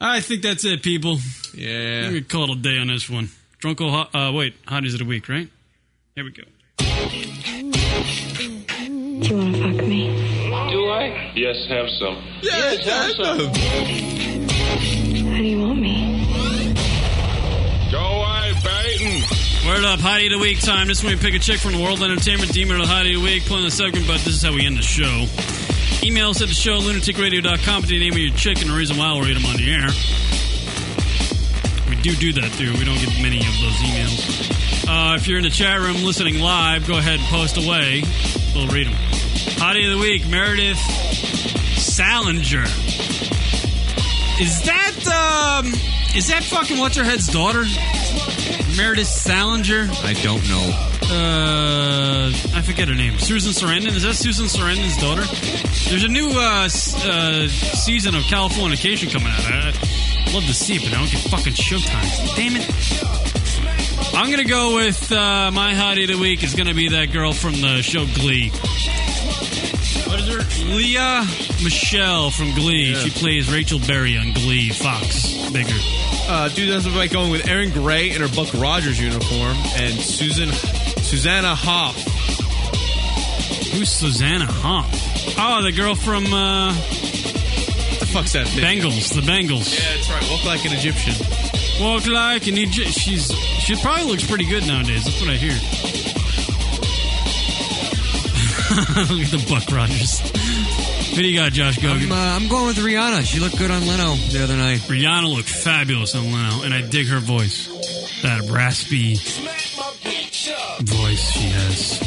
[SPEAKER 5] I think that's it, people.
[SPEAKER 7] Yeah.
[SPEAKER 5] We could call it a day on this one. Drunko, Hot- uh, wait, hotties of the week, right? Here we go.
[SPEAKER 22] Do you want to fuck me?
[SPEAKER 2] Do I? Yes, have some.
[SPEAKER 22] Yes, have some. How do you want me?
[SPEAKER 2] Go away, Baton.
[SPEAKER 5] Word up, hottie of the week time. This one we pick a chick from the world of entertainment, demon of the hottie of the week, playing the segment, but this is how we end the show. Email us at the show, lunaticradio.com, with the name of your chick and the reason why we'll read them on the air. We do do that, too. We don't get many of those emails. Uh, if you're in the chat room listening live, go ahead and post away. We'll read them. Hottie of the week, Meredith Salinger. Is that, um, is that fucking what's her head's daughter? Meredith Salinger?
[SPEAKER 4] I don't know.
[SPEAKER 5] uh, I forget her name. Susan Sarandon. Is that Susan Sarandon's daughter? There's a new uh, s- uh, season of Californication coming out. I- I'd love to see it, but I don't get fucking showtime. Damn it. I'm gonna go with uh, my hottie of the week is gonna be that girl from the show Glee. What is her? Leah Michelle from Glee. She plays Rachel Berry on Glee. Fox bigger.
[SPEAKER 7] Uh, dude, that's like going with Erin Gray in her Buck Rogers uniform and Susan Susanna Hoff.
[SPEAKER 5] Who's Susanna Hoff? Oh, the girl from uh,
[SPEAKER 7] the fuck's that?
[SPEAKER 5] Bengals. The Bengals.
[SPEAKER 7] Yeah, that's right. Look like an Egyptian.
[SPEAKER 5] Walk like an Egyptian. She's she probably looks pretty good nowadays. That's what I hear. Look at the Buck Rogers. What do you got, Josh Gogan?
[SPEAKER 4] I'm, uh, I'm going with Rihanna. She looked good on Leno the other night.
[SPEAKER 5] Rihanna looked fabulous on Leno, and I dig her voice. That raspy voice she has.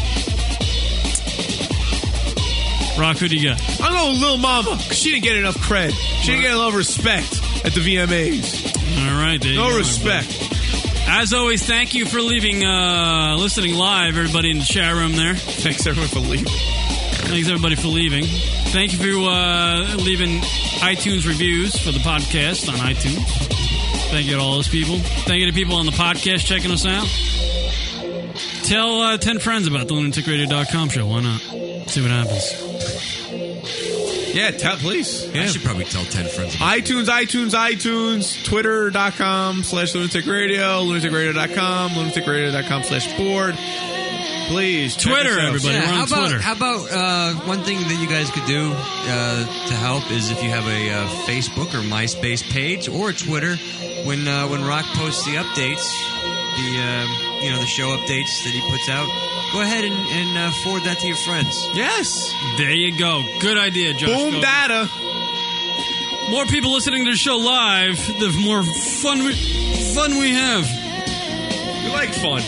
[SPEAKER 5] Rock, who do you got?
[SPEAKER 7] I'm going with Lil Mama because she didn't get enough cred. She didn't get enough respect at the VMAs.
[SPEAKER 5] All right, there you
[SPEAKER 7] no
[SPEAKER 5] go,
[SPEAKER 7] respect.
[SPEAKER 5] As always, thank you for leaving, uh, listening live, everybody in the chat room there.
[SPEAKER 7] Thanks everyone for leaving.
[SPEAKER 5] Thanks everybody for leaving. Thank you for uh, leaving iTunes reviews for the podcast on iTunes. Thank you to all those people. Thank you to people on the podcast checking us out. Tell uh, 10 friends about the lunaticradio.com show. Why not? See what happens.
[SPEAKER 7] Yeah, tell please. Yeah.
[SPEAKER 4] I should probably tell 10 friends.
[SPEAKER 7] iTunes, iTunes, iTunes, twitter.com slash lunatic radio, lunaticradio.com, lunaticradio.com slash board. Please, check
[SPEAKER 5] Twitter,
[SPEAKER 7] us out.
[SPEAKER 5] everybody. We're
[SPEAKER 4] how
[SPEAKER 5] on
[SPEAKER 4] about,
[SPEAKER 5] Twitter.
[SPEAKER 4] How about uh, one thing that you guys could do uh, to help is if you have a uh, Facebook or MySpace page or Twitter, when uh, when Rock posts the updates, the um, you know the show updates that he puts out, go ahead and, and uh, forward that to your friends.
[SPEAKER 7] Yes,
[SPEAKER 5] There you go. Good idea, Josh.
[SPEAKER 7] Boom
[SPEAKER 5] Goldman.
[SPEAKER 7] data.
[SPEAKER 5] More people listening to the show live, the more fun we, fun we have.
[SPEAKER 7] We like fun.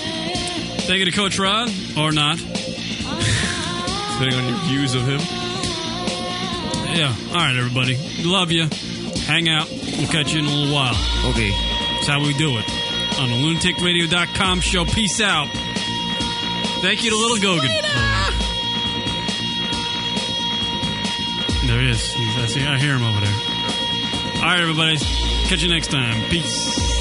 [SPEAKER 5] Thank you to Coach Rod, or not.
[SPEAKER 7] Depending on your views of him.
[SPEAKER 5] Yeah. All right, everybody. Love you. Hang out. We'll catch you in a little while.
[SPEAKER 4] Okay.
[SPEAKER 5] That's how we do it. On the lunaticradio.com show. Peace out. Thank you to Little Gogan. There he is. He's- I, see, I hear him over there. All right, everybody. Catch you next time. Peace.